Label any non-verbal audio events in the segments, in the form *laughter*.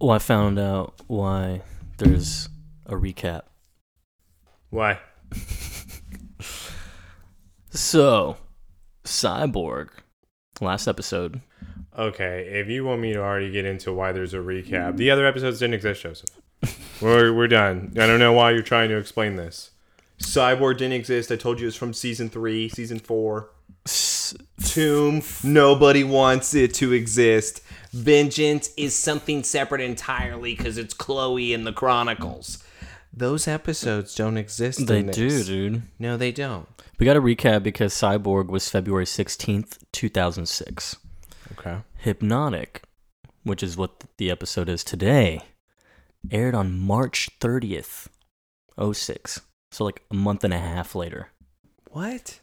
Well, I found out why there's a recap. Why? So, Cyborg, last episode. Okay, if you want me to already get into why there's a recap, the other episodes didn't *laughs* exist, Joseph. we're, we're done. I don't know why you're trying to explain this. Cyborg didn't exist. I told you it's from season three, season four. S- Tomb. Nobody wants it to exist. Vengeance is something separate entirely because it's Chloe in the Chronicles. Those episodes don't exist. They in this. do, dude. No, they don't. We got a recap because Cyborg was February 16th, 2006. Okay. Hypnotic, which is what the episode is today, aired on March 30th, 06. So, like a month and a half later. What?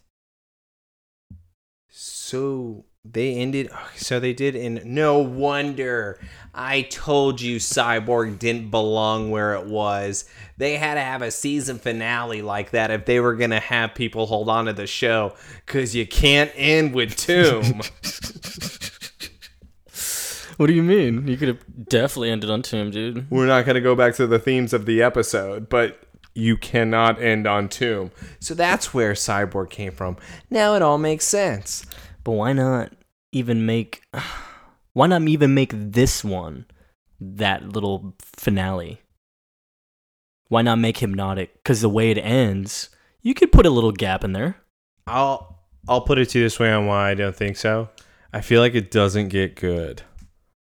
So they ended. So they did. In no wonder I told you Cyborg didn't belong where it was. They had to have a season finale like that if they were gonna have people hold on to the show. Cause you can't end with Tomb. What do you mean? You could have definitely ended on Tomb, dude. *laughs* we're not gonna go back to the themes of the episode, but. You cannot end on Tomb. So that's where Cyborg came from. Now it all makes sense. But why not even make why not even make this one that little finale? Why not make hypnotic? Because the way it ends, you could put a little gap in there. I'll I'll put it to you this way on why I don't think so. I feel like it doesn't get good.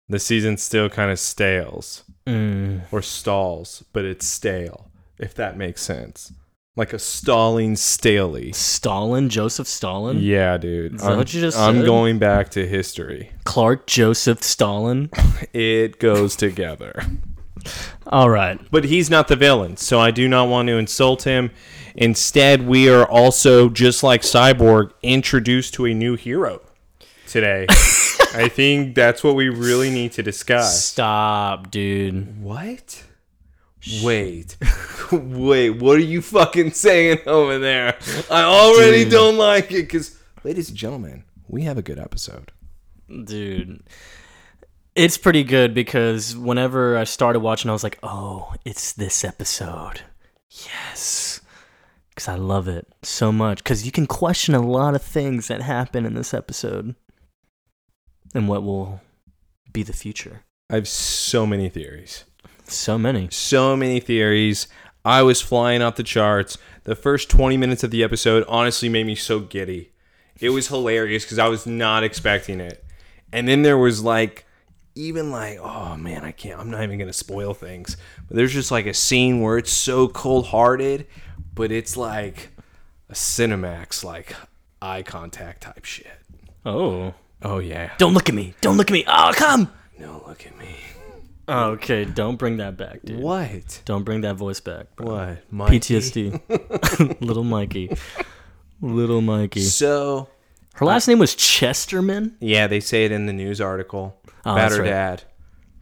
The season still kind of stales Mm. or stalls, but it's stale, if that makes sense. Like a stalling staley. Stalin, Joseph Stalin, Yeah, dude. Is that I'm- what you just I'm said? going back to history. Clark Joseph Stalin. It goes together. All right, But he's not the villain, so I do not want to insult him. Instead, we are also, just like Cyborg, introduced to a new hero *laughs* today. I think that's what we really need to discuss. stop, dude. What? Wait. *laughs* Wait, what are you fucking saying over there? I already don't like it because, ladies and gentlemen, we have a good episode. Dude. It's pretty good because whenever I started watching, I was like, oh, it's this episode. Yes. Because I love it so much. Because you can question a lot of things that happen in this episode and what will be the future. I have so many theories. So many. so many theories. I was flying off the charts. The first 20 minutes of the episode honestly made me so giddy. It was hilarious because I was not expecting it. And then there was like, even like, oh man, I can't, I'm not even going to spoil things. But there's just like a scene where it's so cold hearted, but it's like a Cinemax, like eye contact type shit. Oh. Oh yeah. Don't look at me. Don't look at me. Oh, come. No, look at me. Ah, Okay, don't bring that back, dude. What? Don't bring that voice back, bro. What? *laughs* PTSD. Little Mikey. Little Mikey. So, Her last name was Chesterman. Yeah, they say it in the news article. Oh, Bad that's or right. Dad.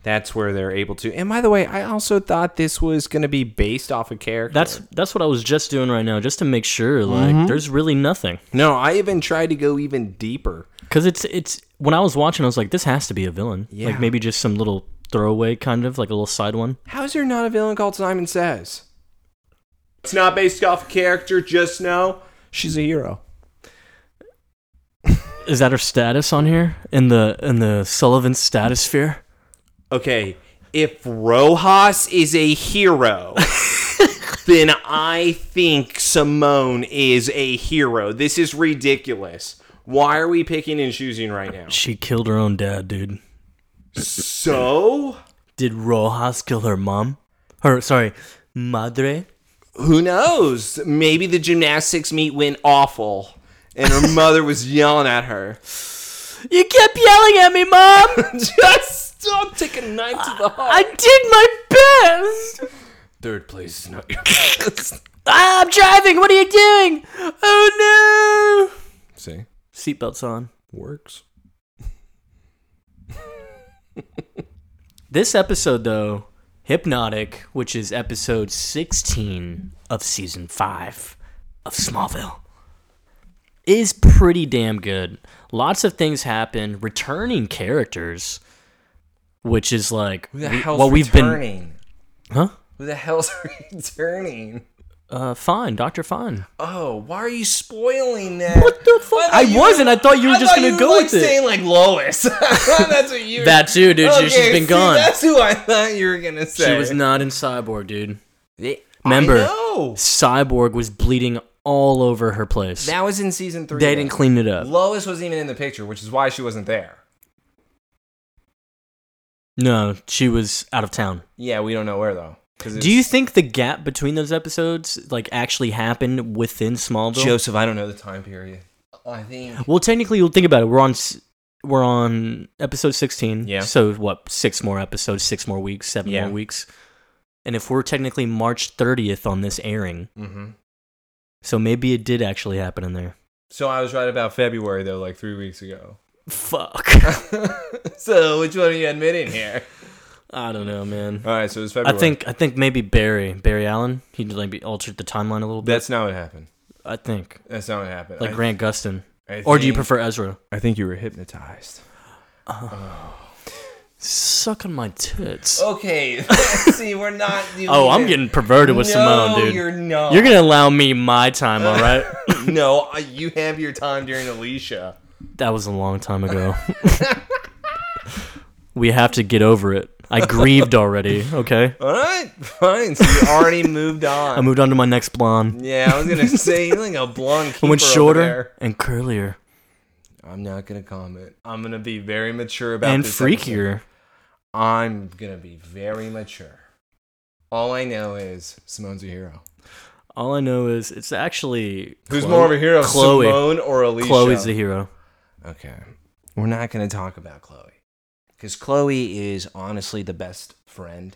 That's where they're able to. And by the way, I also thought this was going to be based off a character. That's that's what I was just doing right now, just to make sure. Like, there's really nothing no. I even tried to go even deeper. because it's it's when I was watching, I was like, this has to be a villain. Yeah. Like maybe just some little throwaway kind of like a little side one. How is there not a villain called Simon Says? It's not based off a character. Just know she's a hero. Is that her status on here in the in the Sullivan status sphere? Okay, if Rojas is a hero. *laughs* Then I think Simone is a hero. This is ridiculous. Why are we picking and choosing right now? She killed her own dad, dude. So Did Rojas kill her mom? Her sorry, madre. who knows? Maybe the gymnastics meet went awful, and *laughs* her mother was yelling at her. You kept yelling at me, mom. *laughs* Just stop taking a knife to the heart. I did my best. Third place *laughs* is not your best. Ah, I'm driving. What are you doing? Oh no! See, Seatbelts on. works. This episode, though, Hypnotic, which is episode 16 of season 5 of Smallville, is pretty damn good. Lots of things happen, returning characters. which is like Who the we- hell's what we've been. returning? Huh? Who the hell's *laughs* returning? Uh, Fine, Doctor Fine. Oh, why are you spoiling that? What the fuck? I wasn't. I thought you were just gonna go like with it. Saying like Lois. *laughs* that's what you. That too, dude. she- she's Okay, been see, gone. That's who I thought you were gonna say. She was not in Cyborg, dude. I Remember, know. Cyborg was bleeding all over her place. That was in season three. they didn't though. clean it up. Lois wasn't even in the picture, which is why she wasn't there. No, she was out of town. Yeah, we don't know where though. 'Cause it Do you was- think the gap between those episodes like actually happened within Smallville? Joseph? I don't know the time period. I think. Well, technically, you'll think about it. We're on s- we're on episode sixteen. Yeah. So what? Six more episodes, six more weeks, seven Yeah. more weeks. And if we're technically March thirtieth on this airing, hmm so maybe it did actually happen in there. So I was right about February though, like three weeks ago. *laughs* Fuck. so which one are you admitting here? I don't know, man. All right, so it's I February. think I think maybe Barry Barry Allen he like be- altered the timeline a little bit. that's not what happened. I think That's not what happened. like I- Grant Gustin, I or do you think- prefer Ezra? I think you were hypnotized. Suck on my tits. *laughs* Okay, see, we're not. Oh, I'm getting perverted with no, Simone, dude. You're not. You're *laughs* gonna allow me my time, all right? no, uh, you have your time during Alicia. that was a long time ago. *laughs* we have to get over it. I grieved already. Okay, All right, fine. So you *laughs* already moved on. I moved on to my next blonde. yeah, I *laughs* was gonna say you're like a blonde. I went keeper over shorter there. and curlier I'm not gonna comment. I'm gonna be very mature about and this episode. freakier. I'm gonna be very mature. All I know is Simone's a hero. All I know is it's actually Who's Chloe- more of a hero, Chloe. Simone or Alicia? Chloe's the hero. Okay. We're not going to talk about Chloe. Because Chloe is honestly the best friend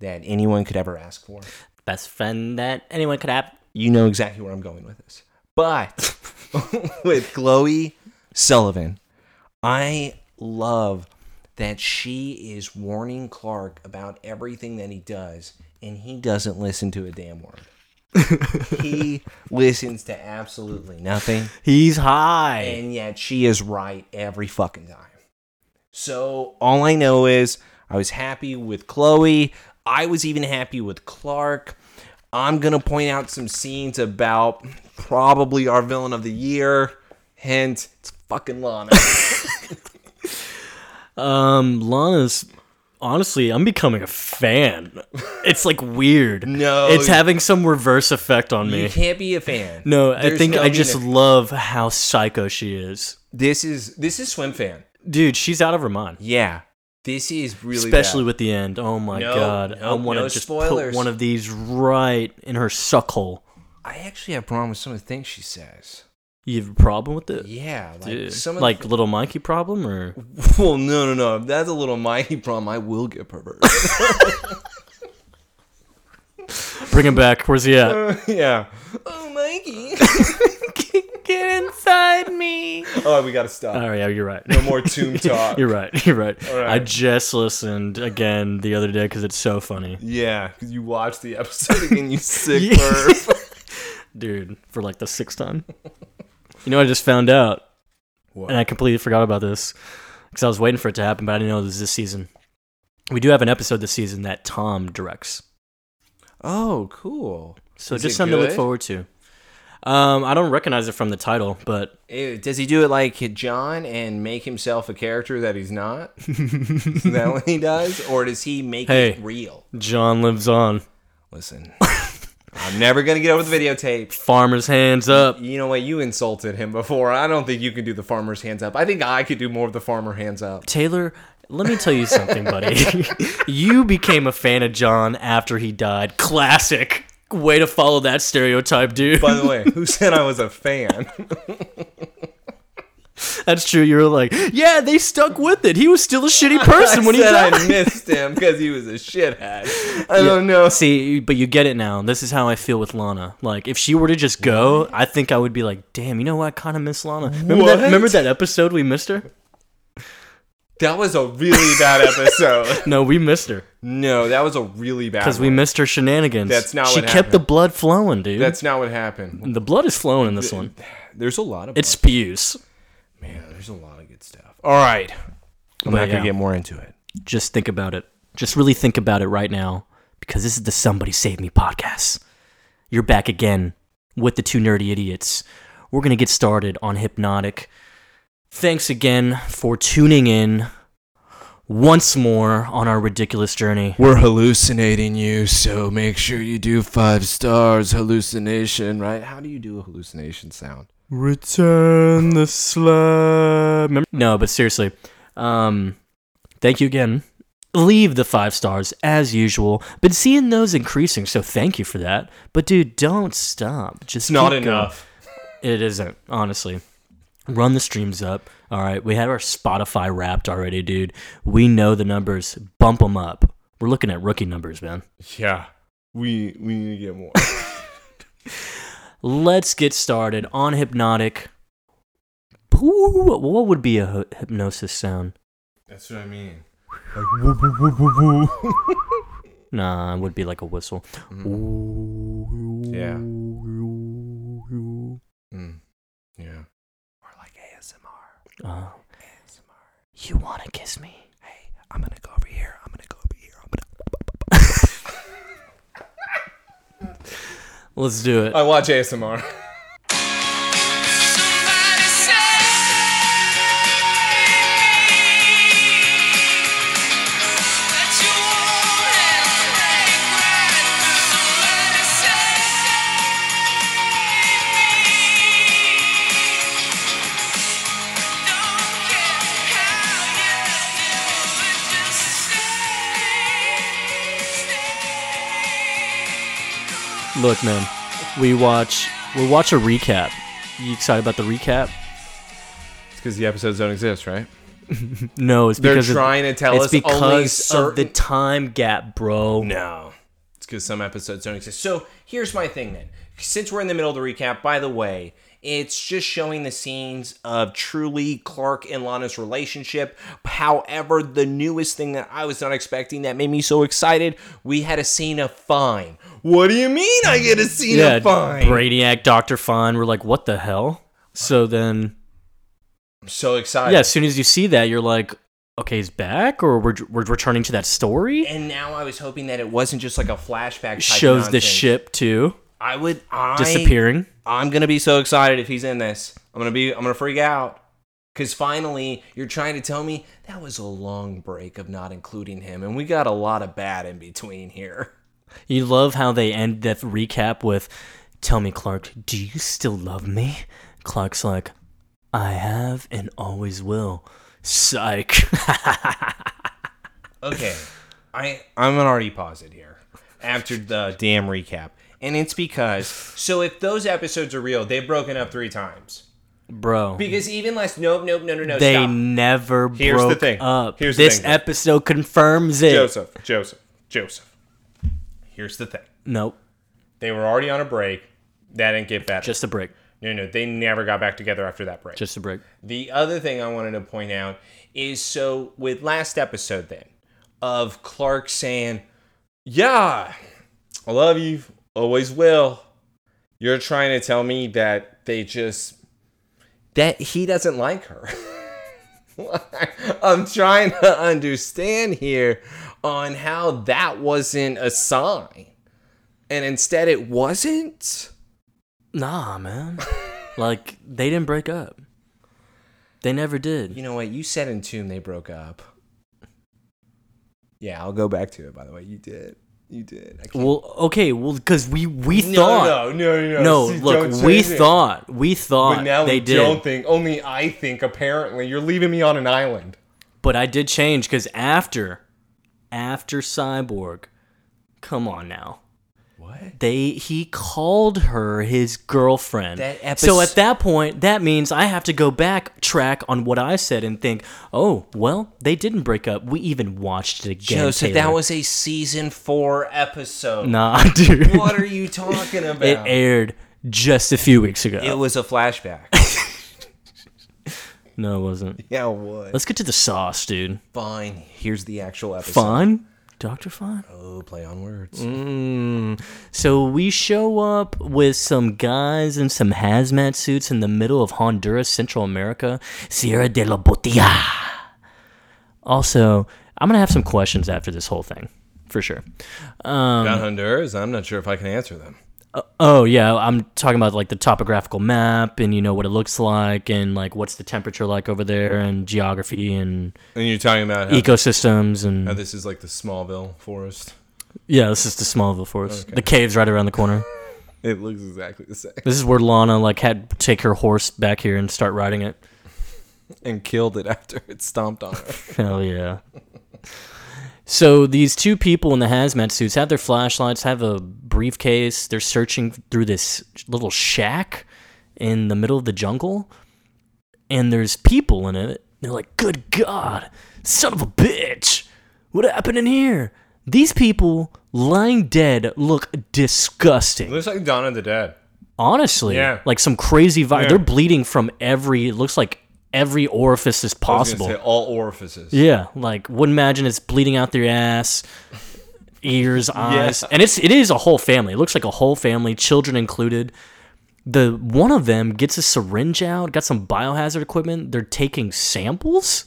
that anyone could ever ask for. Best friend that anyone could have. You know exactly where I'm going with this. But *laughs* with Chloe Sullivan, I love that she is warning Clark about everything that he does, and he doesn't listen to a damn word. he *laughs* listens to absolutely nothing He's high. and yet she is right every fucking time. So all I know is I was happy with Chloe. I was even happy with Clark. I'm gonna point out some scenes about probably our villain of the year. Hint, it's fucking Lana. *laughs* Um, Lana's honestly, I'm becoming a fan. It's like weird. No. it's having some reverse effect on you me. can't be a fan. No, I There's think no I being just a- love how psycho she is, this is this is swim fan. dude. She's out of her mind, Yeah, this is really especially bad. with the end. Oh my No, god, I nope, want to no just put spoilers. one of these right in her suck hole. I actually have a problem with some of the things she says. You have a problem with it? Yeah, like Dude, some of the like little Mikey problem, *laughs* or Well, no, no, no. If that's a little mighty problem, I will get perverted. bring him back. Where's he at? *laughs* yeah. Oh, *laughs* Mikey. Get inside me. oh, we gotta stop. All right, *laughs* yeah, you're right. No more *laughs* tomb talk. You're right. You're right. All right. I just listened again the other day because it's so funny, yeah, because you watched the episode again, you sick Yeah. *laughs* perv. dude. For like the sixth time. You know, what I just found out, What? and I completely forgot about this because I was waiting for it to happen, but I didn't know it was this season. We do have an episode this season that Tom directs, oh, cool. so Is just it something to look good? forward to. Um, I don't recognize it from the title, *laughs* but Eh, Does he do it like John and make himself a character that he's not? Is that what he does? Or does he make Hey. it real? John lives on. Listen, *laughs* I'm never gonna get over the videotape. Farmer's hands up. You know what? You insulted him before. I don't think you can do the farmer's hands up. I think I could do more of the farmer hands up. Taylor, let me tell you something, buddy. *laughs* you became a fan of John after he died. Classic. Way to follow that stereotype, dude. By the way, *laughs* who said I was a fan? That's true. You were like, yeah, they stuck with it. He was still a *laughs* shitty person when he said died. I missed him because he was a shithead. I don't know. See, but you get it now. This is how I feel with Lana. Like, if she were to just go, I think I would be like, damn, you know what? I kind of miss Lana. Remember that, What? remember that episode we missed her? That was a really *laughs* bad episode. No, we missed her. no, that was a really bad. Because we one. missed her shenanigans. That's not She what kept happened. the blood flowing, dude. That's not what happened. the blood is flowing in this one. There's a lot of It spews. man. There's a lot of good stuff. All right, I'm But not gonna Oh, yeah. get more into it. Just think about it. Just really think about it right now because this is the Somebody Save Me podcast. You're back again with the two nerdy idiots. We're going to get started on Hypnotic. Thanks again for tuning in once more on our ridiculous journey. We're hallucinating you, so make sure you do five stars hallucination, right? How do you do a hallucination sound? Return the slab. No, but seriously, um, thank you again. Leave the five stars as usual. Been seeing those increasing, so thank you for that. But dude, don't stop. Just It's not keep going. enough. It isn't, honestly. Run the streams up. All right, we had our Spotify wrapped already, dude. We know the numbers. Bump them up. We're looking at rookie numbers, man. Yeah. We we need to get more. Let's get started on hypnotic. Ooh, what would be a hy- hypnosis sound? That's what I mean. *laughs* Nah, it would be like a whistle. Mm-hmm. Mm. Yeah. Yeah. Mm. Yeah. Or like ASMR. Uh, ASMR. you wanna kiss me? Hey, I'm gonna go over here. I'm gonna go over here. I'm gonna. Let's do it. I watch ASMR. Somebody say that you won't have to break right through. Somebody say don't care how you do it, just stay, stay. Look, man, we watch we watch a recap. You excited about the recap? It's because the episodes don't exist, right? No, it's They're because of- trying to tell it's us because only of the certain- time gap, bro. No. It's because some episodes don't exist. So here's my thing then. Since we're in the middle of the recap, by the way, it's just showing the scenes of truly Clark and Lana's relationship. However, the newest thing that I was not expecting that made me so excited, we had a scene of Fine. What do you mean I get a scene yeah, of Fine? Brainiac, Doctor Fine. We're like, what the hell? So then, I'm so excited. yeah, as soon as you see that, you're like, okay, he's back, or we're we're returning to that story. And now I was hoping that it wasn't just like a flashback. Type Shows the nonsense. ship too I would I, disappearing. I'm gonna be so excited if he's in this. I'm gonna be I'm gonna freak out. Cause finally you're trying to tell me that was a long break of not including him, and we got a lot of bad in between here. *laughs* You love how they end that recap with, "Tell me, Clark, do you still love me?" Clark's like, "I have and always will." Psych. *laughs* Okay. I I'm gonna already pause it here after the damn recap. And it's because so if those episodes are real, they've broken up three times. Bro, Because even last nope, nope, no no no they stop. never Here's the broke thing. up. Here's the this thing, though. episode confirms it. Joseph, Joseph, Joseph. Here's the thing. Nope, They were already on a break. That didn't get better. just a break. No, no, they never got back together after that break. Just a break. the other thing I wanted to point out is so with last episode then of Clark saying, "Yeah, I love you, always will." You're trying to tell me that they just that he doesn't like her. *laughs* I'm trying to understand here on how that wasn't a sign. And instead it wasn't. Nah, man. like they didn't break up. They never did. You know what? You said in Tomb they broke up. Yeah, I'll go back to it. By the way, you did. You did. I can't. Well, okay, well, because we we thought no, no, See, don't look, say we anything. thought we thought But now they we did, don't think. Only I think. Apparently, you're leaving me on an island. but I did change because after after Cyborg, come on now. What? They he called her his girlfriend. That so epis- at that point, that means I have to go back track on what I said and think, oh well, they didn't break up. We even watched it again. Joseph, Taylor. that was a season four episode. nah, *laughs* dude. What are you *laughs* talking It about? aired just a few weeks ago. It was *laughs* a flashback. no, it *laughs* wasn't. yeah, what? Let's get to the sauce, dude. Fine. Here's the actual episode. Fun? Dr. Fun? Oh, play on words. So we show up with some guys in some hazmat suits in the middle of Honduras, Central America, Sierra de la Botella. Also, I'm gonna have some questions after this whole thing, for sure. Um, Down Honduras, I'm not sure if I can answer them. Oh yeah, I'm talking about like the topographical map and you know what it looks like and like what's the temperature like over there and geography and And you're talking about how, ecosystems and how Oh, this is like the Smallville forest. yeah, this is the Smallville Forest. The cave's right around the corner. It looks exactly the same. This is where Lana like had to take her horse back here and start riding it. *laughs* *laughs* And killed it after it stomped on her. Hell yeah. So these two people in the hazmat suits have their flashlights, have a briefcase. They're searching through this little shack in the middle of the jungle, and there's people in it. They're like, "Good God, son of a bitch, what happened in here?" These people lying dead look disgusting. *laughs* looks like Dawn of the Dead. Honestly, Yeah. like some crazy vi Yeah. They're bleeding from every. It looks like every orifice is I was gonna possible. say all orifices. Yeah, like would imagine it's bleeding out their ass, ears, eyes, *laughs* Yeah. and it's it is a whole family. It looks like a whole family, children included. The one of them gets a syringe out, got some biohazard equipment. They're taking samples.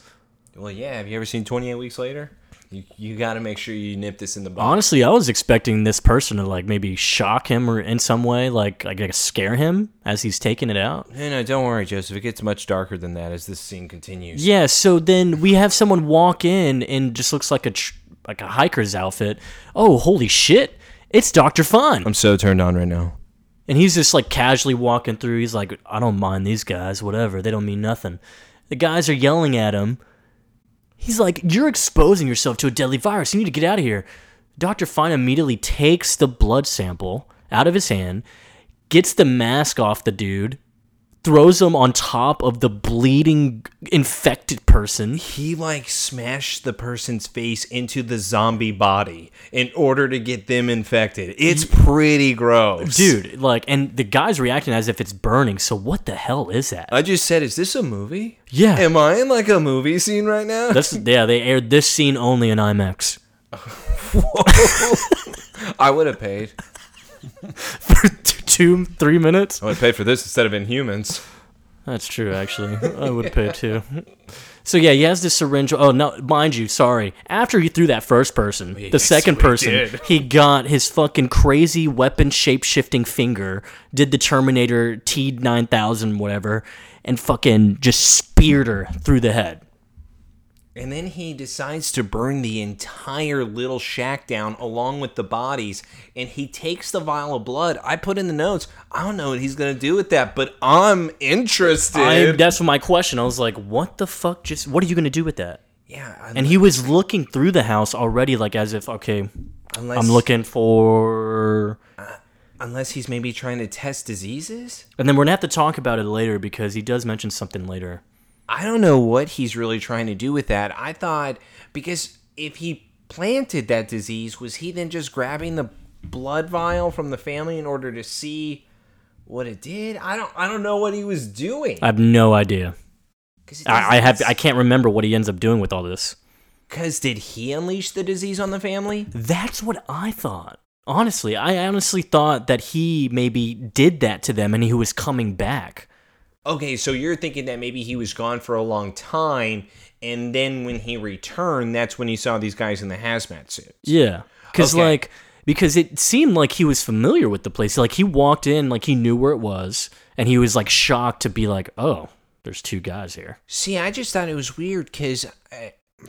Well, yeah. Have you ever seen 28 Weeks Later? You, you got to make sure you nip this in the bud. Honestly, I was expecting this person to like maybe shock him or in some way, like like, like scare him as he's taking it out. No, no, don't worry, Joseph. It gets much darker than that as this scene continues. Yeah, so then we have someone walk in and just looks like a tr- like a hiker's outfit. Oh, holy shit. It's Dr. Fun. I'm so turned on right now. And he's just like casually walking through. He's like, I don't mind these guys, whatever. They don't mean nothing. The guys are yelling at him. He's like, You're exposing yourself to a deadly virus. You need to get out of here. Dr. Fine immediately takes the blood sample out of his hand, gets the mask off the dude, throws him on top of the bleeding, infected person. He like smashed the person's face into the zombie body in order to get them infected. It's pretty gross. Dude, like, and the guy's reacting as if it's burning. So, what the hell is that? I just said, is this a movie? Yeah. Uh, Am I in like a movie scene right now? *laughs* This, yeah, they aired this scene only in IMAX. *laughs* I would have paid. for t- two, three minutes. I would have paid for this instead of Inhumans. That's true, actually. I would pay too. *laughs* So yeah, he has this syringe. Oh no, mind you, sorry. After he threw that first person, the second we person, did. he got his fucking crazy weapon shape shifting finger. Did the Terminator T nine thousand whatever, and fucking just speared her through the head. And then he decides to burn the entire little shack down along with the bodies. And he takes the vial of blood. I put in the notes. I don't know what he's going to do with that, but I'm interested. I, that's my question. I was like, what the fuck? Just what are you gonna do with that? yeah. I- And he was looking through the house already, like as if, okay, unless, I'm looking for Unless he's maybe trying to test diseases? And then we're gonna have to talk about it later because he does mention something later. I don't know what he's really trying to do with that. I thought because if he planted that disease, was he then just grabbing the blood vial from the family in order to see what it did? I don't I don't know what he was doing. I have no idea. 'Cause it I, I have doesn't- I can't remember what he ends up doing with all this. Cause did he unleash the disease on the family? That's what I thought. Honestly, I honestly thought that he maybe did that to them and he was coming back. Okay, so you're thinking that maybe he was gone for a long time, and then when he returned, that's when he saw these guys in the hazmat suit. Yeah. Cuz Okay. like because it seemed like he was familiar with the place. Like he walked in like he knew where it was and he was like shocked to be like, "Oh, there's two guys here." See, I just thought it was weird because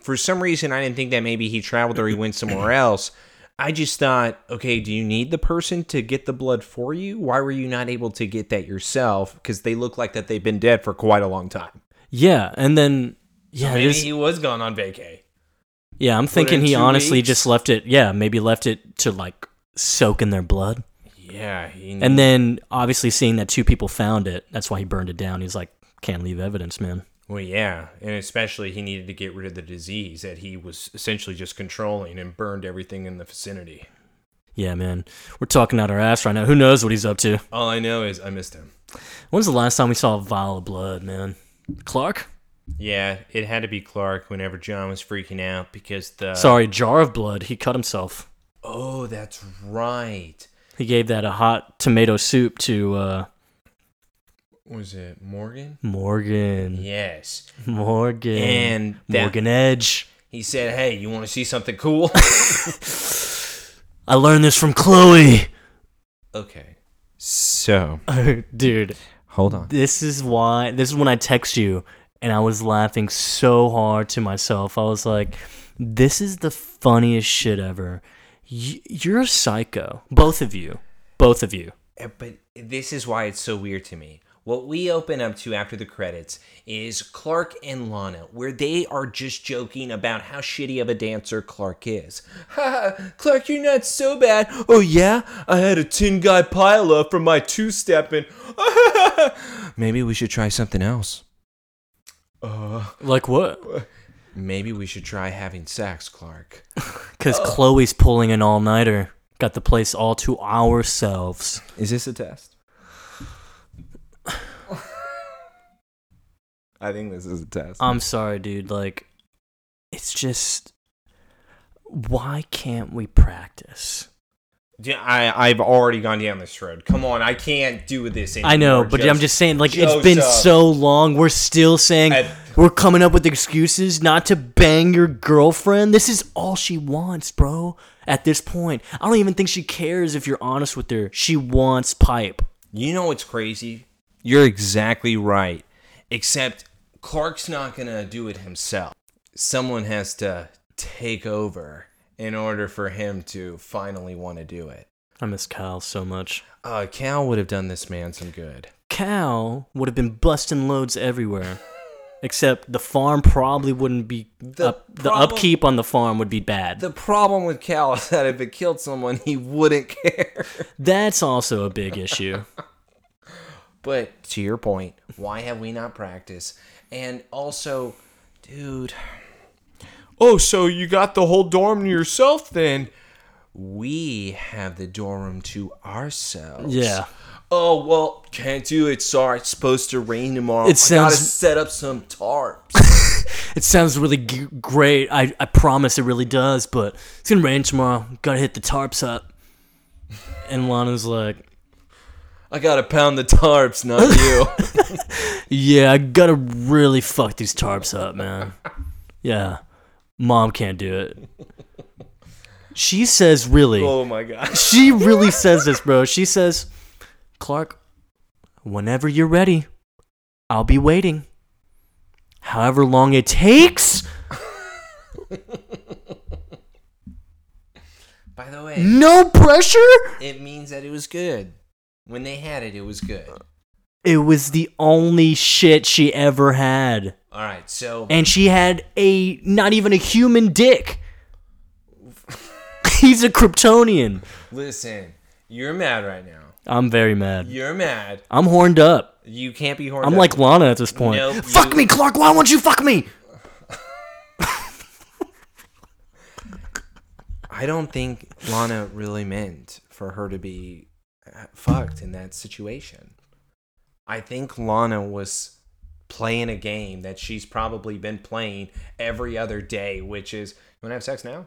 for some reason I didn't think that maybe he traveled or he went somewhere else. I just thought, okay, do you need the person to get the blood for you? Why were you not able to get that yourself? Because they look like that they've been dead for quite a long time. Yeah, and then yeah, it Maybe is- he was gone on vacay. Yeah, I'm thinking in he two honestly weeks. just left it. Yeah, maybe left it to like soak in their blood, Yeah, he and then obviously seeing that two people found it, that's why he burned it down. He's like, can't leave evidence, man. well, yeah, and especially he needed to get rid of the disease that he was essentially just controlling and burned everything in the vicinity. Yeah, man, we're talking out our ass right now. Who knows what he's up to? All I know is I missed him. When's the last time we saw a vial of blood, man? Clark? Yeah, it had to be Clark whenever John was freaking out because the Sorry, jar of blood. He cut himself. Oh, that's right. He gave that a hot tomato soup to uh, Was it Morgan? Morgan. Yes. Morgan. And that- Morgan Edge. He said, "Hey, you want to see something cool?" *laughs* I learned this from Chloe. *laughs* Oh, okay. So Dude, hold on. this is why. This is when I text you, and I was laughing so hard to myself. I was like, "This is the funniest shit ever." Y- you're a psycho, both of you, both of you. Uh, But this is why it's so weird to me. What we open up to after the credits is Clark and Lana, where they are just joking about how shitty of a dancer Clark is. *laughs* Ha! ha, Clark, you're not so bad. Oh yeah, I had a tin guy pileup from my two-step, *laughs* and maybe we should try something else. Uh, Like what? maybe we should try having sex, Clark. Because Uh. Chloe's pulling an all nighter. Got the place all to ourselves. Is this a test? I think this is a test. I'm sorry, dude. Like, it's just. Why can't we practice? Yeah, I, I've already gone down this road. Come on, I can't do this anymore. I know, but I'm just saying, like, it's been Joseph. so long. We're still saying I- we're coming up with excuses not to bang your girlfriend. This is all she wants, bro. At this point, I don't even think she cares if you're honest with her. She wants pipe. You know what's crazy? You're exactly right. Except Clark's not going to do it himself. Someone has to take over in order for him to finally want to do it. I miss Kyle so much. Uh, Cal would have done this man some good. Cal would have been busting loads everywhere. Except the farm probably wouldn't be The up, the problem- upkeep on the farm would be bad. The problem with Cal is that if it killed someone, he wouldn't care. *laughs* That's also a big issue. But to your point, why have we not practiced? And also, dude. Oh, so you got the whole dorm to yourself then? We have the dorm room to ourselves. Yeah. Oh well, can't do it. Sorry, it's supposed to rain tomorrow. It I gotta sounds- set up some tarps. It sounds really g- great. I, I promise it really does, but it's gonna rain tomorrow. Gotta hit the tarps up. And Lana's like, I gotta pound the tarps, *laughs* not you. Yeah, I gotta really fuck these tarps up, man. Yeah. Mom can't do it. She says, Really? oh my gosh. she really says this, bro. She says, Clark, whenever you're ready, I'll be waiting. However long it takes, By the way, no pressure. it means that it was good. When they had it, it was good. It was the only shit she ever had. All right, so And she had a not even a human dick. *laughs* He's a Kryptonian. listen, you're mad right now. I'm very mad. You're mad. I'm horned up. You can't be horny. I'm like Lana at this point. Nope, fuck you- me, Clark. Why won't you fuck me? I don't think Lana really meant for her to be uh, fucked in that situation. I think Lana was playing a game that she's probably been playing every other day, which is you want to have sex now?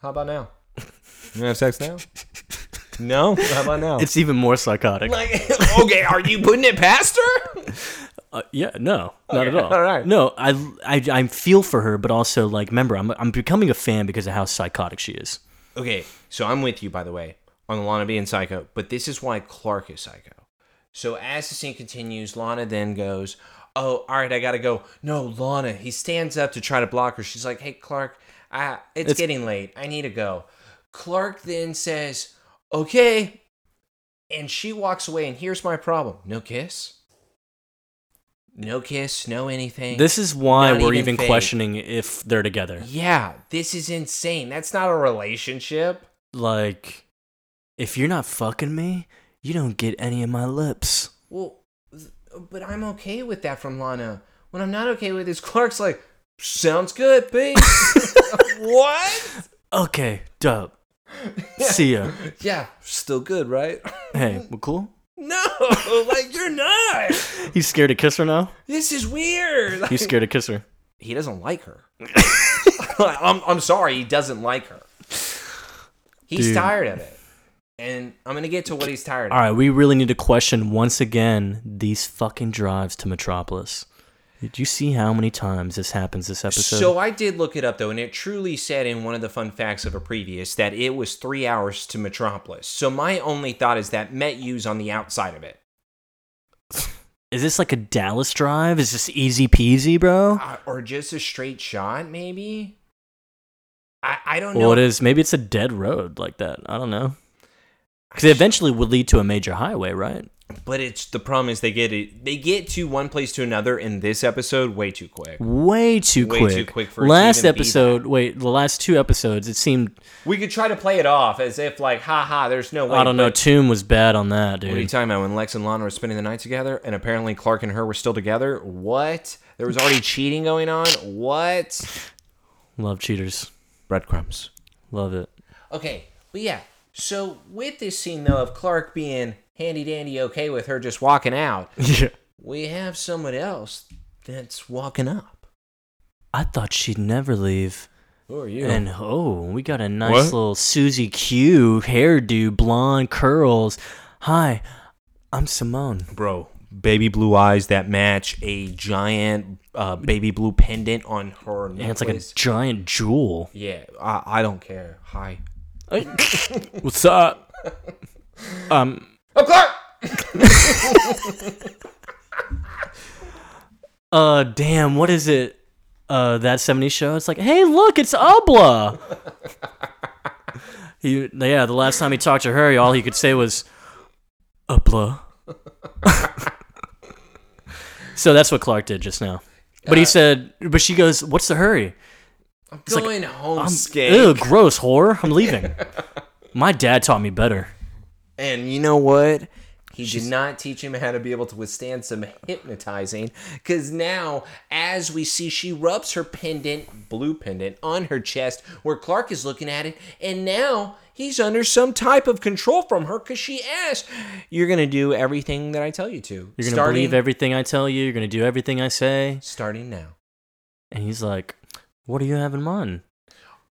How about now? You want to have *laughs* sex now? No. How about now? It's even more psychotic. like *laughs* okay. Are you putting it past her? Uh, yeah, no, not at Okay, all. *laughs* all right. No, I, I, I feel for her, but also like, remember, I'm, I'm becoming a fan because of how psychotic she is. Okay, so I'm with you, by the way, on Lana being psycho, but this is why Clark is psycho. So as the scene continues, Lana then goes, Oh, all right, I gotta go. No, Lana. He stands up to try to block her. She's like, Hey, Clark, I, it's, It's- getting late. I need to go. Clark then says, Okay. And she walks away, and here's my problem no kiss. No kiss, no anything. This is why Not we're even even, fake. questioning if they're together. Yeah, this is insane. That's not a relationship. Like, if you're not fucking me, you don't get any of my lips. Well, th- but I'm okay with that from Lana. What I'm not okay with is Clark's like, sounds good, babe. *laughs* what? Okay, *laughs* dub. See ya. Yeah, still good, right? *laughs* Hey, we're cool. no, like you're not. He's scared to kiss her now. This is weird. Like, He's scared to kiss *laughs* her. he doesn't like *laughs* her. I'm, I'm sorry, he doesn't like her. He's Dude. tired of it. And I'm going to get to what he's tired of. All right, we really need to question once again these fucking drives to Metropolis. Did you see how many times this happens this episode? So So, I did look it up though, and it truly said in one of the fun facts of a previous that it was three hours to Metropolis. So my only thought is that Met U's on the outside of it. is this like a Dallas drive? Is this easy peasy, bro? Uh, or just a straight shot, maybe? I, I don't know. Well, it is. Maybe it's a dead road like that. I don't know. Because it eventually would lead to a major highway, right? But it's the problem is they get it they get to one place to another in this episode way too quick. Way too Way too quick. quick for it to last even be episode. Wait, the last two episodes. It seemed We could try to play it off as if like, ha ha, there's no way. I don't know. but- Tomb was bad on that, dude. What are you talking about? When Lex and Lana were spending the night together, and apparently Clark and her were still together. What? There was already cheating going on. What? Love cheaters. breadcrumbs. Love it. Okay, but yeah. So with this scene though of Clark being handy dandy okay with her just walking out, Yeah. we have someone else that's walking up. I thought she'd never leave. Who are you? And oh, we got a nice What? little Susie Q hairdo, blonde curls. Hi, I'm Simone. bro, baby blue eyes that match a giant uh, baby blue pendant on her necklace. And it's like a giant jewel. yeah, I, I don't care. Hi. *laughs* What's up? um, Oh, Clark. uh, damn, what is it? Uh, that 70s show? It's like, hey, look, it's Obla. *laughs* he, yeah, the last time he talked to her, all he could say was, Obla. *laughs* so that's what Clark did just now. But he said, but she goes, what's the hurry? I'm going home, I'm, skank. ew, gross whore. I'm *laughs* leaving. My dad taught me better. And you know what? He did not teach him how to be able to withstand some hypnotizing because now, as we see, she rubs her pendant, blue pendant, on her chest where Clark is looking at it. And now he's under some type of control from her because she asks, You're going to do everything that I tell you to. You're gonna believe everything I tell you. You're gonna do everything I say. starting now. And he's like, "What do you have in mind?"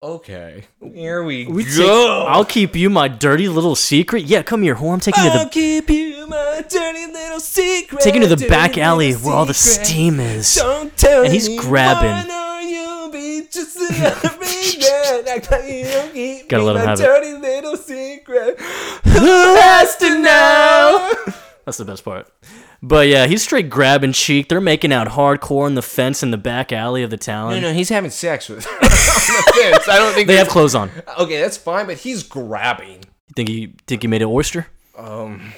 Okay. Here we, We take- go. I'll keep you my dirty little secret. Yeah, come here, whore. I'm taking you to the keep you my dirty little secret. taking you to the dirty back little alley where all the secret. steam is. Don't tell And he's me grabbing. why don't you be just *laughs* another big man? Act like you don't keep Gotta me let him my have it. dirty little secret. Who has to know? That's the best part. But yeah, he's straight grabbing cheek. They're making out hardcore on the fence in the back alley of the town. No, no, he's having sex *laughs* with her on the fence. I don't think They have clothes on. You that's- Okay, that's fine, but he's grabbing. think he think he made an oyster? Um,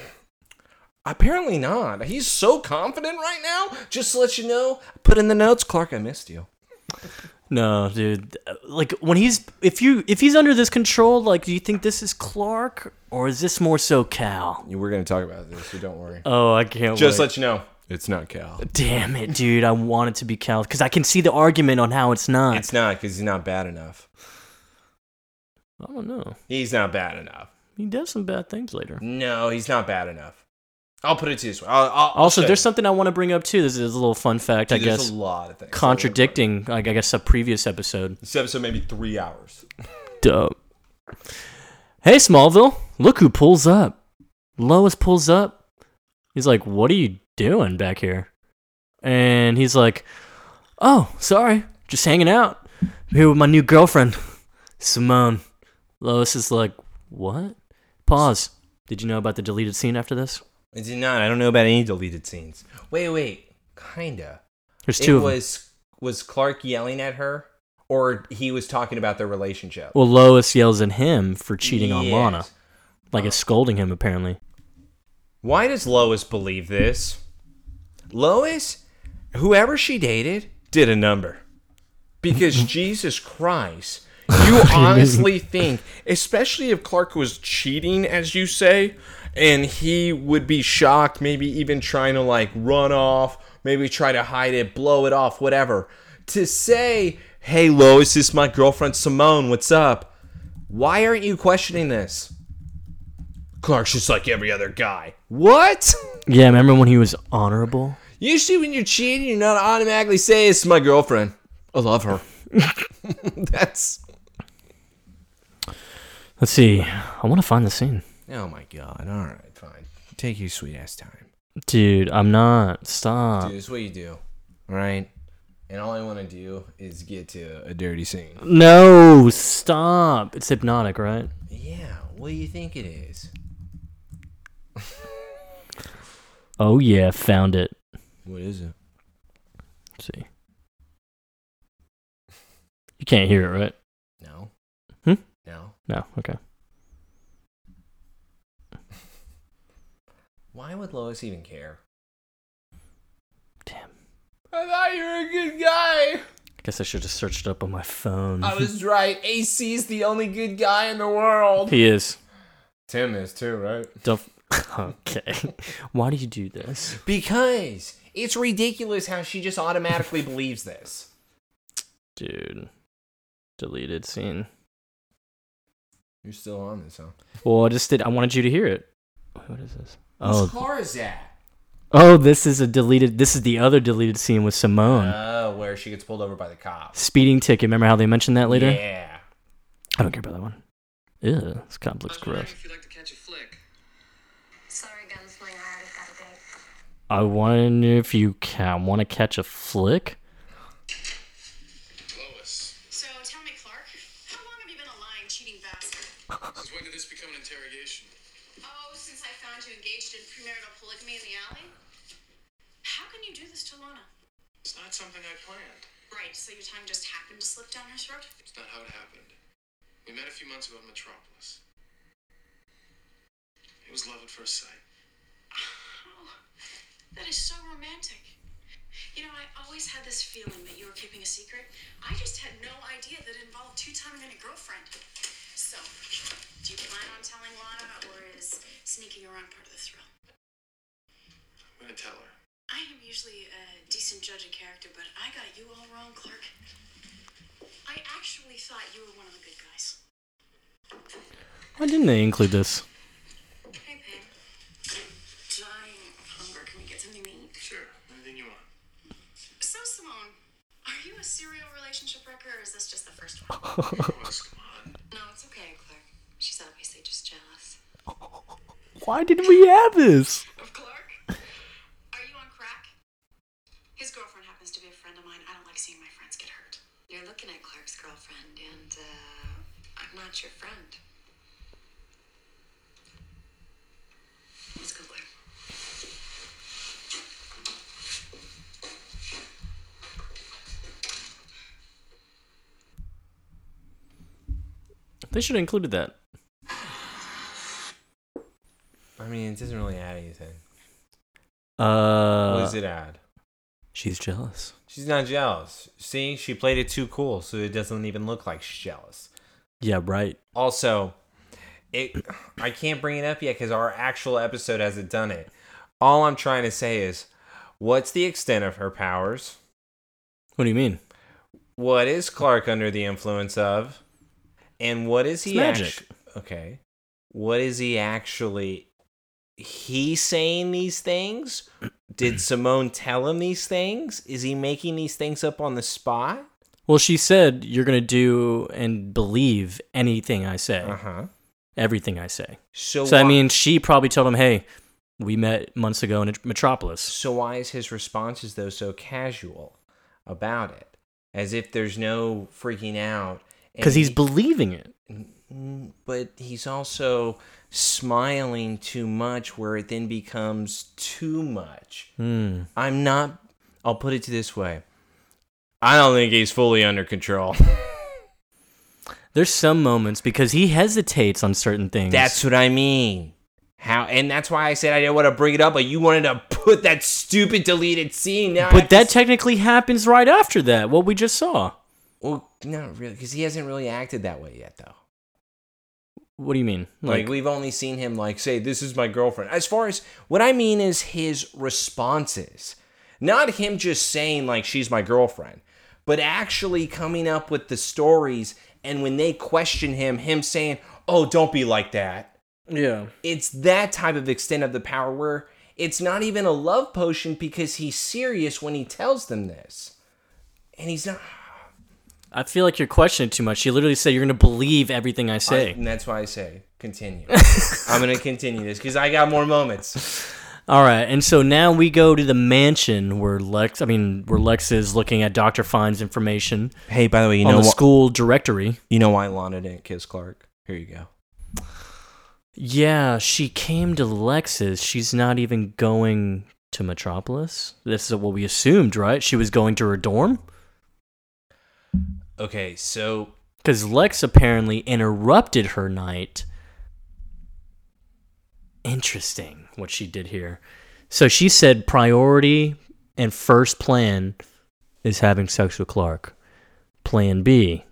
apparently not. He's so confident right now. Just to let you know, put in the notes, Clark. I missed you. No, dude. Like when he's if you if he's under this control, like do you think this is Clark or is this more so Cal? We're gonna talk about this, so don't worry. Oh, I can't. Just wait. let you know, it's not Cal. Damn it, dude! I want it to be Cal because I can see the argument on how it's not. It's not because he's not bad enough. I don't know. He's not bad enough. He does some bad things later. No, he's not bad enough. I'll put it to you this way. I'll, I'll, Also, I'll show there's you. something I want to bring up too. This is a little fun fact, Dude, I there's guess, a lot of things. contradicting, like I guess, a previous episode. This episode maybe three hours. Dope. Hey, Smallville, look who pulls up. Lois pulls up. He's like, What are you doing back here? And he's like, Oh, sorry. Just hanging out. I'm here with my new girlfriend, Simone. Lois is like, What? Pause. Did you know about the deleted scene after this? I did not. I don't know about any deleted scenes. Wait, wait. Kinda. There's It two of them. was was Clark yelling at her, or he was talking about their relationship. Well, Lois yells at him for cheating on Lana. Yes. Like, it's scolding him, apparently. Why does Lois believe this? Lois, whoever she dated, did a number. Because Jesus Christ, you honestly think, especially if Clark was cheating, as you say, and he would be shocked, maybe even trying to like run off, maybe try to hide it, blow it off, whatever. To say, hey, Lois, this is my girlfriend Simone, what's up? Why aren't you questioning this? Clark's just like every other guy. What? *laughs* Yeah, remember when he was honorable? Usually, when you're cheating, you're not automatically say it's my girlfriend. I love *laughs* her. That's Let's see. I want to find the scene. oh my god. All right, fine. Take your sweet ass time. Dude, I'm not. Stop. Dude, it's what you do. right? And all I want to do is get to a dirty scene. No, stop. It's hypnotic, right? Yeah, what do you think it is? Oh yeah, found it. What is it? Let's see. You can't hear it, right? No. Hmm? No. No. Okay. Why would Lois even care? Damn. I thought you were a good guy. I guess I should have searched it up on my phone. I was right. AC's the only good guy in the *laughs* world. he is. Tim is too, right? Don't. *laughs* okay. Why do you do this? Because it's ridiculous how she just automatically believes this. Dude. Deleted scene. You're still on this, huh? Well, I just did. I wanted you to hear it. What is this? Whose Oh, car is that? oh, this is a deleted. This is the other deleted scene with Simone. Oh, where she gets pulled over by the cops. Speeding ticket. Remember how they mentioned that later? Yeah. I don't care about that one. Ew, this cop looks gross. If you'd like to catch a flick. Sorry, gunslinger, I've got a date. I wonder if you can want to catch a flick. Lois, So tell me, Clark, how long have you been a lying, cheating bastard? since when did this become an interrogation? Oh, since I found you engaged in premarital polygamy in the alley? How can you do this to Lona? It's not something I planned. Right, so your tongue just happened to slip down her throat? It's not how it happened. We met a few months ago in Metropolis. It was love at first sight. Oh, that is so romantic. You know, I always had this feeling that you were keeping a secret. I just had no idea that it involved two timing and a girlfriend. So, do you plan on telling Lana, or is sneaking around part of the thrill? I'm gonna tell her. I am usually a decent judge of character, but I got you all wrong, Clark. I actually thought you were one of the good guys. Why didn't they include this? Hey, babe. Dying of hunger. Can we get something to eat? Sure, anything you want. So, Simone, are you a serial relationship wrecker, or is this just the first one? Lois, come on. No, it's okay, Clark. She's obviously just jealous. Why did we have this? Of Clark? Are you on crack? His girlfriend happens to be a friend of mine. I don't like seeing my friends get hurt. You're looking at Clark's girlfriend, and uh, I'm not your friend. Let's go, Clark. They should have included that. I mean, it doesn't really add anything. Uh, what does it add? She's jealous. She's not jealous. See, she played it too cool, so it doesn't even look like she's jealous. Yeah, right. Also, it *clears throat* I can't bring it up yet because our actual episode hasn't done it. All I'm trying to say is, what's the extent of her powers? What do you mean? What is Clark under the influence of? And what is he It's actu- okay. What is he actually he saying these things? *clears throat* Did Simone tell him these things? Is he making these things up on the spot? Well, she said you're gonna do and believe anything I say, Uh-huh. everything I say. So, So I why- mean, she probably told him, "Hey, we met months ago in Metropolis." so why is his responses though so casual about it? As if there's no freaking out. and Because he's he- believing it. Mm, but he's also smiling too much where it then becomes too much. Hmm. I'm not I'll put it to this way. I don't think he's fully under control. There's some moments because he hesitates on certain things. that's what I mean. How and that's why I said I didn't want to bring it up, but you wanted to put that stupid deleted scene now. I have but to that technically happens right after that. What we just saw. Well, not really, because he hasn't really acted that way yet, though. What do you mean? Like, we've only seen him like say, "This is my girlfriend." As far as what I mean is his responses, not him just saying like, "She's my girlfriend," but actually coming up with the stories. And when they question him, him saying, "Oh, don't be like that." yeah. It's that type of extent of the power where it's not even a love potion because he's serious when he tells them this, and he's not. I feel like you're questioning it too much. You literally said you're going to believe everything I I- say. and that's why I say continue. I'm gonna continue this because I got more moments. All right, and so now we go to the mansion where Lex. I mean, where Lex is looking at Doctor Fine's information Hey, by the way, you on know the wh- school directory. you know why Lana didn't kiss Clark? Here you go. Yeah, she came to Lexus. She's not even going to Metropolis. This is what we assumed, right? She was going to her dorm Okay, so because Lex apparently interrupted her night. Interesting what she did here. So she said priority and first plan is having sex with Clark. Plan B,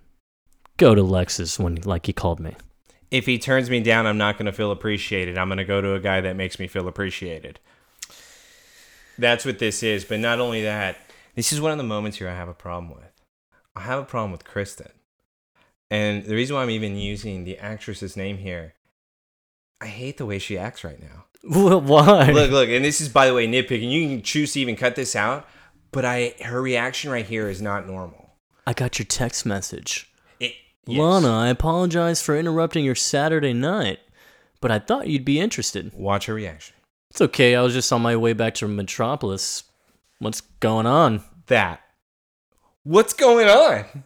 go to Lexus when like he called me. *laughs* if he turns me down, I'm not going to feel appreciated. I'm going to go to a guy that makes me feel appreciated. That's what this is. But not only that, this is one of the moments here I have a problem with. I have a problem with Kristen. And the reason why I'm even using the actress's name here, I hate the way she acts right *laughs* now. Why? Look, look, and this is by the way nitpicking. You can choose to even cut this out, but I her reaction right here is not normal. I got your text message. It, Lana, I apologize for interrupting your Saturday night, but I thought you'd be interested. watch her reaction. It's okay, I was just on my way back to Metropolis. What's going on? that. What's going on?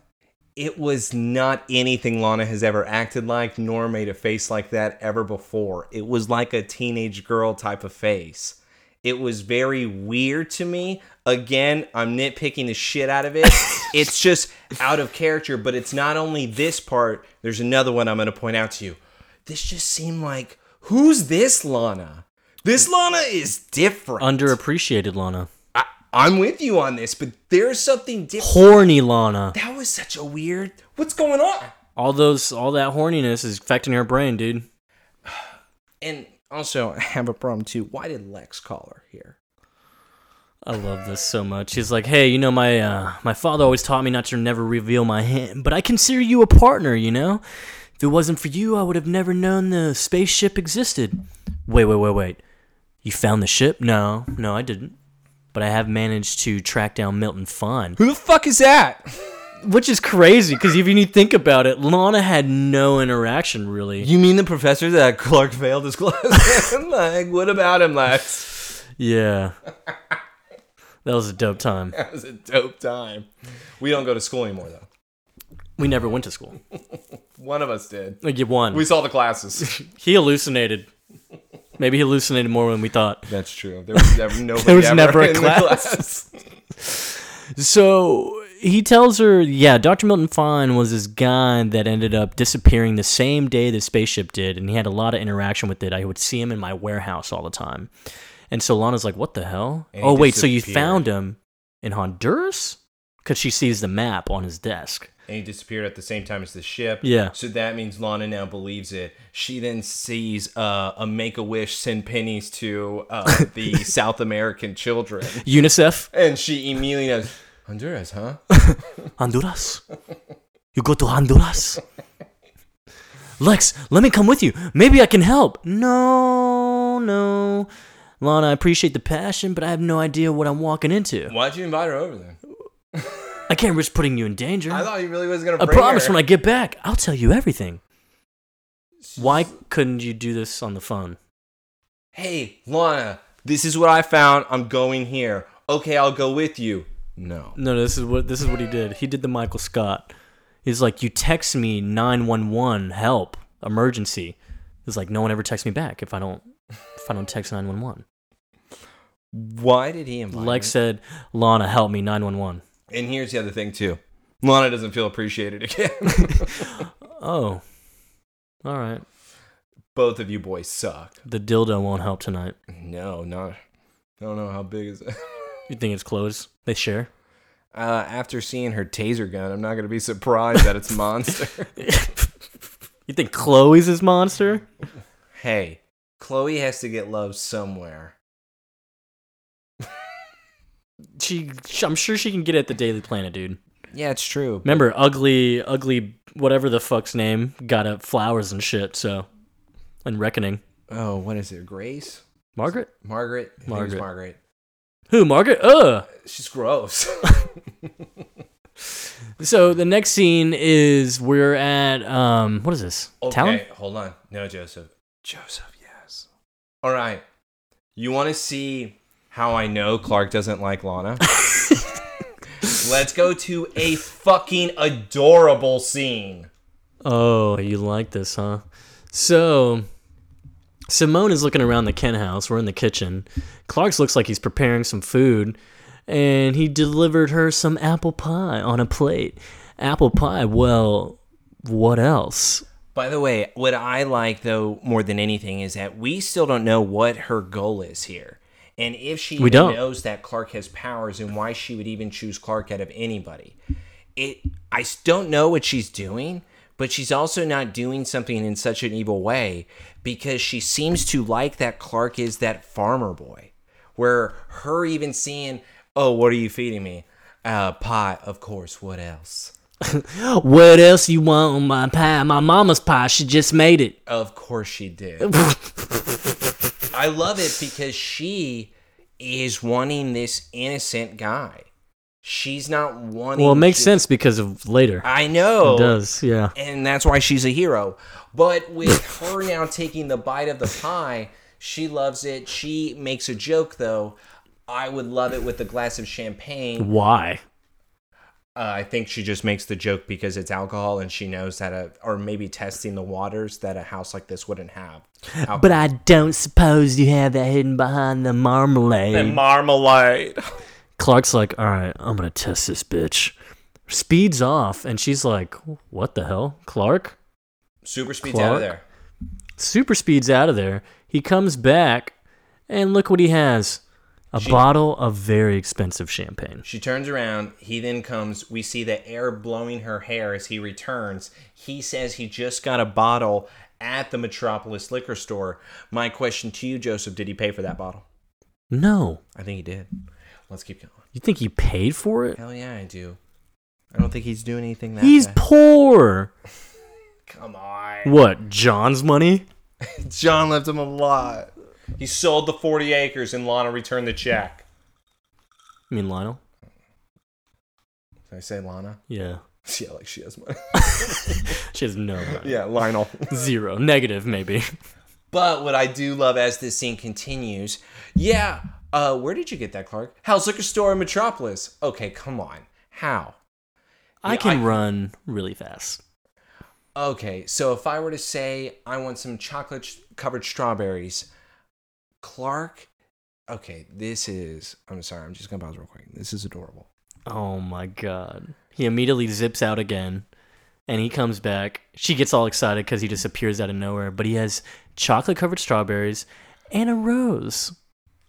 It was not anything Lana has ever acted like nor made a face like that ever before. It was like a teenage girl type of face. It was very weird to me. Again, I'm nitpicking the shit out of it. it's just out of character, but it's not only this part. There's another one I'm going to point out to you. This just seemed like, who's this Lana? This Lana is different. Underappreciated Lana. I, I'm with you on this, but there's something different. Horny Lana. That was such a weird. What's going on? All those all that horniness is affecting her brain, dude. And also, I have a problem too. Why did Lex call her here? I love this so much. He's like, "Hey, you know my uh, my father always taught me not to never reveal my hand, but I consider you a partner, you know? If it wasn't for you, I would have never known the spaceship existed." Wait, wait, wait, wait. You found the ship? No, no, I didn't. But I have managed to track down Milton Fine, Who the fuck is that? which is crazy because even you think about it, Lana had no interaction really. You mean the professor that Clark failed his *laughs* class? I'm like, what about him, Lex? *laughs* Yeah. *laughs* That was a dope time. That was a dope time. We don't go to school anymore, though. We never went to school. One of us did. Like you won. We saw the classes. *laughs* He hallucinated. Maybe he hallucinated more than we thought. That's true. There was never *laughs* nobody There was ever never a in the class. So he tells her, yeah, Dr. Milton Fine was this guy that ended up disappearing the same day the spaceship did, and he had a lot of interaction with it. I would see him in my warehouse all the time. And so Lana's like, what the hell? And he oh, wait, so you disappeared. found him in Honduras? Because she sees the map on his desk. and he disappeared at the same time as the ship. Yeah. So that means Lana now believes it. She then sees uh, a Make a Wish send pennies to *laughs* uh, the South American children, UNICEF, and she immediately knows Honduras, huh? Honduras. You go to Honduras. Lex, let me come with you. Maybe I can help. No, no. Lana, I appreciate the passion, but I have no idea what I'm walking into. Why'd you invite her over then? I can't risk putting you in danger. I I, thought you really was gonna. bring promise her. when I get back, I'll tell you everything. Why couldn't you do this on the phone? Hey, Lana, this is what I found. I'm going here. Okay, I'll go with you. No. No, this is what this is what he did. He did the Michael Scott. He's like, "You text me 911 help emergency." He's like, "No one ever texts me back if I don't if I don't text 911." Why did he invite? Lex her? said, "Lana, help me 911." And here's the other thing too. Lana doesn't feel appreciated again. *laughs* Oh. All right. Both of you boys suck. The dildo won't help tonight. No, not. I don't know how big is it. *laughs* You think it's closed? They share. *laughs* Uh, after seeing her taser gun, I'm not gonna be surprised that it's monster. *laughs* You think Chloe's his monster? hey, Chloe has to get love somewhere. She, I'm sure she can get it at the Daily Planet, dude. Yeah, it's true. Remember, ugly, ugly, whatever the fuck's name, got up flowers and shit. So, and reckoning. Oh, what is it? Grace? Margaret? Margaret? I think it's Margaret. Margaret. Who? Margaret? Ugh. She's gross. *laughs* So the next scene is we're at um what is this? Talon? hold on. No, Joseph. Joseph, yes. All right. You want to see how I know Clark doesn't like Lana? Let's go to a fucking adorable scene. Oh, you like this, huh? So, Simone is looking around the Kent house. We're in the kitchen. Clark's looks like he's preparing some food, and he delivered her some apple pie on a plate. Apple pie, well, what else? By the way, what I like though more than anything is that we still don't know what her goal is here. And if she even don't. knows that Clark has powers and why she would even choose Clark out of anybody. It I s- don't know what she's doing, but she's also not doing something in such an evil way because she seems to like that Clark is that farmer boy. Where her even seeing, "Oh, what are you feeding me?" Uh, pie, of course, what else? What else you want on my pie? My mama's pie. She just made it. Of course *laughs* she did. I love it because she is wanting this innocent guy. She's not wanting. Well, it makes ju- sense because of later. I know. It does, yeah. And that's why she's a hero. But with her now taking the bite of the pie, she loves it. She makes a joke, though. I would love it with a glass of champagne. Why? Uh, I think she just makes the joke because it's alcohol and she knows that, a, or maybe testing the waters that a house like this wouldn't have. Oh. But I don't suppose you have that hidden behind the marmalade. marmalade. Clark's like, all right, I'm gonna test this bitch. Speeds off, and she's like, what the hell? Clark? Super speeds out Clark? of there. Super speeds out of there. He comes back, and look what he has a bottle of very expensive champagne. She turns around. He then comes. We see the air blowing her hair as he returns. He says he just got a bottle at the Metropolis liquor store. My question to you, Joseph, did he pay for that bottle? No. I think he did. Let's keep going. You think he paid for it? Hell yeah, I do. I don't think he's doing anything that He's bad. poor. Come on. What, John's money? John left him a lot. He sold the 40 acres and Lana returned the check. I mean, Lionel? Did I say Lana? *laughs* Yeah. *laughs* Yeah, like she has money. *laughs* She has no money. yeah, Lionel. Zero. Negative, maybe. But what I do love as this scene continues, yeah, uh, where did you get that, Clark? How's liquor store in Metropolis? Okay, come on. How? I Yeah, can I- run really fast. Okay, so if I were to say I want some chocolate sh- covered strawberries, Clark, okay, this is, I'm sorry, I'm just gonna pause real quick. This is adorable. Oh my god. He immediately zips out again and he comes back. She gets all excited because he just appears out of nowhere, but he has chocolate covered strawberries and a rose.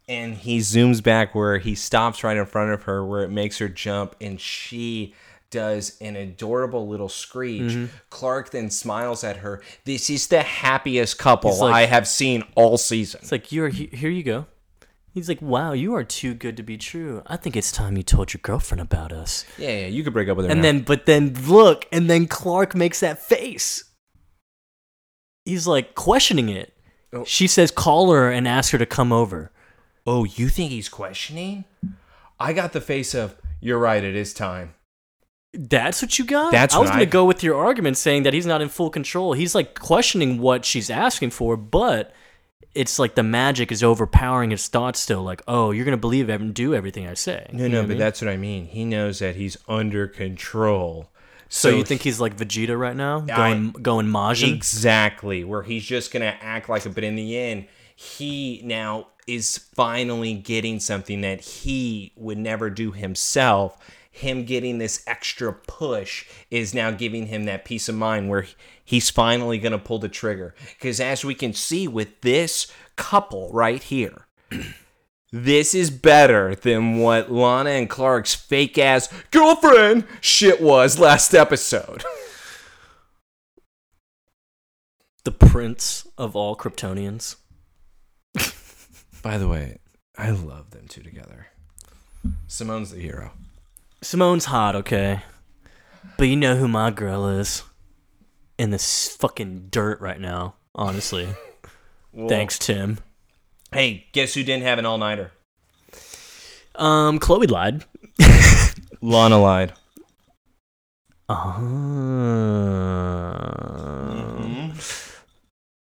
and he zooms back where he stops right in front of her where it makes her jump and she does an adorable little screech. Mm-hmm. Clark then smiles at her. This is the happiest couple He's like- I have seen all season. It's like, You're he- here, you go. He's like, Wow, you are too good to be true. I think it's time you told your girlfriend about us. Yeah, yeah, you could break up with her. And now. then, but then look, and then Clark makes that face. He's like questioning it. Oh. She says, Call her and ask her to come over. oh, you think he's questioning? I got the face of you're right. It is time. That's what you got. That's I was what going I- to go with your argument, saying that he's not in full control. He's like questioning what she's asking for, but it's like the magic is overpowering his thoughts. Still, like, oh, you're going to believe ev- and do everything I say. No, You know what no, I but mean? that's what I mean. He knows that he's under control. so, you think he's like Vegeta right now, going going Majin? Exactly, where he's just gonna act like it, but in the end, he now is finally getting something that he would never do himself. Him getting this extra push is now giving him that peace of mind where he- he's finally gonna pull the trigger. Because as we can see with this couple right here, *clears throat* this is better than what Lana and Clark's fake ass girlfriend shit was last episode. the prince of all Kryptonians. By the way, I love them two together. Simone's the hero. Simone's hot, okay, but you know who my girl is in this fucking dirt right now. Honestly, thanks, Tim. Hey, guess who didn't have an all nighter? Um, Chloe lied. Lana lied. Ah.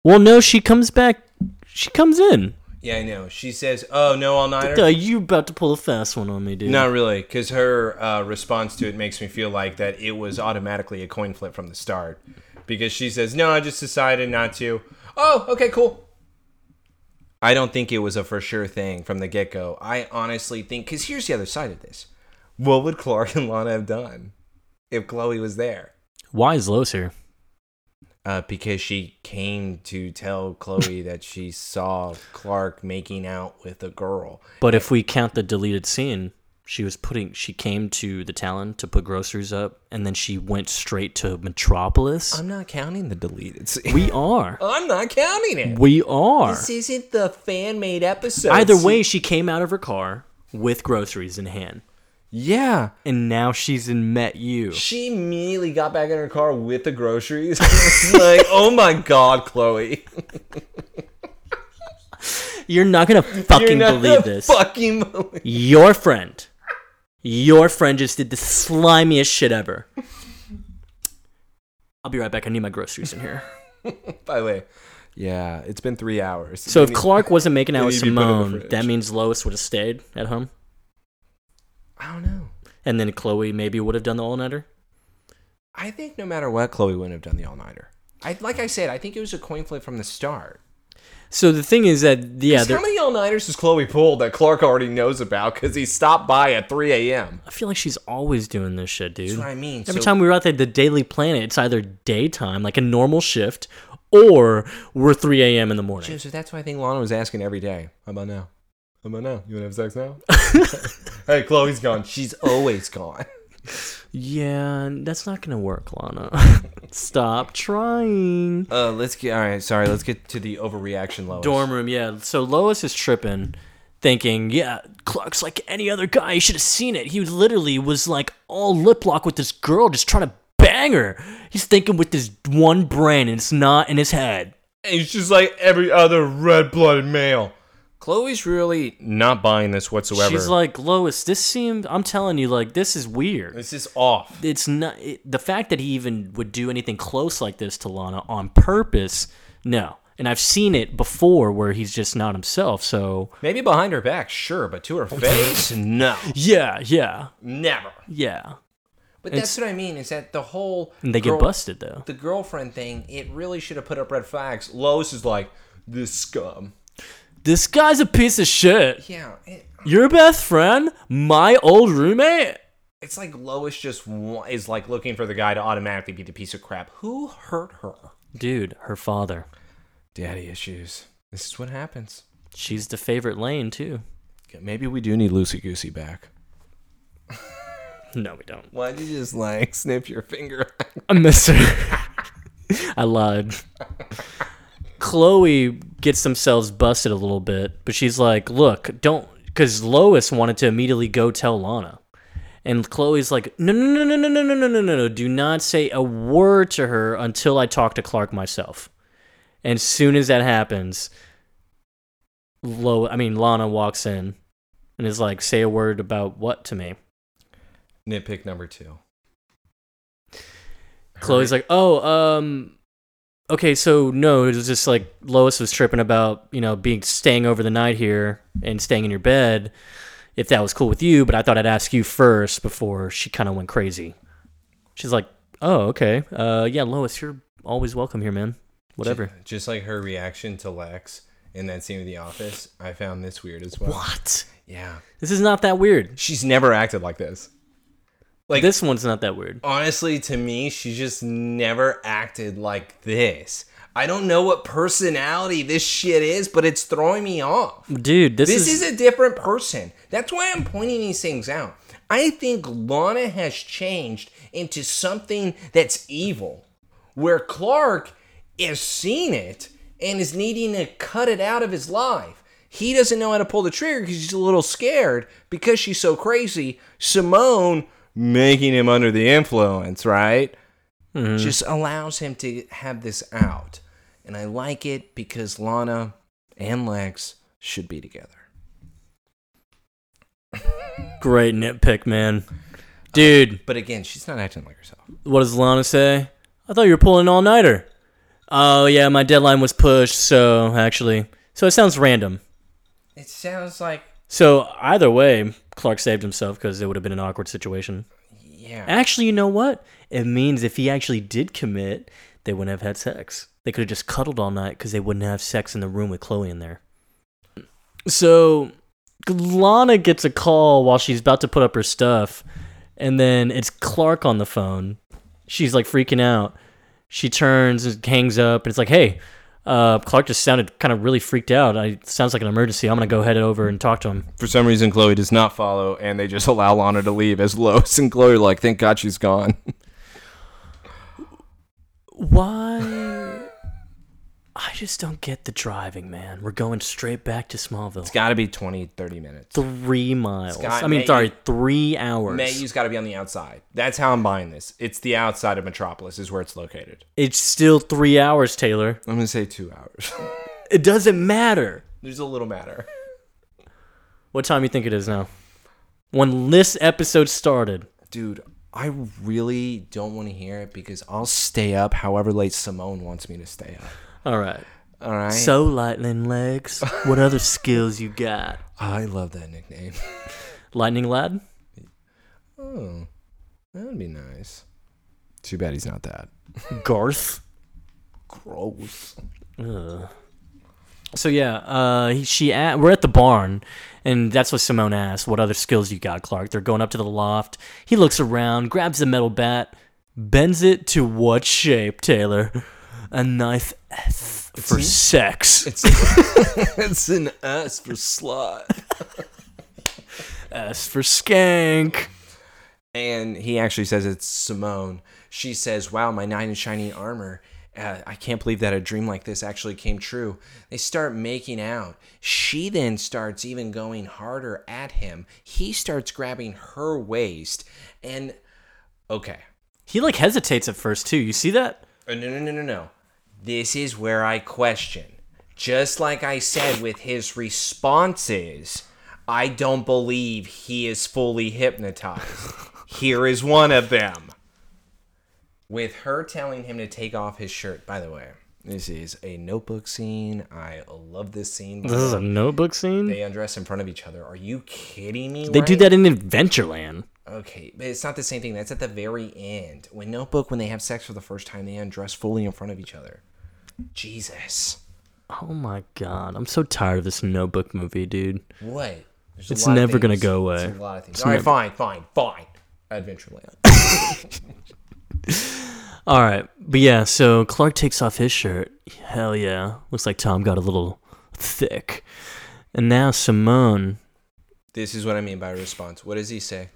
Well, no, she comes back. She comes in. Yeah, I know. She says, "Oh no, all nighter." Duh, you about to pull a fast one on me, dude. Not really, because her uh, response to it makes me feel like that it was automatically a coin flip from the start. Because she says, "No, I just decided not to." Oh, okay, cool. I don't think it was a for sure thing from the get go. I honestly think, because here's the other side of this: what would Clark and Lana have done if Chloe was there? Why is Los here? Uh, because she came to tell *laughs* Chloe that she saw Clark making out with a girl. But if we count the deleted scene, she was putting she came to the Talon to put groceries up and then she went straight to Metropolis. I'm not counting the deleted scene. we are. *laughs* I'm not counting it. We are. This isn't the fan made episode. Either way, she came out of her car with groceries in hand. yeah. And now she's in Met You. She immediately got back in her car with the groceries. *laughs* It's like, oh my god, Chloe, *laughs* You're not gonna fucking You're not believe gonna this. Fucking believe. *laughs* Your friend. Your friend just did the slimiest shit ever. I'll be right back. I need my groceries *laughs* in here. By the way, yeah, it's been three hours. So if Clark wasn't making out with need to be put in the Simone, fridge. that means Lois would have stayed at home, I don't know. and then Chloe maybe would have done the all nighter. I think no matter what, Chloe wouldn't have done the all nighter. I like I said, I think it was a coin flip from the start. So the thing is that yeah, 'Cause there- how many all nighters has Chloe pulled that Clark already knows about because he stopped by at 3 a.m. I feel like she's always doing this shit, dude. That's what I mean. Every So- *laughs* time we were out there, the Daily Planet, it's either daytime, like a normal shift, or we're 3 a.m. in the morning. Joseph, that's why I think Lana was asking every day. How about now? How about now? You wanna have sex *laughs* now? hey, Chloe's gone. She's always gone. yeah, that's not gonna work, Lana. *laughs* Stop trying. Uh, let's get. All right, sorry. Let's get to the overreaction level. Dorm room, yeah. So Lois is tripping, thinking, yeah, Clark's like any other guy. You should have seen it. He literally was like all lip lock with this girl, just trying to bang her. He's thinking with this one brain, and it's not in his head. And He's just like every other red-blooded male. Chloe's really not buying this whatsoever. She's like, Lois, this seemed, I'm telling you, like, this is weird. this is off. It's not, it, the fact that he even would do anything close like this to Lana on purpose, no. And I've seen it before where he's just not himself, so. Maybe behind her back, sure, but to her face, no, Yeah, yeah, never. yeah. But that's what I mean. Is that the whole? And they girl- get busted, though. The girlfriend thing. It really should have put up red flags. Lois is like this scum. This guy's a piece of shit. Yeah, it, Your best friend, my old roommate. it's like Lois just wa- is like looking for the guy to automatically be the piece of crap. Who hurt her? Dude, her father. Daddy issues. This is what happens. She's the favorite lane, too. Maybe we do need Lucy Goosey back. No, we don't. Why'd you just like *laughs* snip your finger? I miss her. *laughs* I lied. Chloe gets themselves busted a little bit, but she's like, look, don't. Because Lois wanted to immediately go tell Lana. And Chloe's like, no, no, no, no, no, no, no, no, no, no, no. Do not say a word to her until I talk to Clark myself. And soon as that happens, Lo, I mean, Lana walks in and is like, say a word about what to me. Nitpick number two. Chloe's like, oh, um, okay, so no, it was just like Lois was tripping about you know being staying over the night here and staying in your bed, if that was cool with you. But I thought I'd ask you first before she kind of went crazy. She's like, oh, okay, uh, yeah, Lois, you're always welcome here, man. Whatever. Just like her reaction to Lex in that scene of The Office, I found this weird as well. What? Yeah. This is not that weird. She's never acted like this. Like- this one's not that weird. Honestly, to me, she just never acted like this. I don't know what personality this shit is, but it's throwing me off. Dude, this, This is, is a different person. That's why I'm pointing these things out. I think Lana has changed into something that's evil, where Clark has seen it and is needing to cut it out of his life. He doesn't know how to pull the trigger because he's a little scared because she's so crazy. Simone making him under the influence, right? Mm-hmm. Just allows him to have this out. And I like it because Lana and Lex should be together. great nitpick, man. Dude, But again, she's not acting like herself. what does Lana say? I thought you were pulling an all nighter. Oh yeah, my deadline was pushed, so actually, so it sounds random. It sounds like So either way, Clark saved himself because it would have been an awkward situation. yeah. Actually, you know what? It means if he actually did commit, they wouldn't have had sex. They could have just cuddled all night because they wouldn't have sex in the room with Chloe in there. So Lana gets a call while she's about to put up her stuff, and then it's Clark on the phone. She's like freaking out. She turns and hangs up, and it's like, hey, uh, Clark just sounded kind of really freaked out. I sounds like an emergency. I'm gonna go head over and talk to him. For some reason, Chloe does not follow, and they just *laughs* allow Lana to leave as Lois and Chloe are like, thank God she's gone. *laughs* Why? I just don't get the driving, man. We're going straight back to Smallville. Got to be 20, 30 minutes. Three miles. got- I mean, May- sorry, three hours. Mayu's got to be on the outside. That's how I'm buying this. It's the outside of Metropolis is where it's located. It's still three hours, Taylor. I'm going to say two hours. *laughs* It doesn't matter. There's a little matter. What time you think it is now? When this episode started, Dude, I really don't want to hear it because I'll stay up however late Simone wants me to stay up. all right. All right. So lightning legs. What other skills you got? I love that nickname. *laughs* Lightning lad. Oh, that would be nice. Too bad he's not that. Garth. Gross. Ugh. So yeah, uh, he, she a we're at the barn, and that's what Simone asks. What other skills you got, Clark? They're going up to the loft. He looks around, grabs the metal bat, bends it to what shape, Taylor? A knife S for sex. It's it's an S for slot. S for skank. And he actually says it's Simone. She says, "Wow, my knight in shining armor. Uh, I can't believe that a dream like this actually came true." They start making out. She then starts even going harder at him. He starts grabbing her waist, and okay, He like hesitates at first too. You see that? Uh, No, no, no, no, no. This is where I question. Just like I said with his responses, I don't believe he is fully hypnotized. Here is one of them. With her telling him to take off his shirt, by the way, this is a notebook scene. I love this scene. This is a notebook scene. they undress in front of each other. Are you kidding me? They do right that in Adventureland. Okay, but it's not the same thing. That's at the very end. When Notebook, when they have sex for the first time, they undress fully in front of each other. Jesus. Oh my god, I'm so tired of this notebook movie, dude. What? There's a It's lot of never gonna things. go away. It's a lot of things. All right, fine, fine, fine. Adventureland. All right, but yeah, so Clark takes off his shirt. Hell yeah, looks like Tom got a little thick, and now Simone. this is what I mean by response. What does he say?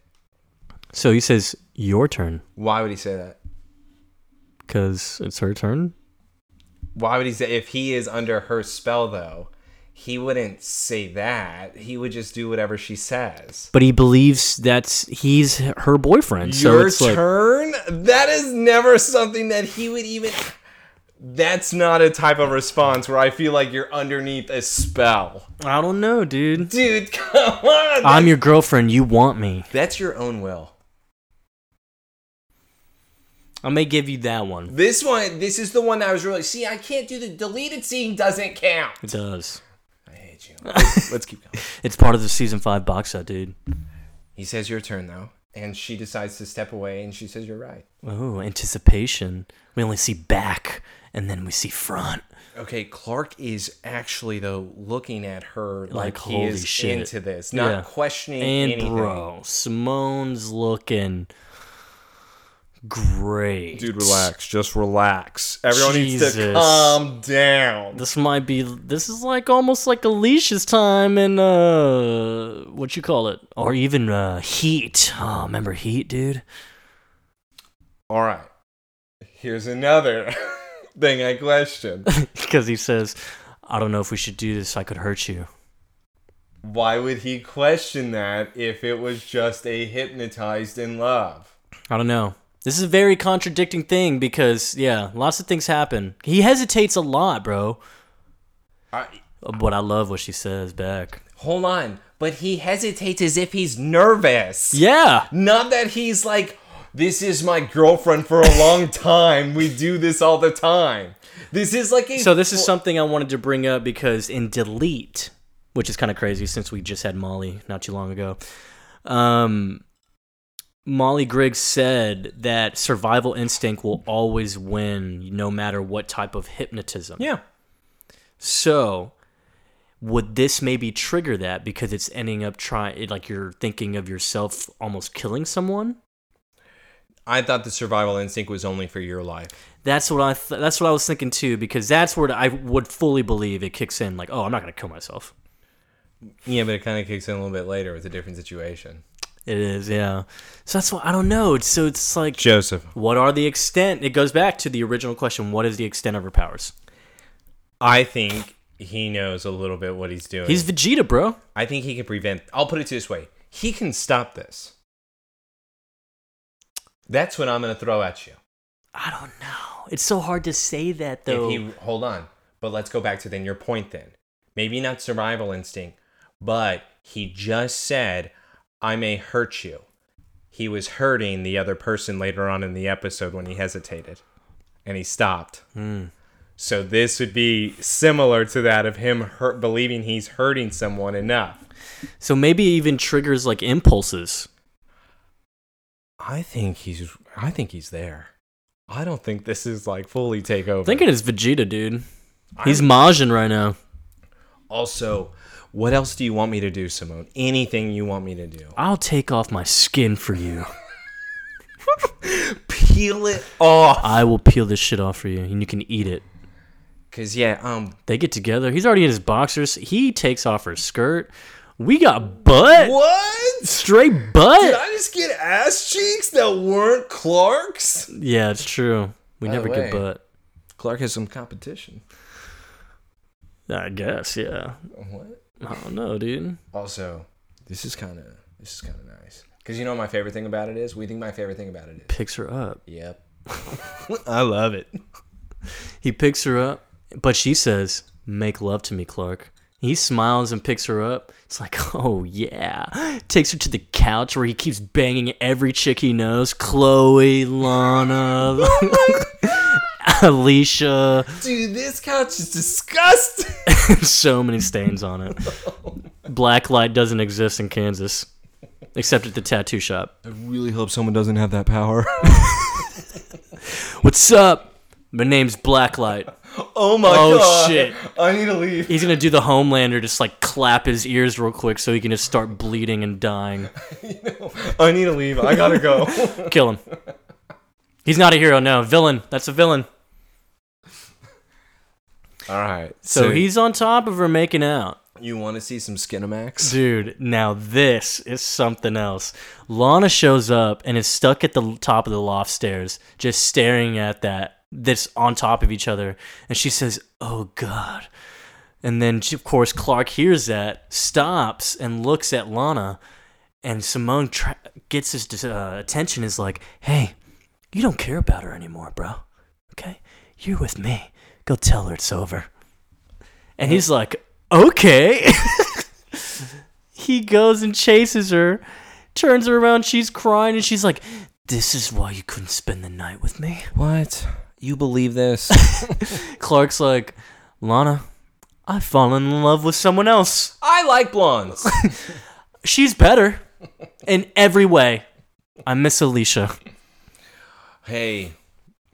So he says, "Your turn," Why would he say that? because it's her turn. Why would he say if he is under her spell though? He wouldn't say that. He would just do whatever she says. But he believes that's he's her boyfriend. So Your it's like, turn? that is never something that he would even. That's not a type of response where I feel like you're underneath a spell. I don't know, dude. Dude, *laughs* come on! I'm your girlfriend. You want me? That's your own will. I may give you that one. This one, this is the one that I was really. See, I can't do the deleted scene, doesn't count. It does. I hate you. *laughs* Let's, let's keep going. It's part of the season five box set, dude. He says, Your turn, though. And she decides to step away and she says, You're right. Oh, anticipation. We only see back, and then we see front. Okay, Clark is actually, though, looking at her like, Like, he holy is shit. into this, not Yeah. questioning And anything. bro, Simone's looking great. Dude, relax. Just relax. Everyone needs to Jesus. calm down. This might be this is like almost like Alicia's time in uh what you call it? Or even uh Heat. Oh, remember Heat, dude? *laughs* All right. Here's another *laughs* thing I question. Because he says, I don't know if we should do this, I could hurt you. Why would he question that if it was just a hypnotized in love? I don't know. This is a very contradicting thing because yeah, lots of things happen. He hesitates a lot, bro. I, But I love what she says back. hold on, but he hesitates as if he's nervous. Yeah. Not that he's like, this is my girlfriend for a long time. We do this all the time. This is like a So this is something I wanted to bring up because in Delete, which is kind of crazy since we just had Molly not too long ago. Um, Molly Griggs said that survival instinct will always win no matter what type of hypnotism. Yeah. So would this maybe trigger that because it's ending up trying like you're thinking of yourself almost killing someone? I thought the survival instinct was only for your life. That's what I th- that's what I was thinking too because that's where I would fully believe it kicks in like oh I'm not going to kill myself. Yeah, but it kind of kicks in a little bit later with a different situation. It is, yeah. So that's why I don't know. It's, so it's like Joseph. what are the extent? It goes back to the original question, what is the extent of her powers? I think he knows a little bit what he's doing. He's Vegeta, bro. I think he can prevent. I'll put it to this way: he can stop this. That's what I'm going to throw at you. I don't know. It's so hard to say that though. If he hold on, but let's go back to then your point. Then maybe not survival instinct, but he just said, "I may hurt you." He was hurting the other person later on in the episode when he hesitated, and he stopped. So this would be similar to that of him hurt, believing he's hurting someone enough. so maybe it even triggers like impulses. I think he's I think he's there. I don't think this is like fully take over. I think it is Vegeta, dude. He's Majin right now. also, what else do you want me to do, Simone? Anything you want me to do. I'll take off my skin for you. Peel it off. I will peel this shit off for you and you can eat it. Cause yeah, um They get together. He's already in his boxers. He takes off her skirt. We got butt. What? Straight butt. Did I just get ass cheeks that weren't Clark's? Yeah, it's true. We By the never way. get butt. Clark has some competition. I guess, yeah. What? I don't know, dude. Also, this is kinda this is kinda nice. Cause you know what my favorite thing about it is? We think my favorite thing about it is. Picks her up. Yep. *laughs* I love it. He picks her up, but she says, Make love to me, Clark. He smiles and picks her up. It's like, *laughs* oh yeah. Takes her to the couch where he keeps banging every chick he knows Chloe, Lana, *laughs* Alicia. *laughs* Dude, this couch is disgusting. so many stains on *laughs* it. Black light doesn't exist in Kansas, except at the tattoo shop. really hope someone doesn't have that power. What's up? My name's Blacklight. *laughs* oh my Oh, god. shit. I need to leave. He's gonna do the Homelander, just like clap his ears real quick so he can just start bleeding and dying. I need to leave. I gotta *laughs* go. Kill him. He's not a hero, no. Villain. That's a villain. Alright. So he's on top of her making out. You wanna see some Skinamax? Dude, now this is something else. Lana shows up and is stuck at the top of the loft stairs, just staring at that, that's on top of each other. And she says, Oh God. And then, she- of course, Clark hears that, stops, and looks at Lana. And Simone tra- gets his uh, attention, is like, Hey, you don't care about her anymore, bro. Okay? You're with me. Go tell her it's over. And he's like, Okay. *laughs* he goes and chases her, turns her around. She's crying, and she's like, This is why you couldn't spend the night with me. What? You believe this? Clark's like, Lana, I've fallen in love with someone else. I like blondes. *laughs* She's better in every way. I miss Alicia. hey.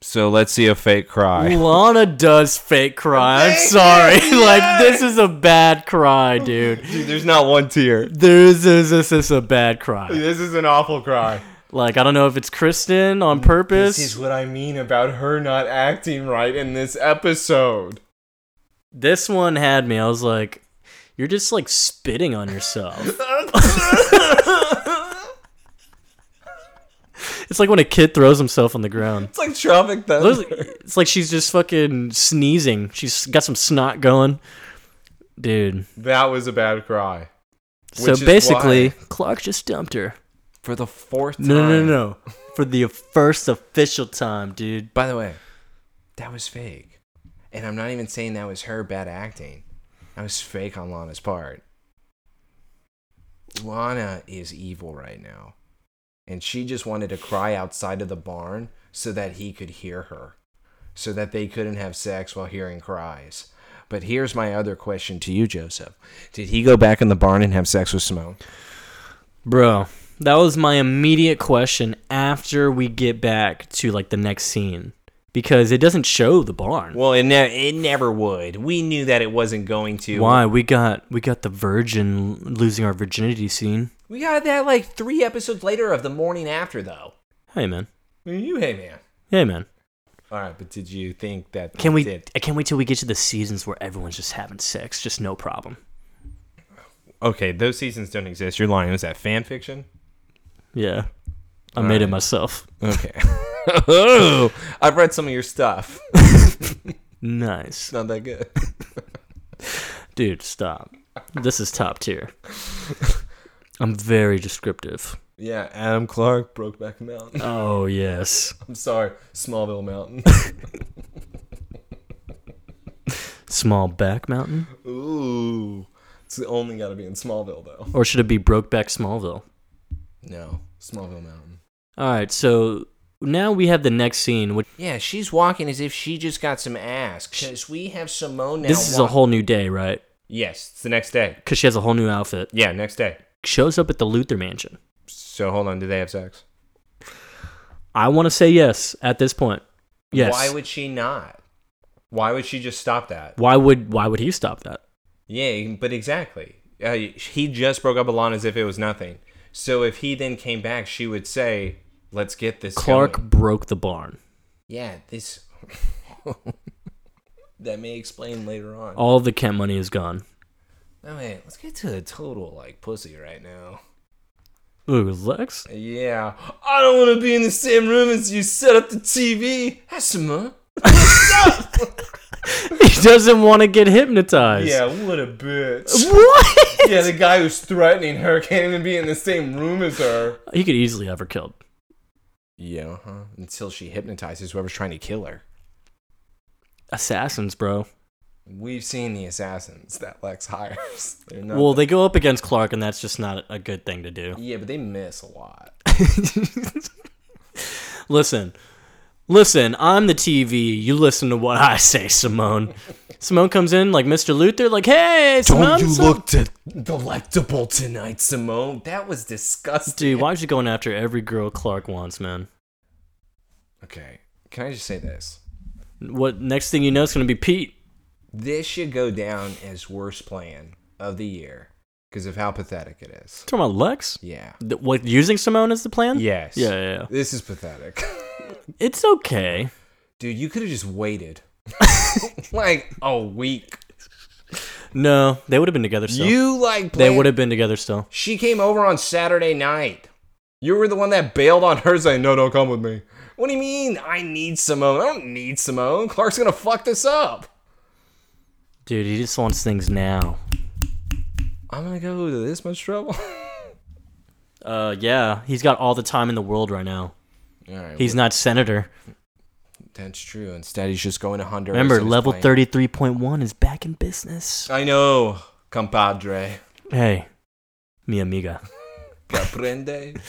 So let's see a fake *laughs* cry. Lana does fake cry. I'm sorry. *laughs* like, this is a bad cry, dude. Dude, there's not one tear. This is, this is a bad cry. This is an awful cry. Like, I don't know if it's Kristen on purpose. This is what I mean about her not acting right in this episode. *laughs* This one had me. I was like, you're just like spitting on yourself. it's like when a kid throws himself on the *laughs* ground. It's like traffic It though. looks- It's like she's just fucking sneezing. She's got some snot going. Dude. That was a bad cry. so Which is basically, why- Clark just dumped her. For the fourth time. No, no, no, no. For the first official time, dude. By the way, that was fake. And I'm not even saying that was her bad acting. That was fake on Lana's part. Lana is evil right now. And she just wanted to cry outside of the barn so that he could hear her. So that they couldn't have sex while hearing cries. But here's my other question to you, Joseph. Did he go back in the barn and have sex with Simone? Bro, that was my immediate question after we get back to like the next scene because it doesn't show the barn. Well, it, ne- it never would. We knew that it wasn't going to. Why we got we got the virgin losing our virginity scene? We got that like three episodes later of the morning after, though. Hey man, You hey man. hey man, All right, but did you think that can we? did- I can't wait till we get to the seasons where everyone's just having sex, just no problem. Okay, those seasons don't exist. You're lying. Was that fan fiction? Yeah, I made it myself. Okay. *laughs* oh, I've read some of your stuff. *laughs* Nice, Not that good. dude. Stop. This is top *laughs* tier. I'm very descriptive. Yeah, Adam Clark, Brokeback Mountain. Oh yes. I'm sorry, Smallville Mountain. *laughs* Small back mountain, Ooh, it's only got to be in Smallville though. or should it be Brokeback Smallville? No, Smallville Mountain. All right, so now we have the next scene, which Yeah, she's walking as if she just got some ass. Cause we have Simone now. this is a walk- whole new day, right? Yes, it's the next day. Because she has a whole new outfit. Yeah, next day. Shows up at the Luther Mansion. So hold on, do they have sex? I want to say yes at this point. Yes. Why would she not? Why would she just stop that? why would why would he stop that? Yeah, but exactly. Uh, he just broke up with Lon as if it was nothing. So if he then came back, she would say, "Let's get this." Clark going." broke the barn. Yeah, this. *laughs* that may explain later on. All the Kent money is gone. Oh wait, let's get to the total like pussy right now. Ooh, Lex. *laughs* Yeah, I don't want to be in the same room as you. Set up the TV. That's some. huh? He doesn't want to get hypnotized. Yeah, what a bitch. What? *laughs* yeah, the guy who's threatening her can't even be in the same room as her. He could easily have her killed. Yeah, uh-huh. until she hypnotizes whoever's trying to kill her. Assassins, bro. We've seen the assassins that Lex hires. *laughs* They're not Well, they go up against Clark, and that's just not a good thing to do. yeah, but they miss a lot. Listen, listen, I'm the TV. You listen to what I say, *laughs* Simone. Simone comes in like Mr. Luther, like, hey, Simone. what's up?" de- delectable tonight, Simone? That was disgusting. Dude, why is she going after every girl Clark wants, man? Okay, can I just say this? What next thing you know, it's gonna be Pete. This should go down as worst plan of the year because of how pathetic it is. Talking about Lex. Yeah. Th- What using Simone as the plan? Yes. Yeah, yeah. yeah. This is pathetic. *laughs* It's okay. Dude, you could have *laughs* just waited *laughs* like a week. No, they would have been together still. you like they planned- would have been together still. She came over on Saturday night. You were the one that bailed on her saying, No, don't come with me. What do you mean? I need Simone. I don't need Simone. Clark's gonna fuck this up. Dude, he just wants things now. I'm gonna go to this much trouble. *laughs* Uh, yeah, he's got all the time in the world right now. Alright. He's not senator. That's true. Instead he's just going to Honduras. Remember, and he's level playing. thirty three point one is back in business. I know, *laughs* compadre. Hey, mi amiga. Caprende.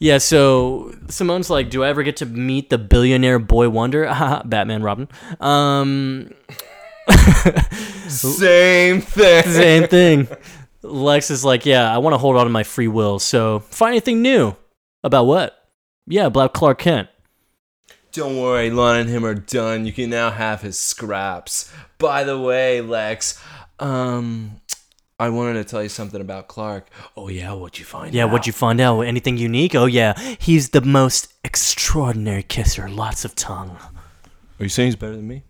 Yeah, so Simone's like, "Do I ever get to meet the billionaire boy wonder, *laughs* Haha, Batman Robin?" Um, *laughs* Same thing. same thing. Lex is like, "Yeah, I want to hold on to my free will. So find anything new about what? Yeah, about Clark Kent. Don't worry, Lon and him are done. You can now have his scraps. By the way, Lex, um, I wanted to tell you something about Clark. Oh yeah, what'd you find? Yeah, what'd you find out? Anything unique? Oh yeah, he's the most extraordinary kisser. Lots of tongue." Are you saying he's better than me?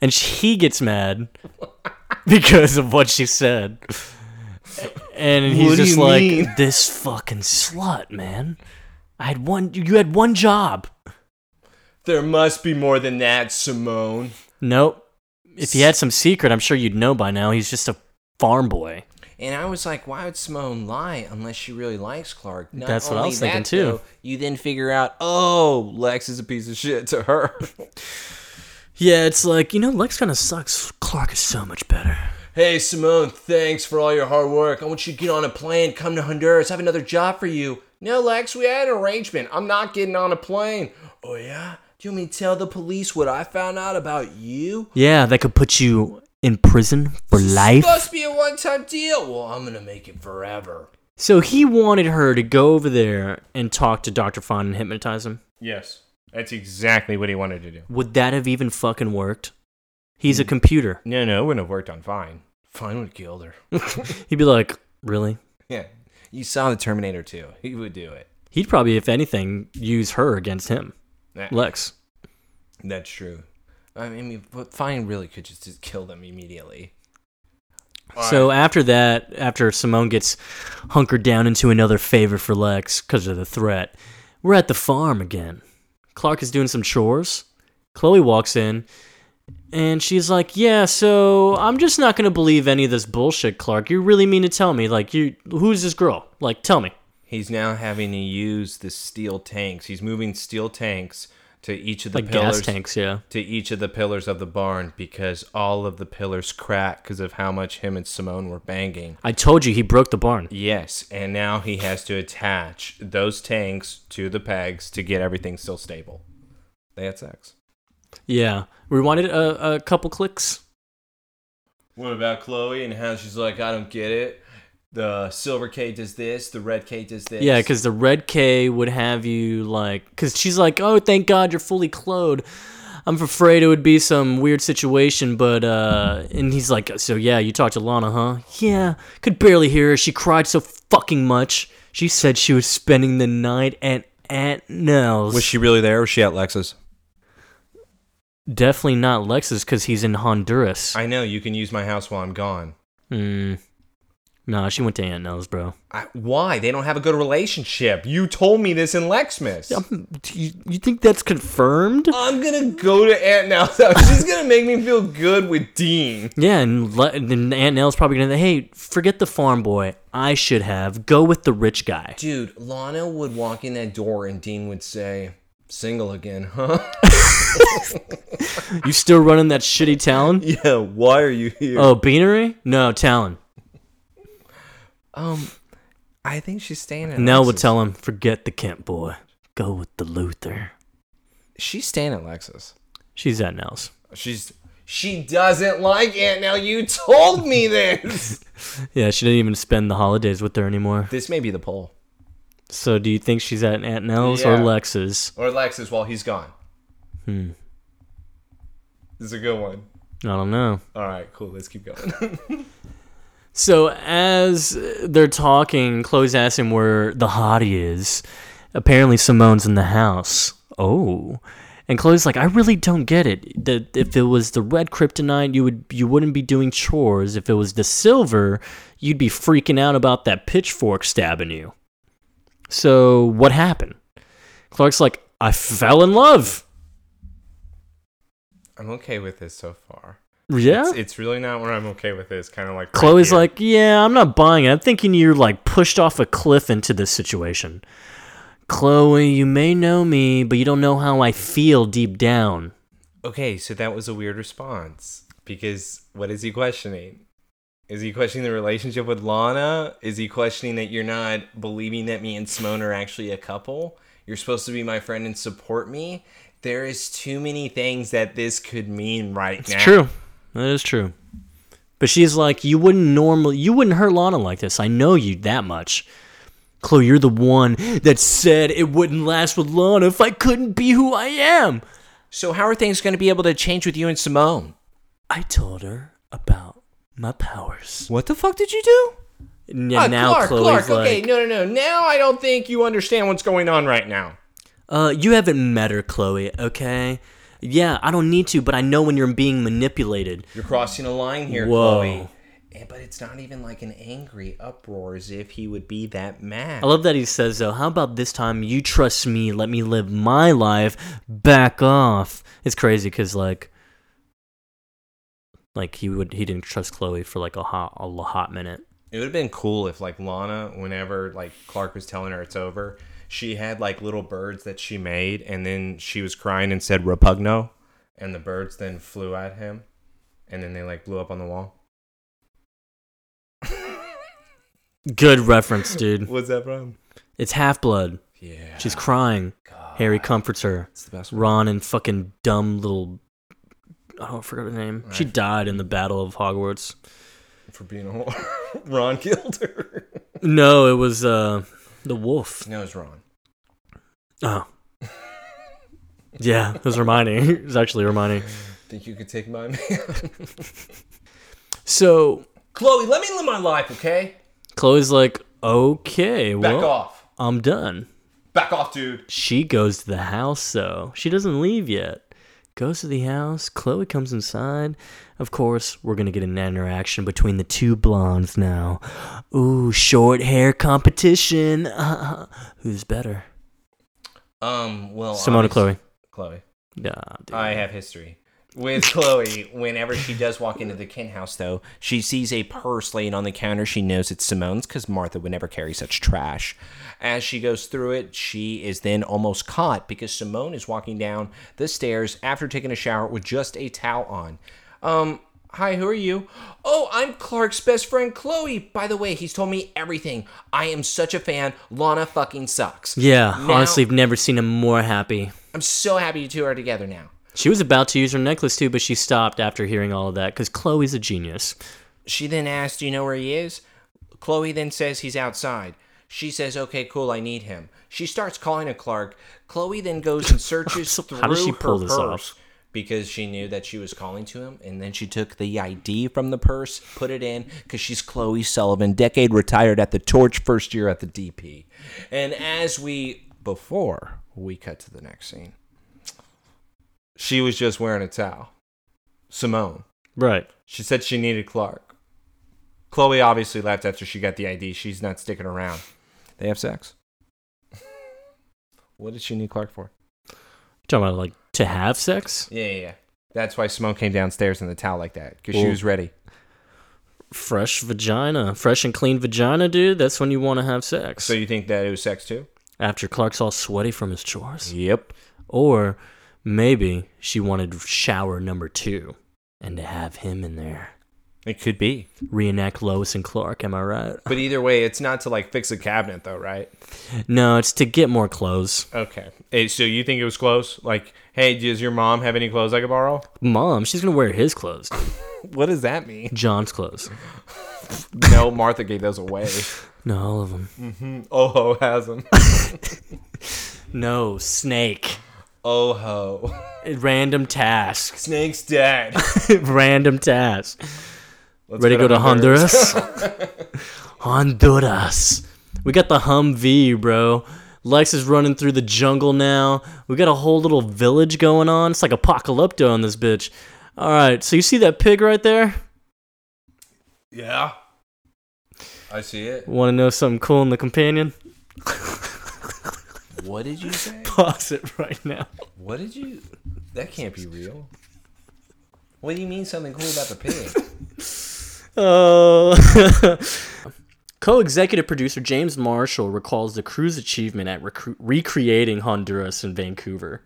and she, he gets mad *laughs* because of what she said. And he's What do just you like, mean? "This fucking slut, man! I had one. You had one job. There must be more than that, Simone. Nope. If he had some secret, I'm sure you'd know by now. He's just a farm boy. And I was like, why would Simone lie unless she really likes Clark? Not That's what I only was thinking, that, too. though, you then figure out, oh, Lex is a piece of shit to *laughs* her. Yeah, it's like you know, Lex kind of sucks. Clark is so much better. Hey, Simone, thanks for all your hard work. I want you to get on a plane, come to Honduras, I have another job for you. No, Lex, we had an arrangement. I'm not getting on a plane. Oh, yeah? You want me to tell the police what I found out about you? Yeah, that could put you in prison for life. It's supposed to be a one time deal. Well, I'm going to make it forever. So he wanted her to go over there and talk to Dr. Fon and hypnotize him. Yes. That's exactly what he wanted to do. Would that have even fucking worked? He's a computer. No, no, it wouldn't have worked on Fine. Fine would have killed her. He'd be like, really? *laughs* Yeah. You saw the Terminator 2. He would do it. He'd probably, if anything, use her against him. That- Lex. That's true. I mean, but Fine really could just, just kill them immediately. So after that, after Simone gets hunkered down into another favor for Lex because of the threat, we're at the farm again. Clark is doing some chores. Chloe walks in and she's like, "Yeah, so I'm just not going to believe any of this bullshit, Clark. You really mean to tell me like you who's this girl? Like tell me." He's now having to use the steel tanks. He's moving steel tanks to each of the like pillars gas tanks, yeah. to each of the pillars of the barn because all of the pillars cracked because of how much him and Simone were banging. I told you he broke the barn. Yes, and now he has to attach those tanks to the pegs to get everything still stable. They had sex. Yeah. Rewinded a, a couple clicks. What about Chloe and how she's like, I don't get it. The silver K does this, the red K does this. Yeah, because the red K would have you like, because she's like, oh, thank God you're fully clothed. I'm afraid it would be some weird situation, but uh, and he's like, so yeah, you talked to Lana, huh? Yeah, could barely hear her. She cried so fucking much. She said she was spending the night at Aunt Nell's. Was she really there? Or was she at Lexus? Definitely not Lexus, because he's in Honduras. I know you can use my house while I'm gone. Mm. Nah, she went to Aunt Nell's, bro. I, why? They don't have a good relationship. You told me this in Lexmas. Um, do you, you think that's confirmed? I'm gonna go to Aunt now. *laughs* She's gonna make me feel good with Dean. Yeah, and le- and then Aunt Nell's probably gonna hey, forget the farm boy. I should have go with the rich guy. Dude, Lana would walk in that door and Dean would say, "Single again, huh?" *laughs* You still running that shitty Talon? yeah. Why are you here? Oh, Beanery? No, Talon. Um, I think she's staying at. Nell would Lex's. tell him, forget the Kent boy, go with the Luther. She's staying at Lexus. She's at Nell's. She's. She doesn't like Aunt now. You told me this. Yeah, she didn't even spend the holidays with her anymore. *laughs* this may be the poll So, do you think she's at Aunt Nell's or Yeah. Lex's? or Lexus while he's gone. Hmm. This is a good one. I don't know. All right, cool. Let's keep going. So as they're talking, Chloe's asking where the hottie is. Apparently, Simone's in the house. Oh, and Chloe's like, I really don't get it. That if it was the red kryptonite, you would you wouldn't be doing chores. If it was the silver, you'd be freaking out about that pitchfork stabbing you. So what happened? Clark's like, I fell in love. I'm okay with this so far. Yeah. It's, it's really not where I'm okay with this. Kind of like right Chloe's here. like, yeah, I'm not buying it. I'm thinking you're like pushed off a cliff into this situation. Chloe, you may know me, but you don't know how I feel deep down. okay, so that was a weird response because what is he questioning? Is he questioning the relationship with Lana? Is he questioning that you're not believing that me and Simone are actually a couple? You're supposed to be my friend and support me. There is too many things that this could mean right now. That is true. But she's like, you wouldn't normally, you wouldn't hurt Lana like this. I know you that much. Chloe, you're the one that said it wouldn't last with Lana if I couldn't be who I am. So how are things going to be able to change with you and Simone? I told her about my powers. What the fuck did you do? And Ah, now Clark, Chloe's Clark, like, okay, no, no, no. Now I don't think you understand what's going on right now. Uh, you haven't met her, Chloe, okay? Yeah, I don't need to, but I know when you're being manipulated. You're crossing a line here, Whoa. Chloe. And, but it's not even like an angry uproar as if he would be that mad. I love that he says, though, how about this time you trust me, let me live my life, back off. It's crazy because, like, like he would he didn't trust Chloe for like a hot a l- hot minute. it would have been cool if like Lana, whenever like Clark was telling her it's over, she had like little birds that she made, and then she was crying and said "repugno," and the birds then flew at him, and then they like blew up on the wall. Good reference, dude. What's that from? It's Half Blood. Yeah. She's crying. God. Harry comforts her. It's the best one. Ron and fucking dumb little. Oh, I forgot her name. She died in the Battle of Hogwarts. For being a whore. *laughs* Ron killed her. No, it was uh, the wolf. No, it's Ron. Oh. *laughs* Yeah, it was Hermione. *laughs* It was actually Hermione. Think you could take my *laughs* man? So Chloe, let me live my life, okay? Chloe's like, okay, Back well, off. I'm done. Back off, dude. She goes to the house, though. She doesn't leave yet. Goes to the house. Chloe comes inside. Of course, we're going to get an interaction between the two blondes now. Ooh, short hair competition. *laughs* Who's better? Um, well, Simone or obviously- Chloe? Chloe. Nah, dude. I have history. With Chloe, whenever she does walk into the Kent house, though, she sees a purse laying on the counter. She knows it's Simone's because Martha would never carry such trash. As she goes through it, she is then almost caught because Simone is walking down the stairs after taking a shower with just a towel on. Um, hi, who are you? Oh, I'm Clark's best friend, Chloe. By the way, he's told me everything. I am such a fan. Lana fucking sucks. yeah, Now- honestly, I've never seen him more happy. I'm so happy you two are together now. She was about to use her necklace too, but she stopped after hearing all of that because Chloe's a genius. She then asks, Do you know where he is? Chloe then says he's outside. She says, Okay, cool, I need him. She starts calling a Clark. Chloe then goes and searches through *laughs* how does she pull her this purse off? because she knew that she was calling to him. And then she took the ID from the purse, put it in, because she's Chloe Sullivan, decade retired at the torch, first year at the DP. And as we, before we cut to the next scene, she was just wearing a towel. Simone. Right. She said she needed Clark. Chloe obviously left after she got the ID. She's not sticking around. They have *laughs* sex. what did she need Clark for? Talking about like to have sex? Yeah, yeah, yeah. That's why Simone came downstairs in the towel like that because she Well- was ready. Fresh vagina. Fresh and clean vagina, dude. That's when you want to have sex. So you think that it was sex too? After Clark's all sweaty from his chores? Yep. Or maybe she wanted shower number two and to have him in there. It could be. Reenact Lois and Clark, am I right? But either way, it's not to like fix a cabinet though, right? No, it's to get more clothes. Okay. Hey, so you think it was close? Like, hey, does your mom have any clothes I could borrow? Mom, she's gonna wear his clothes. What does that mean? John's clothes. no, Martha gave those away. *laughs* Oh, No, all of them. Oho has them. No, Snake. Oho. Random tasks. Oh, Snake's dead. Random tasks. Let's Ready to go to Honduras? *laughs* Honduras. We got the Humvee, bro. Lex is running through the jungle now. We got a whole little village going on. It's like apocalypto on this bitch. All right, so you see that pig right there? Yeah. I see it. Want to know something cool in the companion? *laughs* What did you say? Pause it right now. What did you. That can't be real. What do you mean something cool about the pig? Uh, *laughs* Co-executive producer James Marshall recalls the crew's achievement at recru recreating Honduras in Vancouver.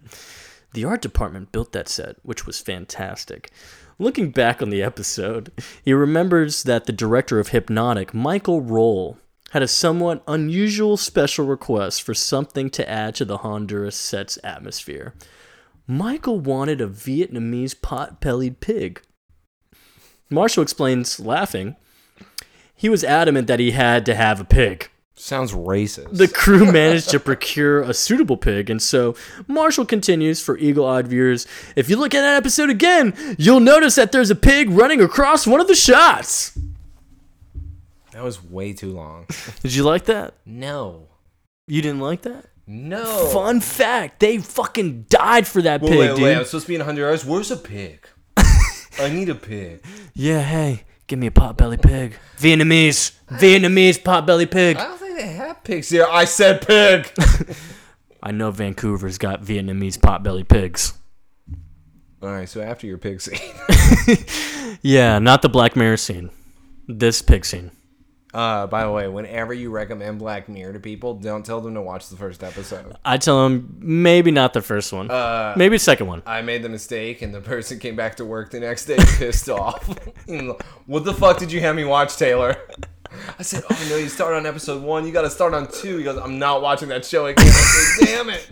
The art department built that set, which was fantastic. Looking back on the episode, he remembers that the director of Hypnotic, Michael Roll, had a somewhat unusual special request for something to add to the Honduras set's atmosphere. Michael wanted a Vietnamese pot-bellied pig. Marshall explains, laughing, he was adamant that he had to have a pig. Sounds racist. The crew *laughs* managed to procure a suitable pig, and so Marshall continues for eagle eyed viewers if you look at that episode again, you'll notice that there's a pig running across one of the shots. that was way too long. Did you like that? No. You didn't like that? No. Fun fact they fucking died for that Oh. Wait, pig, wait, dude. wait. I'm supposed to be in Honduras. Where's a pig? I need a pig. Yeah, hey, give me a potbelly pig. Vietnamese, Vietnamese potbelly pig. I don't think they have pigs here. I said pig. I know Vancouver's got Vietnamese potbelly pigs. All right, so after your pig scene, *laughs* Yeah, not the Black Mirror scene. This pig scene. Uh, by the way, whenever you recommend Black Mirror to people, don't tell them to watch the first episode. I tell him maybe not the first one. maybe the second one. I made the mistake, *laughs* and the person came back to work the next day pissed off. what the fuck did you have me watch, Taylor? I said, Oh no, *laughs* you start on episode one. You got to start on two. He goes, I'm not watching that show again. I said, Damn it.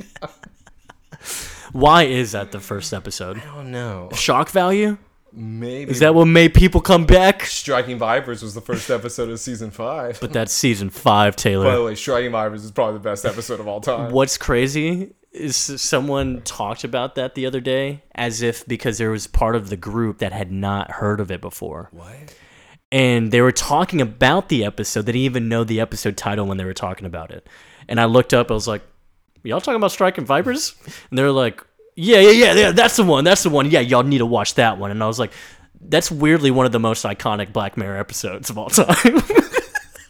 Why is that the first episode? I don't know. Shock value? Maybe Is that what made people come back? Striking Vipers was the first episode of *laughs* season five. But that's season five, By the Taylor. way, Striking Vipers is probably the best episode of all time. What's crazy is someone talked about that the other day as if because there was part of the group that had not heard of it before. What? and they were talking about the episode. They didn't even know the episode title when they were talking about it. And I looked up, I was like, Y'all talking about Striking Vipers? And they're like, Yeah, yeah, yeah, yeah, that's the one, that's the one. Yeah, y'all need to watch that one. And I was like, That's weirdly one of the most iconic Black Mirror episodes of all time. *laughs*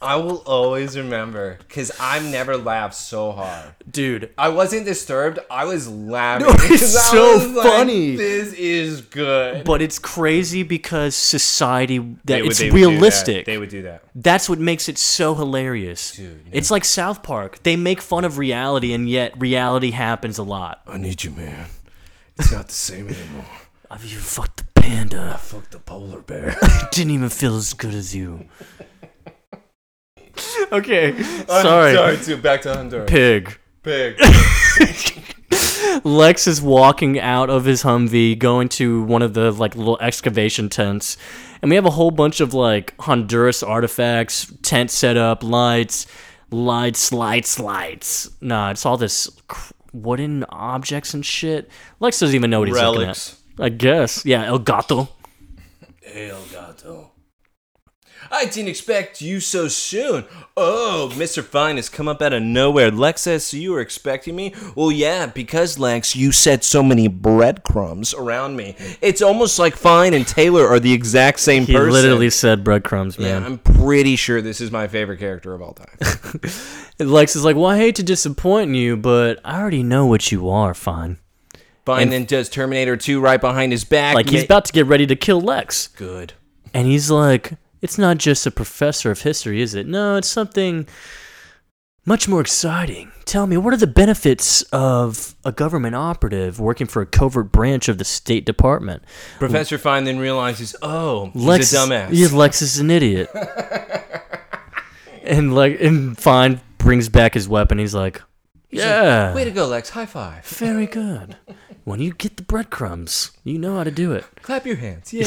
I will always remember because I've never laughed so hard. Dude, I wasn't disturbed. I was laughing. No, it's 'Cause I so was like, funny. this is good. but it's crazy because society that would- it's would do that. realistic. They would do that. That's what makes it so hilarious. it's like South Park. They make fun of reality and yet reality happens a lot. I need you, man. It's not the same anymore. Have Oh, you fucked the panda? Fuck the polar bear. *laughs* didn't even feel as good as *laughs* you. okay, *laughs* sorry. *laughs* sorry, too. Back to Honduras. Pig. Pig. Lex is walking out of his Humvee, going to one of the like little excavation tents, and we have a whole bunch of like Honduras artifacts, tent setup, lights, lights, lights, lights. Nah, it's all this cr- wooden objects and shit. Lex doesn't even know what he's Relics. looking at. I guess. Yeah, El Gato. El gato. I didn't expect you so soon. Oh, Mr. Fine has come up out of nowhere. Lex says, so you were expecting me? Well, yeah, because, Lex, you set so many breadcrumbs around me. It's almost like Fine and Taylor are the exact same He person. literally said breadcrumbs, man. Yeah, I'm pretty sure this is my favorite character of all time. And Lex is like, "Well, I hate to disappoint you, but I already know what you are, fine." Fine then does Terminator 2 right behind his back. Like he's Ma- about to get ready to kill Lex, Good. and he's like, "It's not just a professor of history, is it? No, it's something much more exciting. Tell me, what are the benefits of a government operative working for a covert branch of the State Department?" Professor Fine then realizes, oh, he's Lex, a dumbass. Yeah, Lex is an idiot. and like, and Fine brings back his weapon. He's like, "Yeah, Way to go, Lex. High five. Very good. When you get the breadcrumbs, you know how to do it. Clap your *laughs* hands. Yay.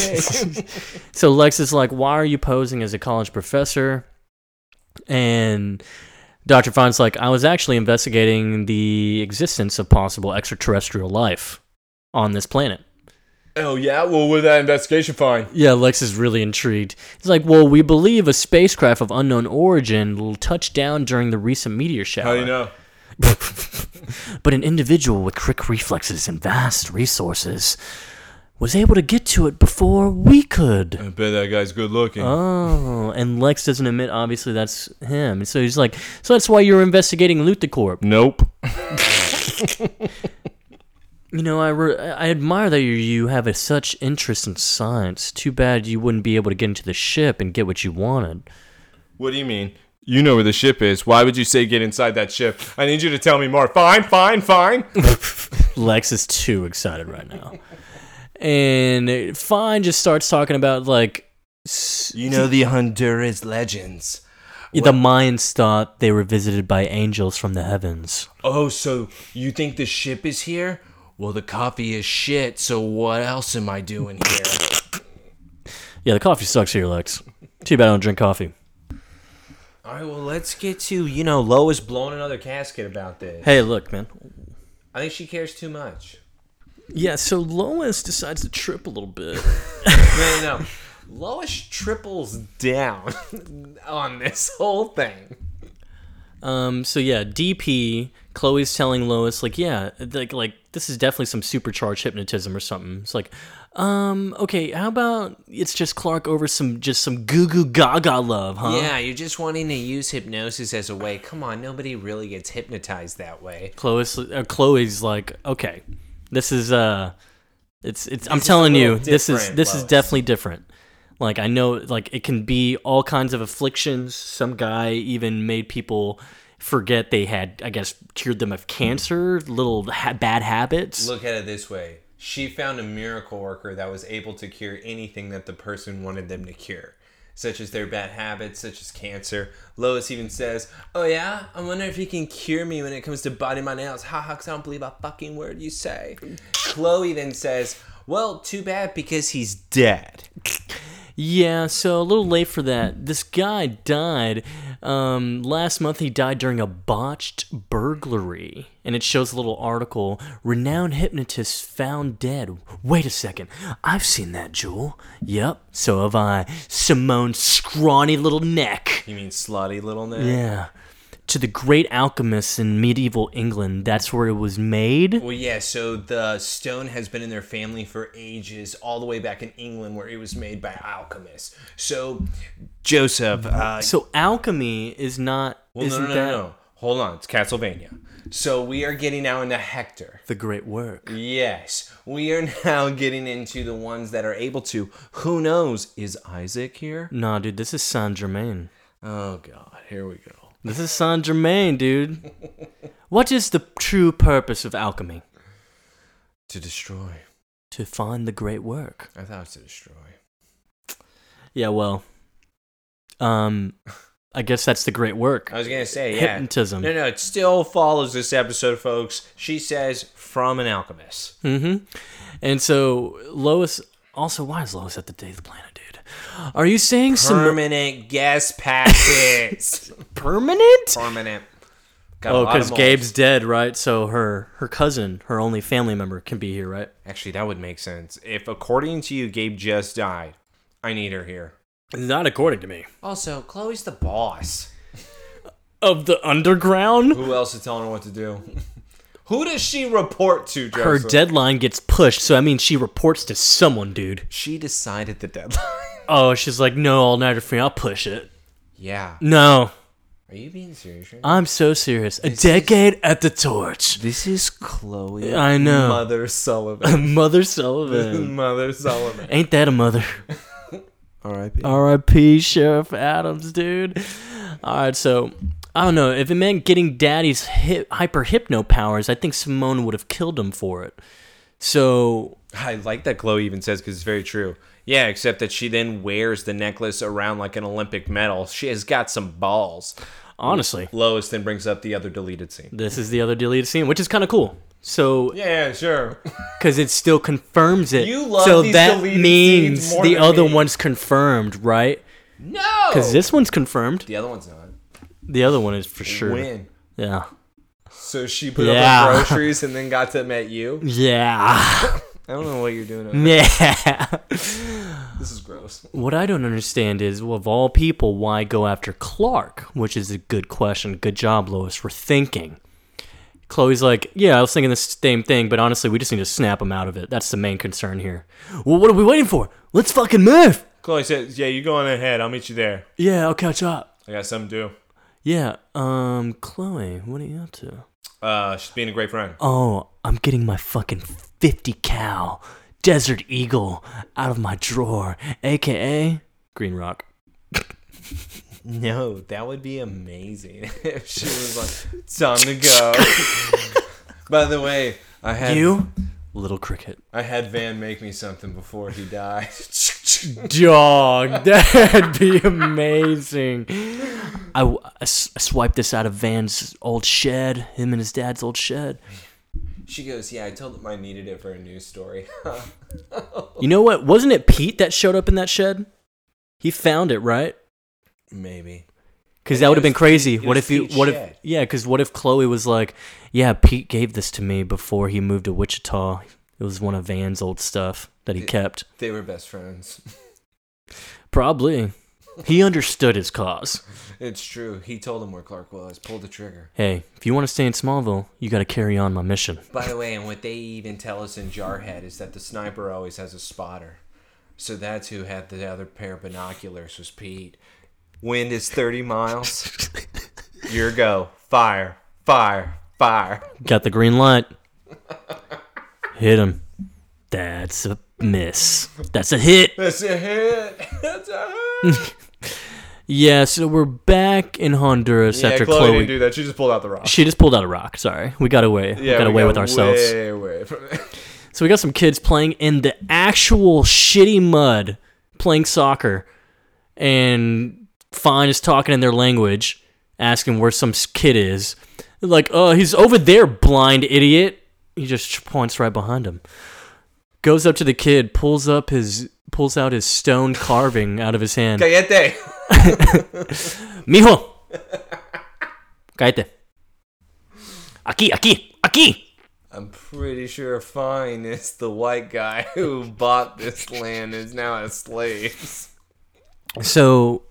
So Lex is like, Why are you posing as a college professor? And Dr. Fine's like, I was actually investigating the existence of possible extraterrestrial life on this planet. *laughs* Oh yeah, well with that investigation fine. Yeah, Lex is really intrigued. He's like, Well, we believe a spacecraft of unknown origin will touch down during the recent meteor shower. know? but an individual with quick reflexes and vast resources was able to get to it before we could. I bet that guy's good looking. Oh, and Lex doesn't admit, obviously, that's him. And so he's like, So that's why you're investigating Luthicorp. nope. You know, I, re- I admire that you, you have a, such interest in science. Too bad you wouldn't be able to get into the ship and get what you wanted. What do you mean? You know where the ship is. Why would you say get inside that ship? I need you to tell me more. Fine, fine, fine. Lex is too excited right now. And Fine just starts talking about, like, you know the Honduras legends. The Mayans thought they were visited by angels from the heavens. Oh, so you think the ship is here? Well, the coffee is shit, so what else am I doing here? Yeah, the coffee sucks here, Lex. Too bad I don't drink coffee. All right, well, let's get to, you know, Lois blowing another casket about this. Hey, look, man. I think she cares too much. Yeah, so Lois decides to trip a little bit. No, *laughs* no, no. Lois triples down *laughs* on this whole thing. um, so yeah, DP Chloe's telling Lois like, yeah, like like this is definitely some supercharged hypnotism or something. It's like, um, okay, how about it's just Clark over some just some goo goo gaga love, huh? Yeah, you're just wanting to use hypnosis as a way. Come on, nobody really gets hypnotized that way. Chloe's, uh, Chloe's like, okay, this is uh, it's it's. I'm telling you, little this is different, this is Lois. definitely different. Like I know, like it can be all kinds of afflictions. Some guy even made people forget they had, I guess, cured them of cancer, little ha- bad habits. Look at it this way. She found a miracle worker that was able to cure anything that the person wanted them to cure. such as their bad habits, such as cancer. Lois even says, Oh, yeah? I wonder if you can cure me when it comes to biting my nails. Ha ha, 'cause I don't believe a fucking word you say. Chloe then says, Well, too bad because he's dead. Yeah, so a little late for that. This guy died um, last month. He died during a botched burglary, and it shows a little article. Renowned hypnotist found dead. Wait a second, I've seen that, Jewel. Yep, so have I. Simone's scrawny little neck. You mean slutty little nigga? Yeah. To the great alchemists in medieval England, that's where it was made. Well, yeah, so the stone has been in their family for ages, all the way back in England where it was made by alchemists. So, Joseph. Uh, So alchemy is not. well, no, isn't no, no, that no, no. Hold on. It's Castlevania. So, we are getting now into Hector. the great work? Yes, we are *laughs* now getting into the ones that are able to. Who knows? Is Isaac here? Nah, dude, this is Saint Germain. Oh, God. Here we go. This is Saint Germain, dude. what is the true purpose of alchemy? To destroy. To find the great work. I thought it was to destroy. Yeah, well, um, I guess that's the great work. I was gonna say, yeah. Hypnotism. No, no, it still follows this episode, folks. She says, "From an alchemist." Mm-hmm. And so Lois. Also, why is Lois at the Day of the Planet, dude? Are you saying some Permanent guest passes. permanent? *laughs* Permanent. Got a Oh, lot of because moles. Gabe's dead, right? So her her cousin, her only family member, can be here, right? Actually, that would make sense. If, according to you, Gabe just died, I need her here. Not according to me. Also, Chloe's the boss. Of the underground. Who else is telling her what to do? *laughs* Who does she report to, Joseph? her deadline gets pushed, so I mean, she reports to someone, dude. She decided the deadline. *laughs* Oh, she's like, no, all nighter free, I'll push it. yeah. No, Are you being serious? right now? I'm so serious. A decade at the torch. This is Chloe. I know. Mother *laughs* Sullivan. Mother *laughs* Sullivan. *laughs* Mother Sullivan. Ain't that a mother? R.I.P. R.I.P. Sheriff Adams, dude. All right, so I don't know if it meant getting Daddy's hi- hyper hypno powers. I think Simone would have killed him for it. So I like that Chloe even says because it's very true. Yeah, except that she then wears the necklace around like an Olympic medal. She has got some balls. honestly, Lois then brings up the other deleted scene. this is the other deleted scene, which is kind of cool. So Yeah, sure. because it still confirms it. You love so these that deleted means scenes more the than other me. one's confirmed, right? no. Because this one's confirmed. the other one's not. The other one is for sure. Win. Yeah. So she put Yeah. up her groceries and then got to met you. Yeah. *laughs* I don't know what you're doing. over- Yeah. This is gross. what I don't understand is, well, of all people, why go after Clark? Which is a good question. Good job, Lois, for thinking. Chloe's like, yeah, I was thinking the same thing, but honestly, we just need to snap him out of it. That's the main concern here. Well, what are we waiting for? Let's fucking move. Chloe says, "Yeah, you go on ahead. I'll meet you there. Yeah, I'll catch up. I got something to Yeah, um, Chloe, what are you up to? do." Uh, she's being a great friend. Oh, I'm getting my fucking 50 cal Desert Eagle out of my drawer, aka Green Rock. No, that would be amazing *laughs* if she was like, "It's *laughs* "Time to go." By the way, I had You? Little Cricket. I had Van make me something before he died. *laughs* Dog, *laughs* that'd be amazing. I, w- I s- I swiped this out of Van's old shed, him and his dad's old shed. she goes, "Yeah, I told him I needed it for a news story." *laughs* You know what? Wasn't it Pete that showed up in that shed? He found it, right? Maybe. Because it that would have been was crazy. Pete- it what was if you? Pete's What shed. if? Yeah, because what if Chloe was like, "Yeah, Pete gave this to me before he moved to Wichita. It was one of Van's old stuff that he It- kept. They were best friends. Probably. He understood his cause. It's true. He told him where Clark was. Pulled the trigger. Hey, if you want to stay in Smallville, you got to carry on my mission. By the way, and what they even tell us in Jarhead is that the sniper always has a spotter. So that's who had the other pair of binoculars was Pete. Wind is 30 miles. Your go. Fire, fire, fire. Got the green light. *laughs* Hit him. That's a miss. That's a hit. That's a hit. That's a hit. Yeah. So we're back in Honduras Yeah, after Chloe, Chloe. didn't do that. She just pulled out the rock. she just pulled out a rock. Sorry, we got away. we Yeah, got we away with ourselves. Way, *laughs* away from it. So we got some kids playing in the actual shitty mud, playing soccer, and Fine is talking in their language, asking where some s- kid is. They're like, oh, he's over there, blind idiot. He just points right behind him. Goes up to the kid, pulls up his, pulls out his stone carving out of his hand. Cayete. Mijo, *laughs* cállate. Aquí, aquí, aquí. I'm pretty sure Fine is the white guy who bought this land is now a slave. So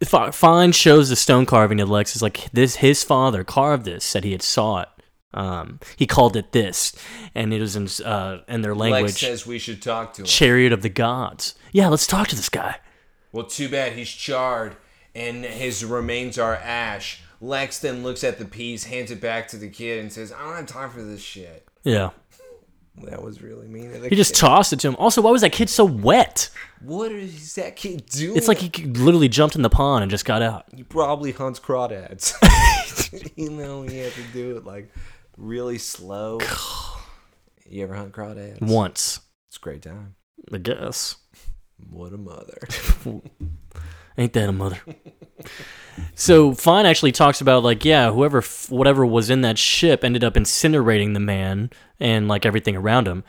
F- Fine shows the stone carving to Lex. It's like this his father carved this, said he had saw it. Um, he called it this, and it was in uh, in their Lex language, says we should talk to him. chariot of the gods. Yeah, let's talk to this guy. Well, too bad he's charred and his remains are ash. Lex then looks at the piece, hands it back to the kid, and says, I don't have time for this shit. Yeah, That was really mean. of the he just kid. tossed it to him. Also, why was that kid so wet? what is that kid doing? It's like he literally jumped in the pond and just got out. he probably hunts *laughs* crawdads. you know, he had to do it like really slow. You ever hunt crawdads? Once, It's a great time. I guess. What a mother. *laughs* Ain't that a mother? so Fine actually talks about like yeah, whoever f- whatever was in that ship ended up incinerating the man and like everything around him.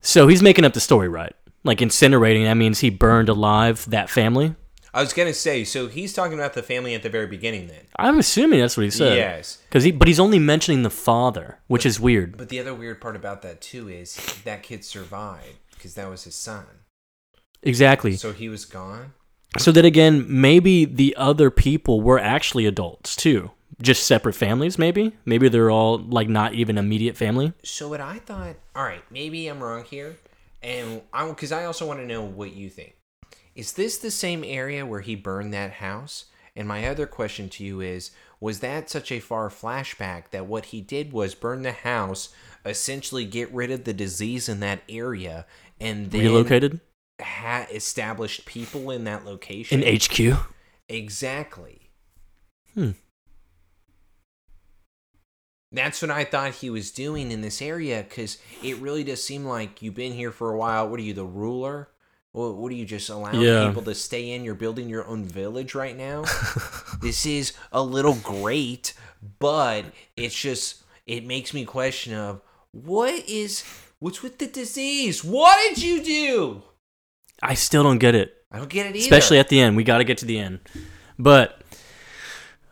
So he's making up the story right. Like incinerating that means he burned alive that family. I was gonna say, so he's talking about the family at the very beginning, then. I'm assuming that's what he said. Yes. Cuz he but he's only mentioning the father, which is weird. But the other weird part about that too is that kid survived because that was his son. Exactly. So he was gone. So then again, maybe the other people were actually adults too. Just separate families maybe? Maybe they're all like not even immediate family. So what I thought, all right, maybe I'm wrong here, and I because I also want to know what you think. Is this the same area where he burned that house? And my other question to you is, was that such a far flashback that what he did was burn the house, essentially get rid of the disease in that area, and then Relocated ha- established people in that location? in HQ. Exactly. Hmm. That's what I thought he was doing in this area because it really does seem like you've been here for a while. What are you, the ruler? What, what are you just allowing Yeah. people to stay in? You're building your own village *laughs* right now. this is a little great, but it's just it makes me question of what is what's with the disease? What did you do? *laughs* I still don't get it, I don't get it either. especially at the end. We got to get to the end, but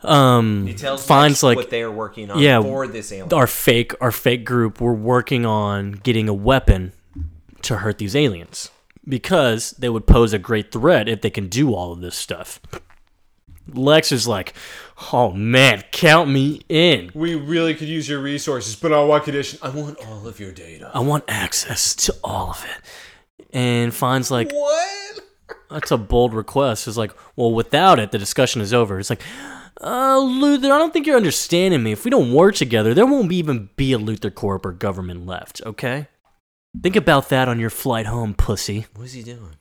um, He tells finds Lex like what they are working on yeah, for this alien. our fake our fake group were working on getting a weapon to hurt these aliens because they would pose a great threat if they can do all of this stuff. Lex is like, "Oh man, count me in. We really could use your resources, but on what condition? I want all of your data. I want access to all of it." And finds like, What? That's a bold request. It's like, well, without it, the discussion is over. It's like, uh, Luther, I don't think you're understanding me. If we don't work together, there won't be even be a Luther Corp or government left, okay? Think about that on your flight home, pussy. What is he doing?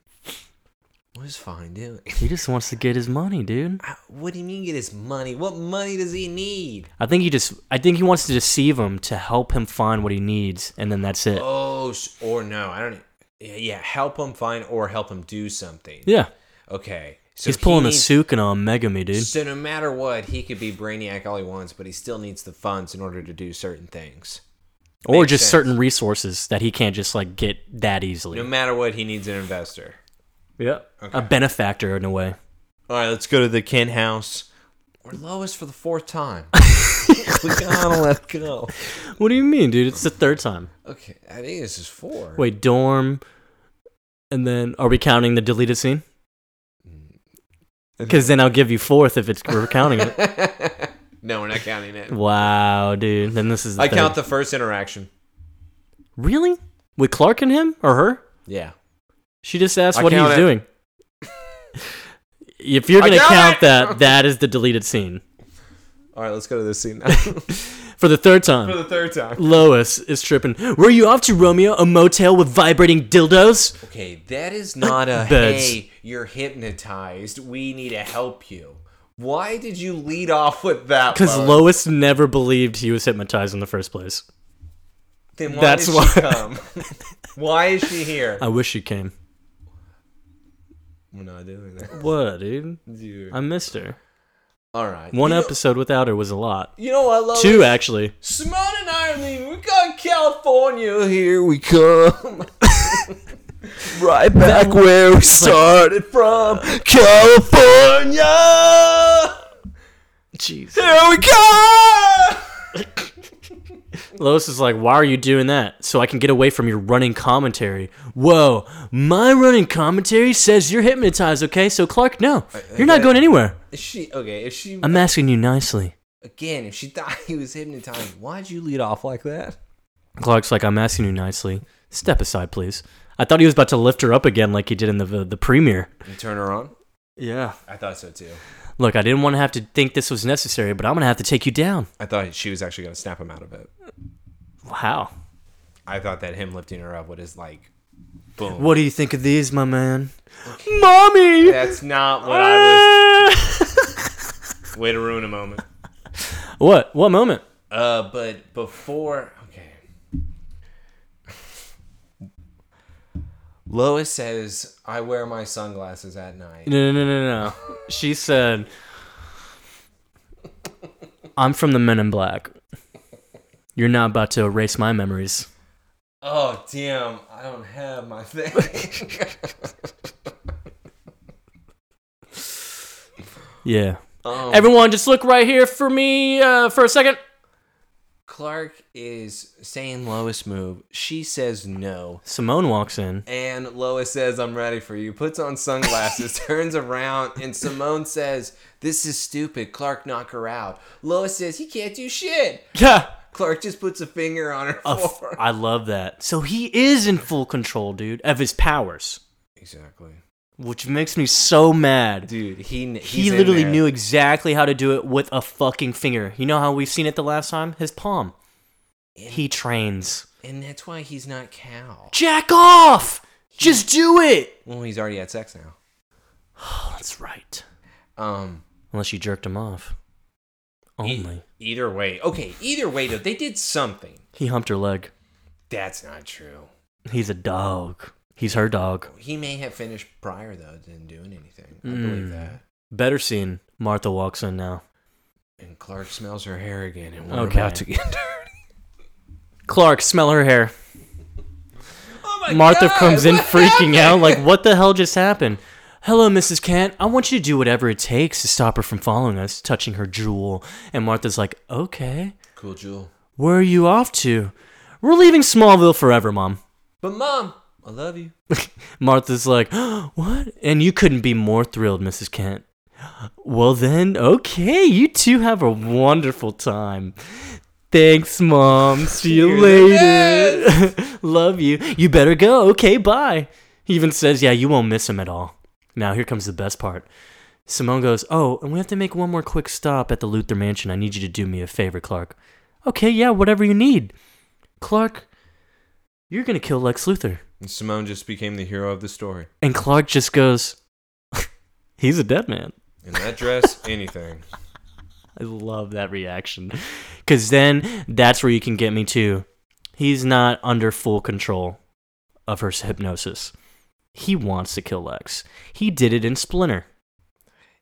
What is Fine doing? *laughs* He just wants to get his money, dude. I- What do you mean get his money? What money does he need? I think he just, I think he wants to deceive him to help him find what he needs, and then that's it. Oh, s- or no, I don't. e, Yeah, yeah, help him find or help him do something. Yeah. Okay, so He's pulling he a needs- Sukuna on Megami, dude. So no matter what, he could be Brainiac all he wants, but he still needs the funds in order to do certain things. Or makes just sense. certain resources that he can't just, like, get that easily. No matter what, he needs an investor. yeah. A benefactor, in a way. All right, let's go to the Ken house. We're lowest for the fourth *laughs* time. we gotta let go. What do you mean, dude? It's the third time. Okay, I think this is four. Wait, dorm, and then are we counting the deleted scene? Because then I'll give you fourth if it's we're counting it. *laughs* no, we're not *laughs* counting it. Wow, dude. Then this is. The I count third. the first interaction. really with Clark and him or her. Yeah. She just asked I what he count was it. *laughs* doing. if you're gonna count count it! that, that is the deleted scene All right, let's go to this scene now. for for the third time. the third time. Lois is tripping. Where are you off to, Romeo? A motel with vibrating dildos? *laughs* Okay, that is not *laughs* a Beds. hey, you're hypnotized. We need to help you. Why did you lead off with that? Because Lois? Lois never believed he was hypnotized in the first place. then why that's did why- *laughs* she come? why is she here? I wish she came. We're not doing that. What, dude? Dude. I missed her. All right. One you know- episode without her was a lot. You know what I love? Two, is- actually. Simone and I are leaving. We got California. Here *laughs* we come. right back where we started from. California. Jeez. Here we come. *laughs* Lois is like, why are you doing that? So I can get away from your running commentary. Whoa, my running commentary says you're hypnotized, okay? So Clark, no, you're not going anywhere. If she okay? If she I'm asking you nicely. again, if she *laughs* thought he was hypnotized, why'd you lead off like that? Clark's like, I'm asking you nicely. Step aside, please. I thought he was about to lift her up again like he did in the the, the premiere. And turn her on. Yeah. I thought so too. Look, I didn't want to have to think this was necessary, but I'm going to have to take you down. I thought she was actually gonna snap him out of it. Wow. I thought that him lifting her up would is like, boom. What do you think of these, my man? *laughs* Mommy! That's not what I *laughs* was. Way to ruin a moment. what? What moment? Uh, but before, okay. Lois says, "I wear my sunglasses at night." No, no, no, no, no. She said, I'm from the Men in Black. You're not about to erase my memories. Oh damn! I don't have my thing. *laughs* *laughs* Yeah. um, Everyone, just look right here for me uh, for a second. Clark is saying Lois move. She says no. Simone walks in. And Lois says, I'm ready for you. Puts *laughs* on sunglasses, turns around, and Simone says, This is stupid. Clark, knock her out. Lois says, He can't do shit. Yeah. Clark just puts a finger on her A f- forearm. I love that. So he is in full control, dude, of his powers, Exactly. which makes me so mad. Dude, he kn- he he's in literally there. knew exactly how to do it with a fucking finger. You know how we've seen it the last time? His palm. He trains. And that's why he's not Cal. Jack off! Just do it! *sighs* Well, he's already had sex now. Oh, that's right. Um, Unless you jerked him off. Oh e- Only. either way. Okay, either way, though, they did something. He humped her leg. That's not true. He's a dog. He's her dog. He may have finished prior, though, than doing anything. I believe Mm. that. Better scene. Martha walks in now. And Clark smells her hair again, and we're Okay. about to get *laughs* dirty. Clark, smell her hair. Oh my Martha God, comes in what freaking happened? out, like, what the hell just happened? Hello, Mrs. Kent. I want you to do whatever it takes to stop her from following us, touching her jewel. And Martha's like, okay, Cool, Jewel. where are you off to? We're leaving Smallville forever, Mom. But mom, I love you. Martha's like, *gasps* what? And you couldn't be more thrilled, Mrs. Kent. Well, then, okay, you two have a wonderful time. Thanks, Mom. See you later. *laughs* Love you. You better go. Okay, bye. He even says, yeah, you won't miss him at all. Now, here comes the best part. Simone goes, oh, and we have to make one more quick stop at the Luther Mansion. I need you to do me a favor, Clark. Okay, yeah, whatever you need. Clark, you're going to kill Lex Luthor. And Simone just became the hero of the story. And Clark just goes, *laughs* He's a dead man. In that dress, *laughs* anything. I love that reaction. Because then that's where you can get me to. He's not under full control of her hypnosis. He wants to kill Lex. He did it in Splinter.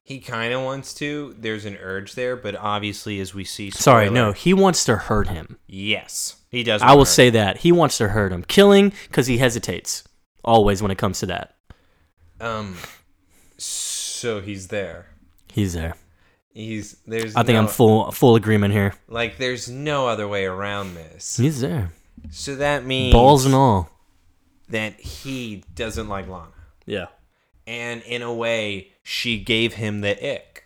He kind of wants to. There's an urge there, but obviously, as we see, Sorry, spoiler- no, he wants to hurt him. Yes, he does. I will want her. say that. He wants to hurt him. Killing, because he hesitates always when it comes to that. Um, so he's there. He's there. He's there's. I think no- I'm full full agreement here. Like, there's no other way around this. He's there. So that means Balls and all. that he doesn't like Lana, Yeah. and in a way, she gave him the ick.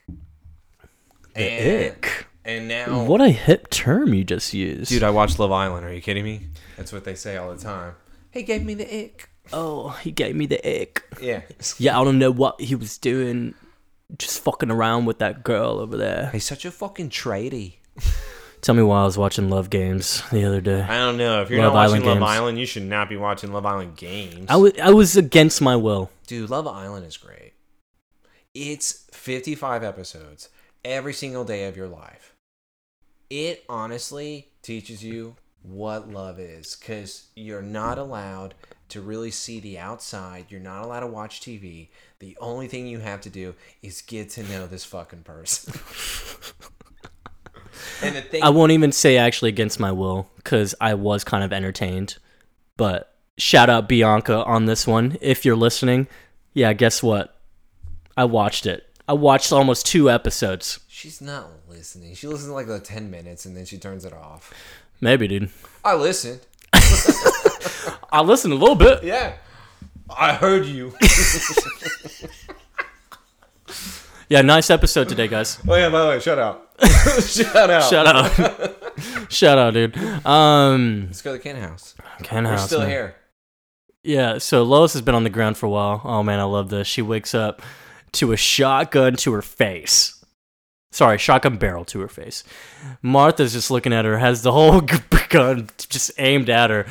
The ick. And now, What a hip term you just used. Oh. dude? I watched Love Island. Are you kidding me? That's what they say all the time. He gave me the ick. Oh, he gave me the ick. Yeah. Yeah, I don't know what he was doing. Just fucking around with that girl over there. He's such a fucking tradie. Tell me why I was watching Love Games the other day. I don't know. If you're Love not watching Island Love games. Island, you should not be watching Love Island games. I was I was against my will. Dude, Love Island is great. It's 55 episodes every single day of your life. It honestly teaches you what love is because you're not allowed to really see the outside. You're not allowed to watch TV. The only thing you have to do is get to know this *laughs* fucking person. and the thing I won't even say actually against my will because I was kind of entertained. But shout out Bianca on this one if you're listening. Yeah, guess what? I watched it. I watched almost two episodes. She's not listening. She listens to like the 10 minutes and then she turns it off. Maybe, dude. I listened. I listened a little bit. Yeah. I heard you. Yeah, nice episode today, guys. oh, yeah, by the way, shut out. *laughs* shut out. Shout out. *laughs* shout out, dude. Um, Let's go to the Ken House. Ken We're House. still man. here. Yeah, so Lois has been on the ground for a while. Oh man, I love this. She wakes up to a shotgun to her face. Sorry, shotgun barrel to her face. Martha's just looking at her, has the whole *laughs* g- gun just aimed at her.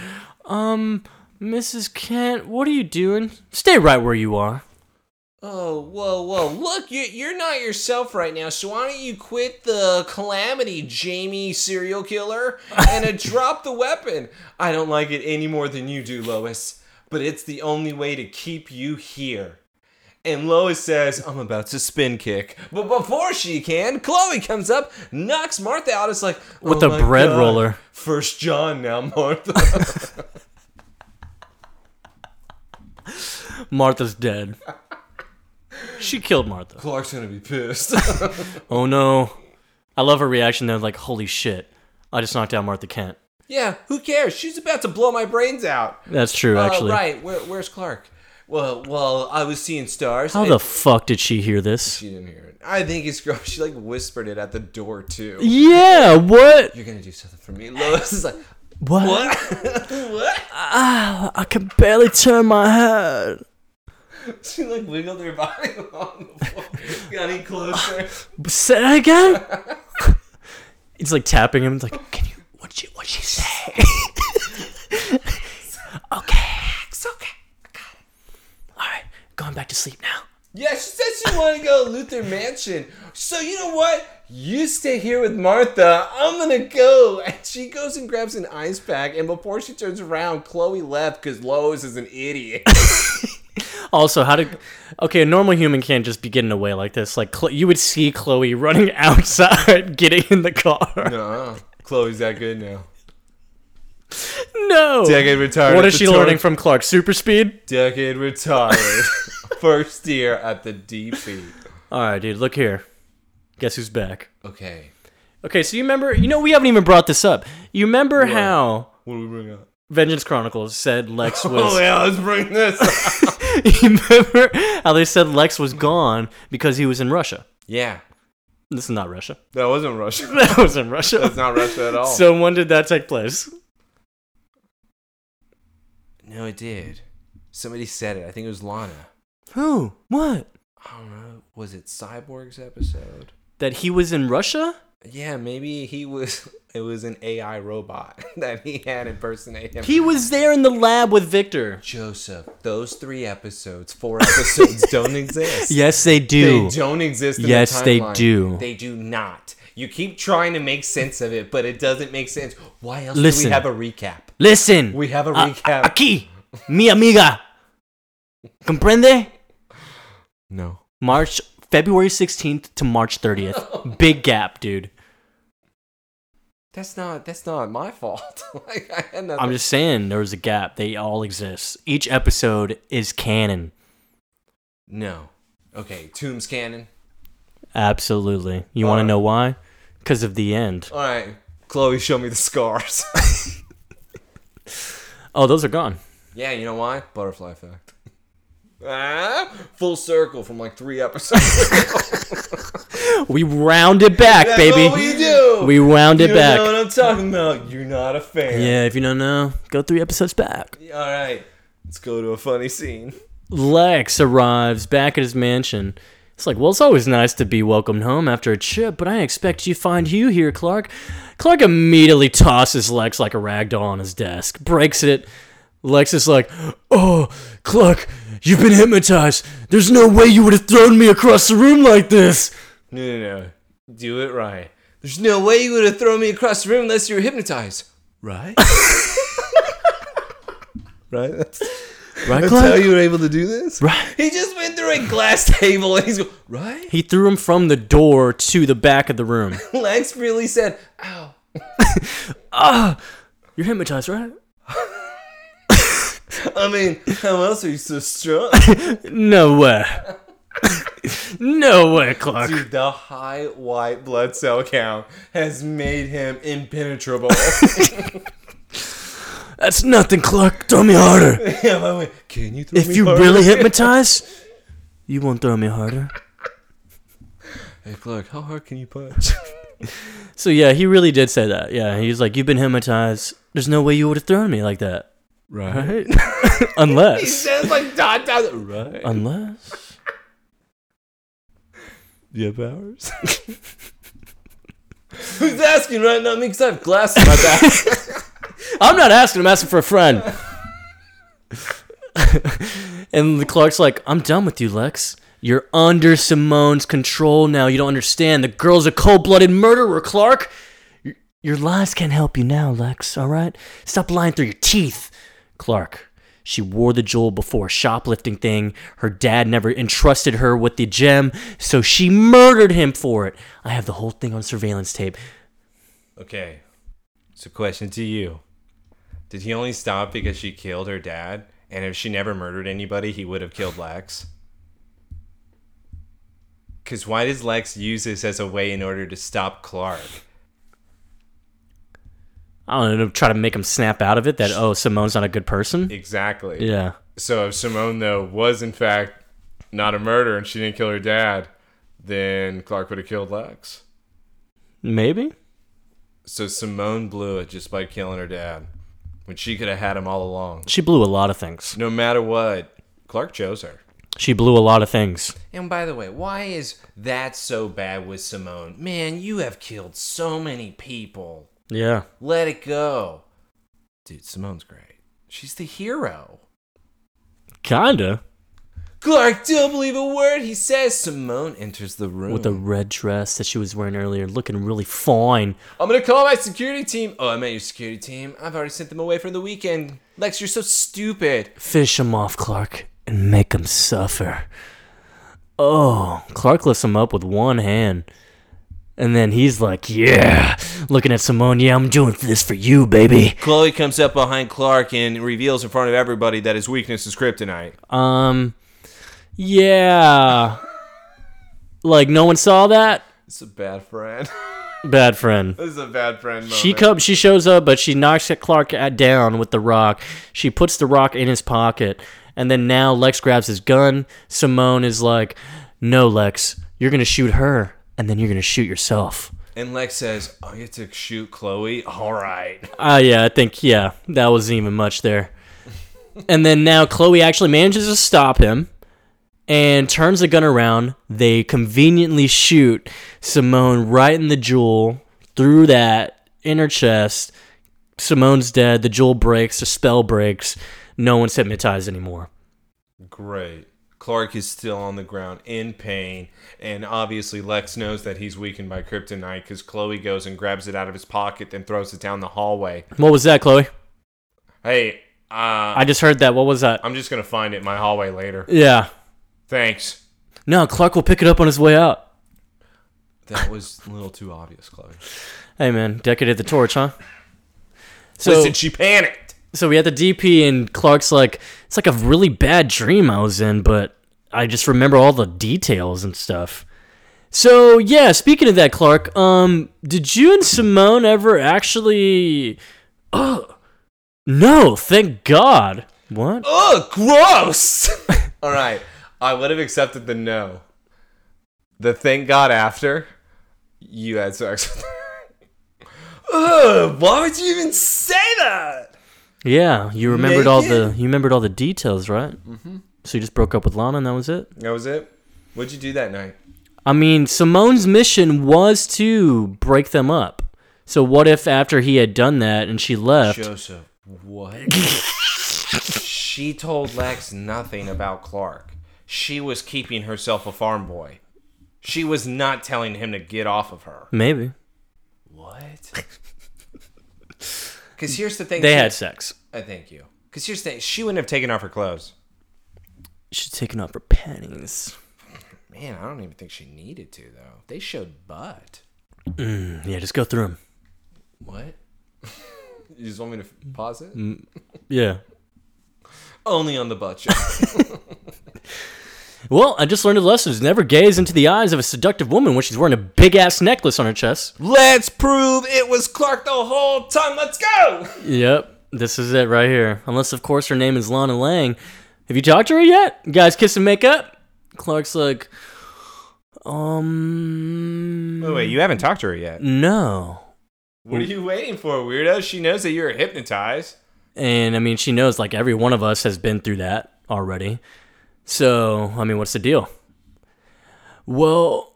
Um, Mrs. Kent, what are you doing? Stay right where you are. Oh, whoa, whoa. Look, you, you're not yourself right now, so why don't you quit the calamity, Jamie serial killer, *laughs* and uh, drop the weapon? I don't like it any more than you do, Lois, but it's the only way to keep you here. And Lois says, I'm about to spin kick. But before she can, Chloe comes up, knocks Martha out. It's like, With "Oh a my bread God. roller." First John now, Martha. *laughs* Martha's dead. She killed Martha. Clark's gonna be pissed. *laughs* Oh no. I love her reaction though, like, holy shit. I just knocked out Martha Kent. yeah, who cares? She's about to blow my brains out. That's true, Oh, actually. right. Where, where's Clark? Well, well, I was seeing stars. How and- the fuck did she hear this? she didn't hear it. I think it's gross. *laughs* She like whispered it at the door too. Yeah, what? You're gonna do something for me. *laughs* Lois is like, What? *laughs* Ah, what? I can barely turn my head. She like wiggled her body *laughs* along the floor. Got any closer? Say that again? *laughs* He's like tapping him. It's like, can you? What'd she? What'd she say? *laughs* okay, it's okay. I got it. All right, going back to sleep now. yeah, she said she wanted to go to Luther Mansion. So you know what? You stay here with Martha. I'm gonna go. And she goes and grabs an ice pack. And before she turns around, Chloe left because Lois is an *laughs* idiot. Also, how did? Okay, a normal human can't just be getting away like this. Like Chlo- you would see Chloe running *laughs* outside, getting in the car. uh, Chloe's that good now. *laughs* No. Decade retired. What at is the she turn- learning from Clark? Super speed. Decade retired. *laughs* First year at the DP. All right, dude. Look here. Guess who's back? *laughs* Okay. Okay, so you remember, you know, we haven't even brought this up. You remember how What do we bring up? Vengeance Chronicles said Lex *laughs* Oh was. *laughs* yeah, let's bring this. up. you remember how they said Lex was gone because he was in Russia? yeah, This is not Russia. *laughs* that wasn't Russia. That was in Russia. That's not Russia at all. *laughs* So when did that take place? no, it did. Somebody said it. I think it was Lana. Who? What? I don't know. Was it Cyborg's episode? That he was in Russia? Yeah, maybe he was. *laughs* It was an AI robot *laughs* that he had impersonate him. He was there in the lab with Victor. Joseph. Those three episodes, four episodes, *laughs* don't exist. Yes, they They do. don't exist. In Yes, the they timeline. do. They do not. You keep trying to make sense of it, but it doesn't make sense. Why else do Listen. we have a recap? Listen. We have a A- recap. Aquí, mi amiga. Comprende? no. March February 16th to March *laughs* 30th. Big gap, dude. That's not that's not my *laughs* fault. like I had nothing. I'm just saying there was a gap. They all exist. Each episode is canon. No. Okay, Tombs Cannon. Absolutely. You want to know why? Because of the end. Alright. Chloe, show me the scars. Oh, those are gone. yeah, you know why? Butterfly effect. *laughs* Ah, full circle from like three *laughs* episodes. We round it back, That's baby. what we do. We round it you back. know what I'm talking about. You're not a fan. Yeah, if you don't know, go three episodes back. All right, let's go to a funny scene. Lex arrives back at his mansion. It's like, well, it's always nice to be welcomed home after a trip, but I expect you find you here, Clark. Clark immediately tosses Lex like a rag doll on his desk, breaks it. Lex is like, oh, Clark, you've been hypnotized. There's no way you would have thrown me across the room like this. *laughs* No, no, no. Do it right. There's no way you would *laughs* have thrown me across the room unless you were hypnotized. Right? right? That's, Right, that's Clark? how you were able to do this? Right. He just went through a *laughs* glass table and he's going, right? He threw him from the door to the back of the room. Lex really said, You're hypnotized, right? I mean, how else are you so strong? No way. *laughs* no way, Clark. Dude, the high white blood cell count has made him *laughs* impenetrable. That's nothing, Clark. Throw me harder. Yeah, but wait, Can you throw If me you harder?" *laughs* really hypnotize, you won't throw me harder. Hey, Clark, how hard can you punch? So yeah, he really did say that. Yeah, he was like, "You've been hypnotized. There's no way you would have thrown me like that, right. right? *laughs* *laughs* unless, Sounds like dot dot. Right. unless." Yeah, Bowers. Who's asking right now? Because I have glass in my back. I'm not asking. I'm asking for a friend. *laughs* and the Clark's like, "I'm done with you, Lex. You're under Simone's control now. You don't understand. The girl's a cold-blooded murderer, Clark. Your- Your lies can't help you now, Lex. All right, stop lying through your teeth, Clark." She wore the jewel before a shoplifting thing. Her dad never entrusted her with the gem, so she murdered him for it. I have the whole thing on surveillance tape. okay. So, question to you Did he only stop because she killed her dad? And if she never murdered anybody, he would have killed Lex? Because why does Lex use this as a way in order to stop Clark? I don't know, try to make him snap out of it that, oh, Simone's not a good person. Exactly. Yeah. So if Simone though was in fact not a murderer and she didn't kill her dad, then Clark would have killed Lex. Maybe? So Simone blew it just by killing her dad, when she could have had him all along. She blew a lot of things. No matter what, Clark chose her. She blew a lot of things. And by the way, why is that so bad with Simone? Man, you have killed so many people. Yeah. Let it go. Dude, Simone's great. She's the hero. Kinda. Clark, don't believe a word he says. Simone enters the room. With the red dress that she was wearing earlier, looking really fine. I'm gonna call my security team. Oh, I met your security team. I've already sent them away for the weekend. Lex, you're so stupid. Fish him off, Clark, and make him suffer. Oh, Clark lifts him up with one hand. And then he's like, yeah, looking at Simone, yeah, I'm doing this for you, baby. Chloe comes up behind Clark and reveals in front of everybody that his weakness is kryptonite. Um, yeah. Like, no one saw that? It's a bad *laughs* friend. Bad friend. this is a bad friend. Moment. She comes. She shows up, but she knocks Clark at- down with the rock. She puts the rock in his pocket, and then now Lex grabs his gun. Simone is like, "No, Lex, you're gonna shoot her, and then you're gonna shoot yourself." And Lex says, "I get to shoot Chloe. All right." Ah, yeah, I think yeah, that wasn't even much there. and then now Chloe actually manages to stop him and turns the gun around. They conveniently shoot Simone right in the jewel through that inner chest. Simone's dead. The jewel breaks. The spell breaks. No one's hypnotized anymore. Great. Clark is still on the ground in pain, and obviously Lex knows that he's weakened by kryptonite because Chloe goes and grabs it out of his pocket and throws it down the hallway. What was that, Chloe? Hey, uh, I just heard that. What was that? I'm just gonna find it in my hallway later. Yeah. Thanks. No, Clark will pick it up on his way out. That was a little too obvious, Chloe. Hey, man, decorated the torch, huh? So, Listen, she panicked. so we had the DP and Clark's like, it's like a really bad dream I was in, but I just remember all the details and stuff. So yeah, speaking of that, Clark, um, did you and Simone ever actually? *gasps* Oh, no, thank God. What? Ugh, gross. *laughs* All right, I would have accepted the no. The thank God after you had sex with her. *laughs* Ugh, why would you even say that? Yeah, you remembered all the Naked? you remembered all the details, right? Mm-hmm. So you just broke up with Lana, and that was it. That was it. What'd you do that night? I mean, Simone's mission was to break them up. So what if after he had done that and she left? Joseph, what? *laughs* she told Lex nothing about Clark. She was keeping herself a farm boy. She was not telling him to get off of her. Maybe. *laughs* What? Because here's the thing. They she- had sex. I thank you. Because here's the thing she wouldn't have taken off her clothes. She's taking off her panties. Man, I don't even think she needed to, though. They showed butt. Yeah, just go through them. What? *laughs* you just want me to f- pause it? Yeah. Only on the butt shot. Well, I just learned a lesson. Never gaze into the eyes of a seductive woman when she's wearing a big ass necklace on her chest. *laughs* Let's prove it was Clark the whole time. Let's go. Yep. This is it right here. Unless, of course, her name is Lana Lang. Have you talked to her yet? You guys kiss and make up? Clark's like, um, Wait, wait, you haven't talked to her yet. no. What are you waiting for, weirdo? She knows that you're hypnotized. And I mean, she knows like every one of us has been through that already. So, I mean, what's the deal? Well,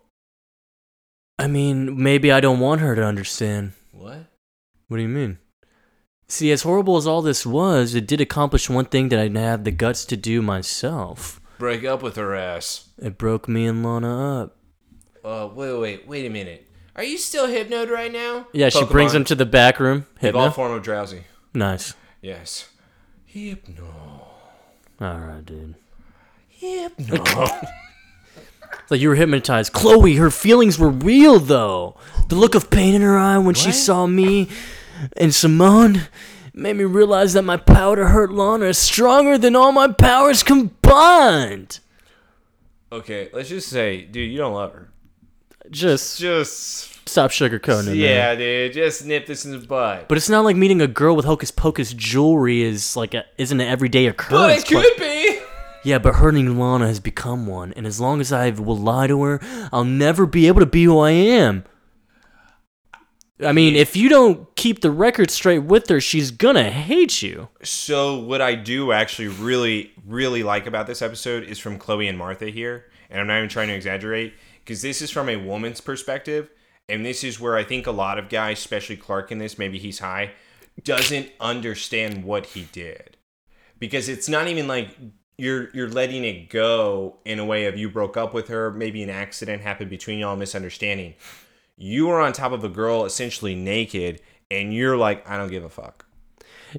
I mean, maybe I don't want her to understand. What? What do you mean? See, as horrible as all this was, it did accomplish one thing that I didn't have the guts to do myself. Break up with her ass. It broke me and Lana up. Uh, wait, wait, wait a minute. Are you still hypnoed right now? Yeah, she brings him to the back room. Evolved Hypno. form of drowsy. Nice. Yes. Hypno. All right, dude. Hypno. It's Like you were hypnotized. Chloe, her feelings were real though. The look of pain in her eye when she saw me and Simone made me realize that my power to hurt Lana is stronger than all my powers combined. okay, let's just say, dude, you don't love her. Just Just. stop sugarcoating it. man. Yeah, dude, just nip this in the butt. But it's not like meeting a girl with hocus pocus jewelry is like a, isn't an everyday occurrence. But- Oh, be. yeah, but hurting Lana has become one, and as long as I will lie to her, I'll never be able to be who I am. I mean, if you don't keep the record straight with her, she's gonna hate you. So what I do actually really really like about this episode is from Chloe and Martha here, and I'm not even trying to exaggerate because this is from a woman's perspective, and this is where I think a lot of guys, especially Clark in this, maybe he's high, doesn't understand what he did. Because it's not even like you're you're letting it go in a way of you broke up with her, maybe an accident happened between y'all, misunderstanding. You are on top of a girl essentially naked and you're like I don't give a fuck.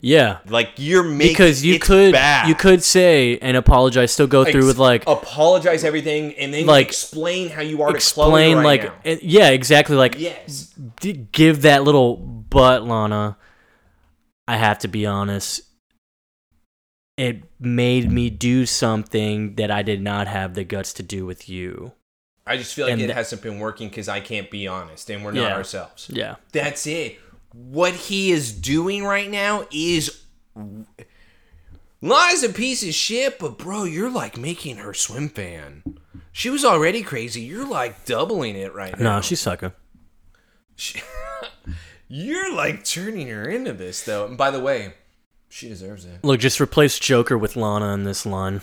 Yeah, Like you're making because you it's could bad. oh, you could say and apologize, still go through with like apologize everything and then Like, explain how you are explain to Chloe right like now. eh, yeah exactly like yes d- give that little butt, Lana. I have to be honest. It made me do something that I did not have the guts to do with you. I just feel like and it th- hasn't been working because I can't be honest and we're not Yeah. ourselves Yeah. that's it what he is doing right now is Lana's a piece of shit but bro you're like making her swim fan she was already crazy you're like doubling it right now No, she's sucker. She- *laughs* you're like turning her into this though and by the way she deserves it Look, just replace Joker with Lana in this line.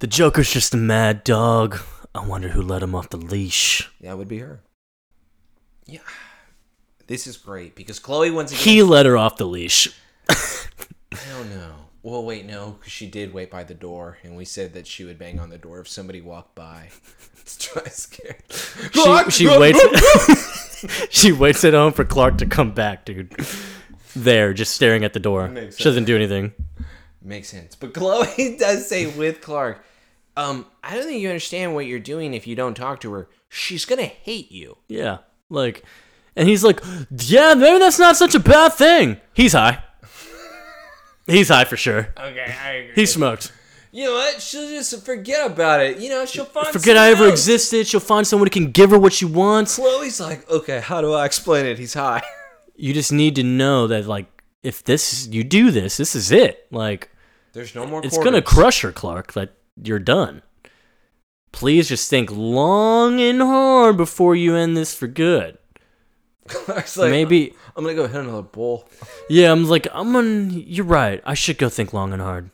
The Joker's just a mad dog. I wonder who let him off the leash. That would be her. Yeah. This is great because Chloe once again. He let her off the leash. I don't know. Well, wait, no, because she did wait by the door, and we said that she would bang on the door if somebody walked by. *laughs* It's try scared. She, she waits. she waits *laughs* at home for Clark to come back, dude. There, just staring at the door. Makes She doesn't do anything. Makes sense. But Chloe *laughs* does say with Clark, um, I don't think you understand what you're doing if you don't talk to her. She's gonna hate you. Yeah. Like, and he's like, yeah, maybe that's not such a bad thing. He's high. He's high for sure. Okay, I agree. He smoked. You know what? She'll just forget about it. You know, she'll find. Forget I ever someone else. existed. She'll find someone who can give her what she wants. Chloe's like, okay, how do I explain it? He's high. *laughs* You just need to know that, like, if this, you do this, this is it. Like, There's no more. it's going to quarters. crush her, Clark. Like, you're done. Please just think long and hard before you end this for good. *laughs* Clark's like, Maybe, I'm gonna go hit another bowl. yeah, I'm like, I'm on, you're right. I should go think long and hard.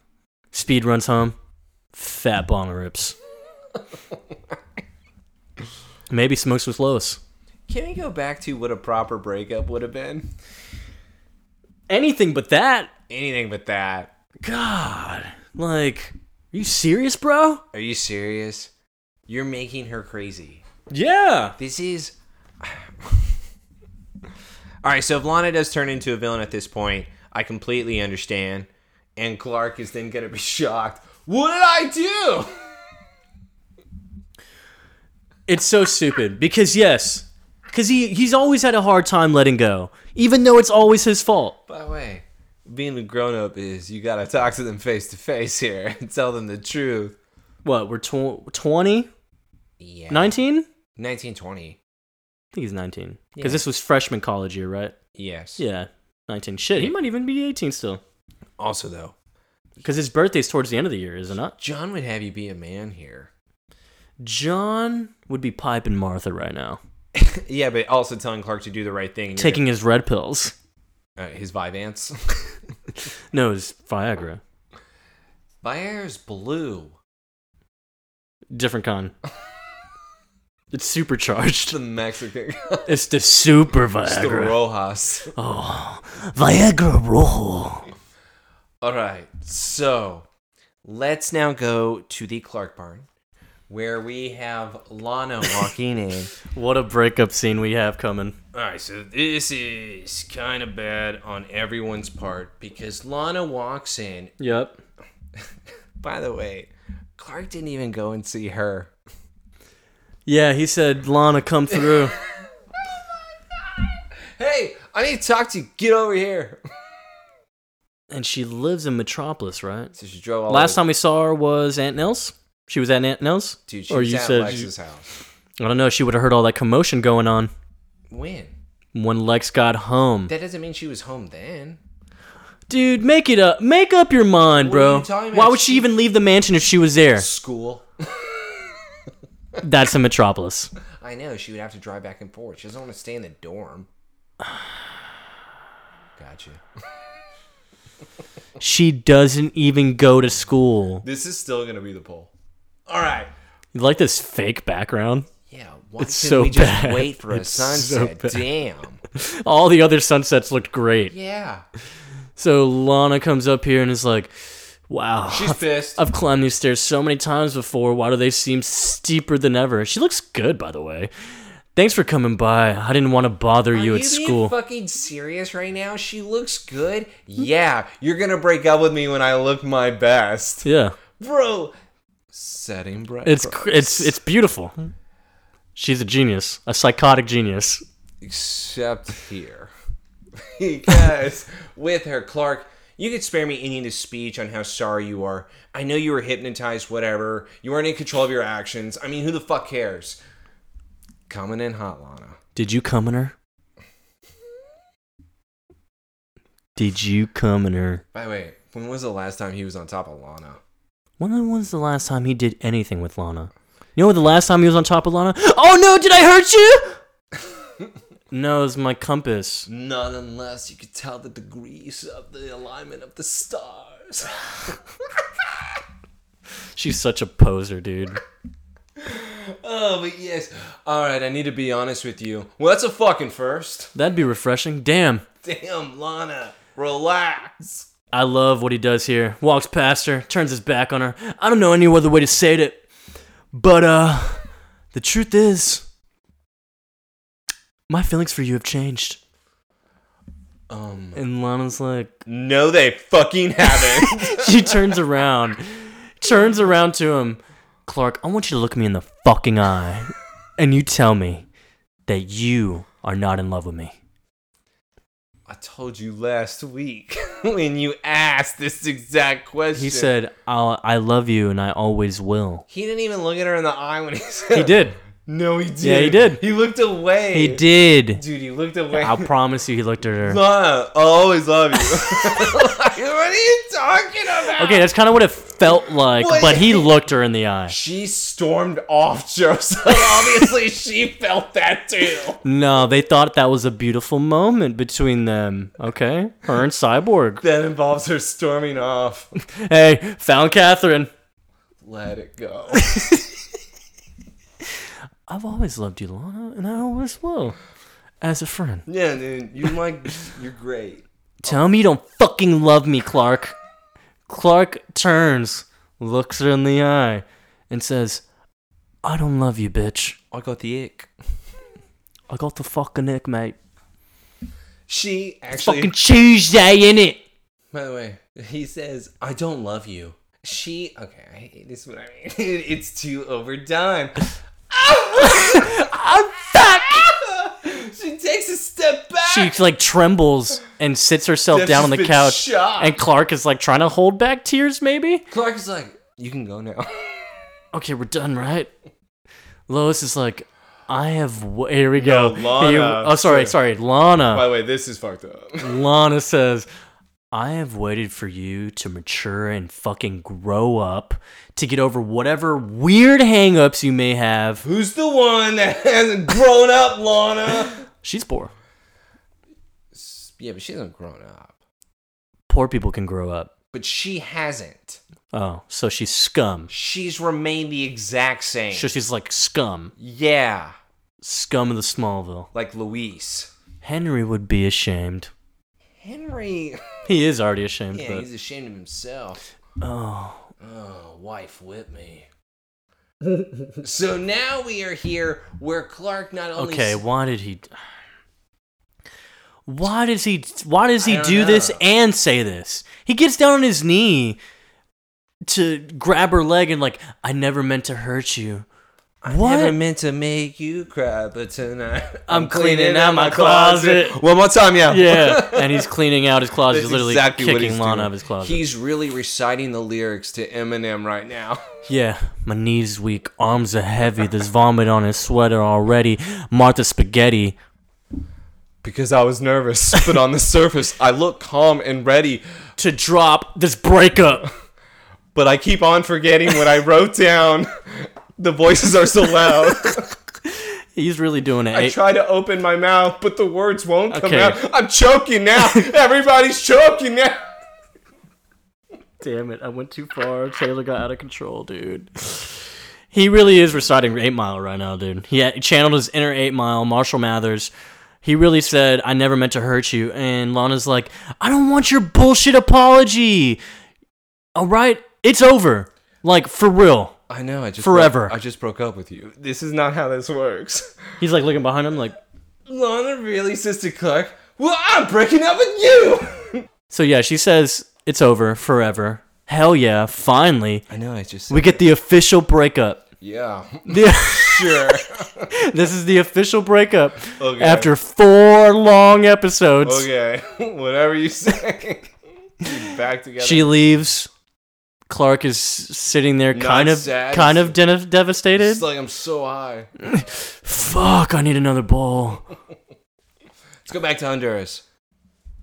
Speed runs home. Fat bong rips. Maybe smokes with Lois. Can we go back to what a proper breakup would have been? Anything but that. Anything but that. God. Like, are you serious, bro? Are you serious? You're making her crazy. Yeah. This is. *sighs* All right, so if Lana does turn into a villain at this point, I completely understand. and Clark is then gonna be *laughs* shocked. What did I do? It's so stupid because yes, because he he's always had a hard time letting go, even though it's always his fault. By the way, being a grown up is you gotta talk to them face to face here and tell them the truth. What we're tw- 20, Yeah. 19? I Nineteen twenty. think he's nineteen Yeah. because this was freshman college year, right? Yes. Yeah, nineteen. Shit, he might even be eighteen still Also though, because his birthday's towards the end of the year, is it not? John would have you be a man here. *laughs* John would be piping Martha right now, yeah, but also telling Clark to do the right thing. and you're taking his red pills. gonna- uh, *laughs* his *laughs* Vivance. No, it's Viagra, Viagra's blue. different kind. *laughs* it's supercharged. The Mexican. *laughs* It's the super It's the Viagra. Rojas. Oh, Viagra Rojo. All right. So let's now go to the Clark barn where we have Lana walking in. What a breakup scene we have coming. All right, so this is kind of bad on everyone's part because Lana walks in. Yep. By the way, Clark didn't even go and see her. Yeah, he said, Lana, come through. *laughs* Hey, I need to talk to you. Get over here. *laughs* and she lives in Metropolis, right? So she drove all Last the- time we saw her was Aunt Nell's. She was at Aunt Nell's? Dude, she was at Lex's house. I don't know, she would have heard all that commotion going on When? when Lex got home. That doesn't mean she was home then. Dude, make it up. Make up your mind, What are bro. you talking Why about? would she She- even leave the mansion if she was there? School. *laughs* That's a Metropolis. I know she would have to drive back and forth. She doesn't want to stay in the dorm. *sighs* Gotcha. She doesn't even go to school. This is still gonna be the poll. All right. You like this fake background? Yeah. Why It's couldn't so we *laughs* just bad. wait for a It's so sunset? bad. Damn. All the other sunsets looked great. Yeah. So Lana comes up here and is like, "Wow, She's pissed. I've climbed these stairs so many times before. Why do they seem steeper than ever?" She looks good, by the way. Thanks for coming by. I didn't want to bother you Are at you school. being fucking serious right now? She looks good. Yeah, you're gonna break up with me when I look my best, yeah, bro. Setting breakfast. it's cr- it's it's beautiful. She's a genius, a psychotic genius. except here. *laughs* because with her, Clark, you could spare me any of the speech on how sorry you are. I know you were hypnotized, whatever. You weren't in control of your actions. I mean, who the fuck cares? Coming in hot, Lana. Did you come in her? Did you come in her? By the way, when was the last time he was on top of Lana? When was the last time he did anything with Lana? You know the last time he was on top of Lana? Oh no, did I hurt you? *laughs* no, it's my compass. Not unless you could tell the degrees of the alignment of the stars. *laughs* She's such a poser, dude. oh, but yes. All right, I need to be honest with you. Well, that's a fucking first. *laughs* That'd be refreshing. Damn. Damn, Lana, relax. I love what he does here. Walks past her, turns his back on her. I don't know any other way to say it. But uh the truth is my feelings for you have changed. Um. And Lana's like *laughs* No, they fucking haven't. *laughs* she turns around, turns around to him. Clark, I want you to look me in the fucking eye, and you tell me that you are not in love with me. I told you last week *laughs* when you asked this exact question. He said, I'll, "I love you, and I always will." he didn't even look at her in the eye when he *laughs* said. He did. No, he did. Yeah, he did. He looked away. He did. Dude, he looked away. *laughs* I'll promise you, he looked at her. Lana, I'll always love you. *laughs* Like, what are you talking about? Okay, that's kind of what it felt like, What? but he looked her in the eye. She stormed off *laughs* Joseph. Obviously, she felt that too. No, they thought that was a beautiful moment between them. Okay, her and Cyborg. That involves her storming off. Hey, found Catherine. Let it *laughs* go. I've always loved you, Lana, and I always will. As a friend. yeah, dude, you like, you're great. Tell me you don't fucking love me, Clark. Clark turns, looks her in the eye, and says, I don't love you, bitch. I got the ick. I got the fucking ick, mate. She actually Fucking Tuesday, innit? By the way, he says, I don't love you. She, okay, I hate this one. I mean, *laughs* it's too overdone. I'm back! *laughs* she takes a step back. She like trembles and sits herself Steph's down on just the been couch, shocked. and Clark is like trying to hold back tears. Maybe Clark is like, You can go now. *laughs* okay, we're done, right? Lois is like, I have. W- Here we go. Lana. Here- oh, sorry, sorry, Lana. By the way, this is fucked up. Lana says, I have waited for you to mature and fucking grow up to get over whatever weird hangups you may have. Who's the one that hasn't grown up, Lana? She's poor. yeah, but she hasn't grown up. Poor people can grow up. But she hasn't. Oh, so she's scum. She's remained the exact same. So she's like scum. yeah, Scum of the Smallville. like Luis. Henry would be ashamed. Henry. He is already ashamed, Yeah, but he's ashamed of himself. oh, Oh, wife *laughs* whip me. so now we are here where Clark not only okay. s- Why did he? Why does he? Why does I he don't do this know. and say this? He gets down on his knee to grab her leg and like, I never meant to hurt you. I what? never meant to make you cry, but tonight I'm cleaning out my closet. One more time, *laughs* yeah. *laughs* Yeah, and he's cleaning out his closet. He's That's literally exactly what kicking he's Lana doing. out of his closet. He's really reciting the lyrics to Eminem right now. *laughs* Yeah, my knees weak, arms are heavy. There's vomit on his sweater already. Martha spaghetti. Because I was nervous, but on the surface, I look calm and ready. to drop this breakup. But I keep on forgetting what I wrote down. The voices are so loud. *laughs* He's really doing I it. try to open my mouth, but the words won't come Okay. out. I'm choking now. Everybody's choking now. Damn it, I went too far. Taylor got out of control, dude. He really is reciting 8 Mile right now, dude. He had- channeled his inner 8 Mile, Marshall Mathers. He really said, I never meant to hurt you. And Lana's like, I don't want your bullshit apology. All right, it's over. Like, for real. I know. I just Forever. I just broke up with you. This is not how this works. He's like looking behind him, like, *laughs* Lana really, Sister Clark. Well, I'm breaking up with you. *laughs* so yeah, she says, it's over forever. Hell yeah, finally. I know. I just We get the official breakup. yeah. The- *laughs* Sure. This is the official breakup Okay. after four long episodes. Okay, *laughs* whatever you say. *laughs* Back together. She leaves. Clark is sitting there, kind of, sad. kind of de- devastated. it's like I'm so high. *laughs* Fuck! I need another bowl. Let's go back to Honduras.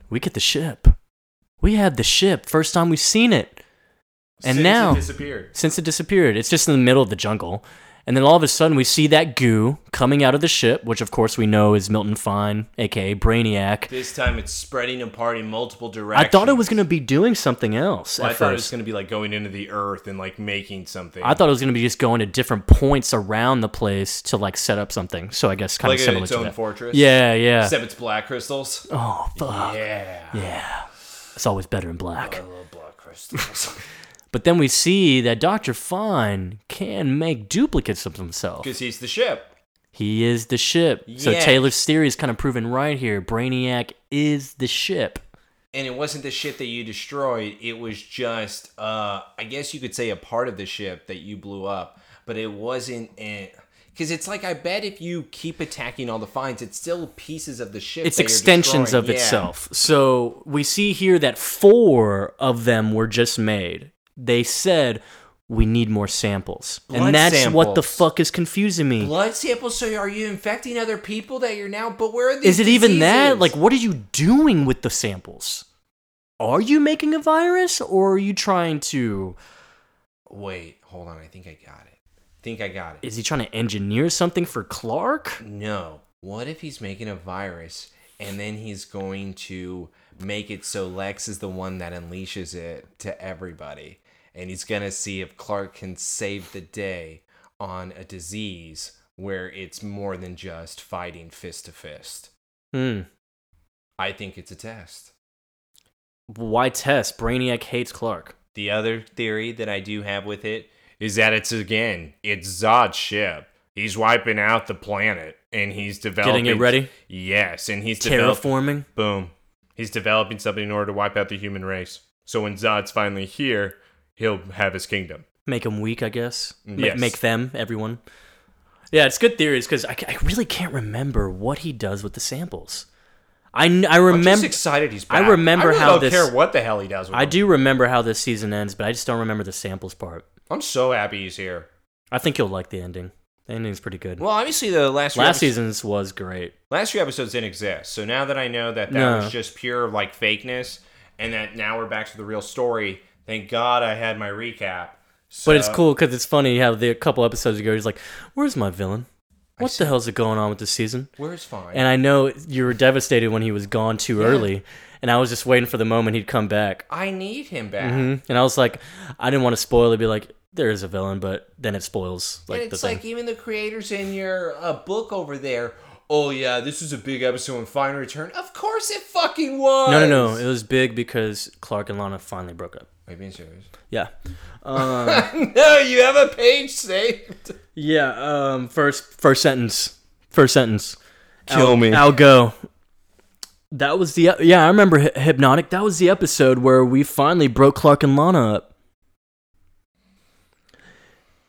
We get the ship. We had the ship first time we've seen it, and now disappeared. since it disappeared, it's just in the middle of the jungle. And then all of a sudden, we see that goo coming out of the ship, which of course we know is Milton Fine, aka Brainiac. This time it's spreading apart in multiple directions. I thought it was gonna be doing something else. Well, at I thought it first. was gonna be like going into the earth and like making something. I thought it was going to be just going to different points around the place to like set up something. So I guess kind like of similar its to own that. fortress. Yeah, yeah. Except it's black crystals. oh fuck. Yeah. Oh, Yeah. It's always better in black. I love black crystals. *laughs* *laughs* But then we see that Dr. Fine can make duplicates of himself. Because he's the ship. He is the ship. So Yes. Taylor's theory is kind of proven right here. Brainiac is the ship. and it wasn't the ship that you destroyed it was just uh i guess you could say a part of the ship that you blew up but it wasn't because it's like i bet if you keep attacking all the finds it's still pieces of the ship It's that you're extensions destroying. of Yeah. itself. So we see here that four of them were just made. They said we need more samples, Blood and that's what the samples. fuck is confusing me. blood samples so are you infecting other people that you're now but where are is these it even that? diseases? Like, what are you doing with the samples? Are you making a virus, or are you trying to? wait hold on i think i got it i think i got it Is he trying to engineer something for Clark? no what if he's making a virus and then he's going to make it so Lex is the one that unleashes it to everybody. And he's going to see if Clark can save the day on a disease where it's more than just fighting fist to fist. Hmm. I think it's a test. Why test? Brainiac hates Clark. The other theory that I do have with it is that it's again, it's Zod's ship. He's wiping out the planet and he's developing Getting it ready? Yes, and he's developing Terraforming. boom. He's developing something in order to wipe out the human race. So when Zod's finally here, he'll have his kingdom. Make them weak, I guess. Mm. Ma- Yes. Make them, everyone. Yeah, it's good theories because I, ca- I really can't remember what he does with the samples. I, kn- I I'm just remember. excited he's I back. remember I really how don't this. care what the hell he does with I him. do remember how this season ends, but I just don't remember the samples part. I'm so happy he's here. I think you'll like the ending. The ending's pretty good. Well, obviously the last few Last episodes- season's was great. last few episodes didn't exist. So now that I know that that No. was just pure like fakeness, and that now we're back to the real story. Thank God I had my recap. But it's So- cool because it's funny how the, a couple episodes ago he's like, "Where's my villain? What the hell's going on with this season?" Where's fine? And I know you were devastated when he was gone too early, and I was just waiting for the moment he'd come back. I need him back. hmm And I was like, I didn't want to spoil it. Be like, there is a villain, but then it spoils like and the it's thing. like even the creators in your uh, book over there. Oh yeah, this is a big episode in Fine Return. Of course it fucking was. no, no, no. It was big because Clark and Lana finally broke up. Are you being serious? Yeah. No, you have a page saved. Yeah, um first first sentence. First sentence. Kill I'll, me. I'll go. That was the yeah, I remember Hy- Hypnotic. That was the episode where we finally broke Clark and Lana up.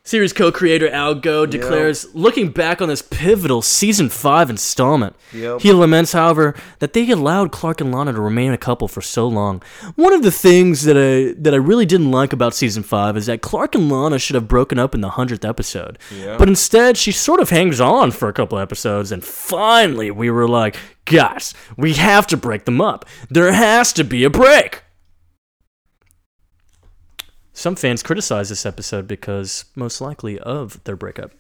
Series co-creator Al Go declares, looking back on this pivotal season five installment, he laments, however, that they allowed Clark and Lana to remain a couple for so long. One of the things that I that I really didn't like about season five is that Clark and Lana should have broken up in the hundredth episode, but instead she sort of hangs on for a couple episodes, and finally we were like, guys, we have to break them up. There has to be a break. Some fans criticize this episode because most likely of their breakup.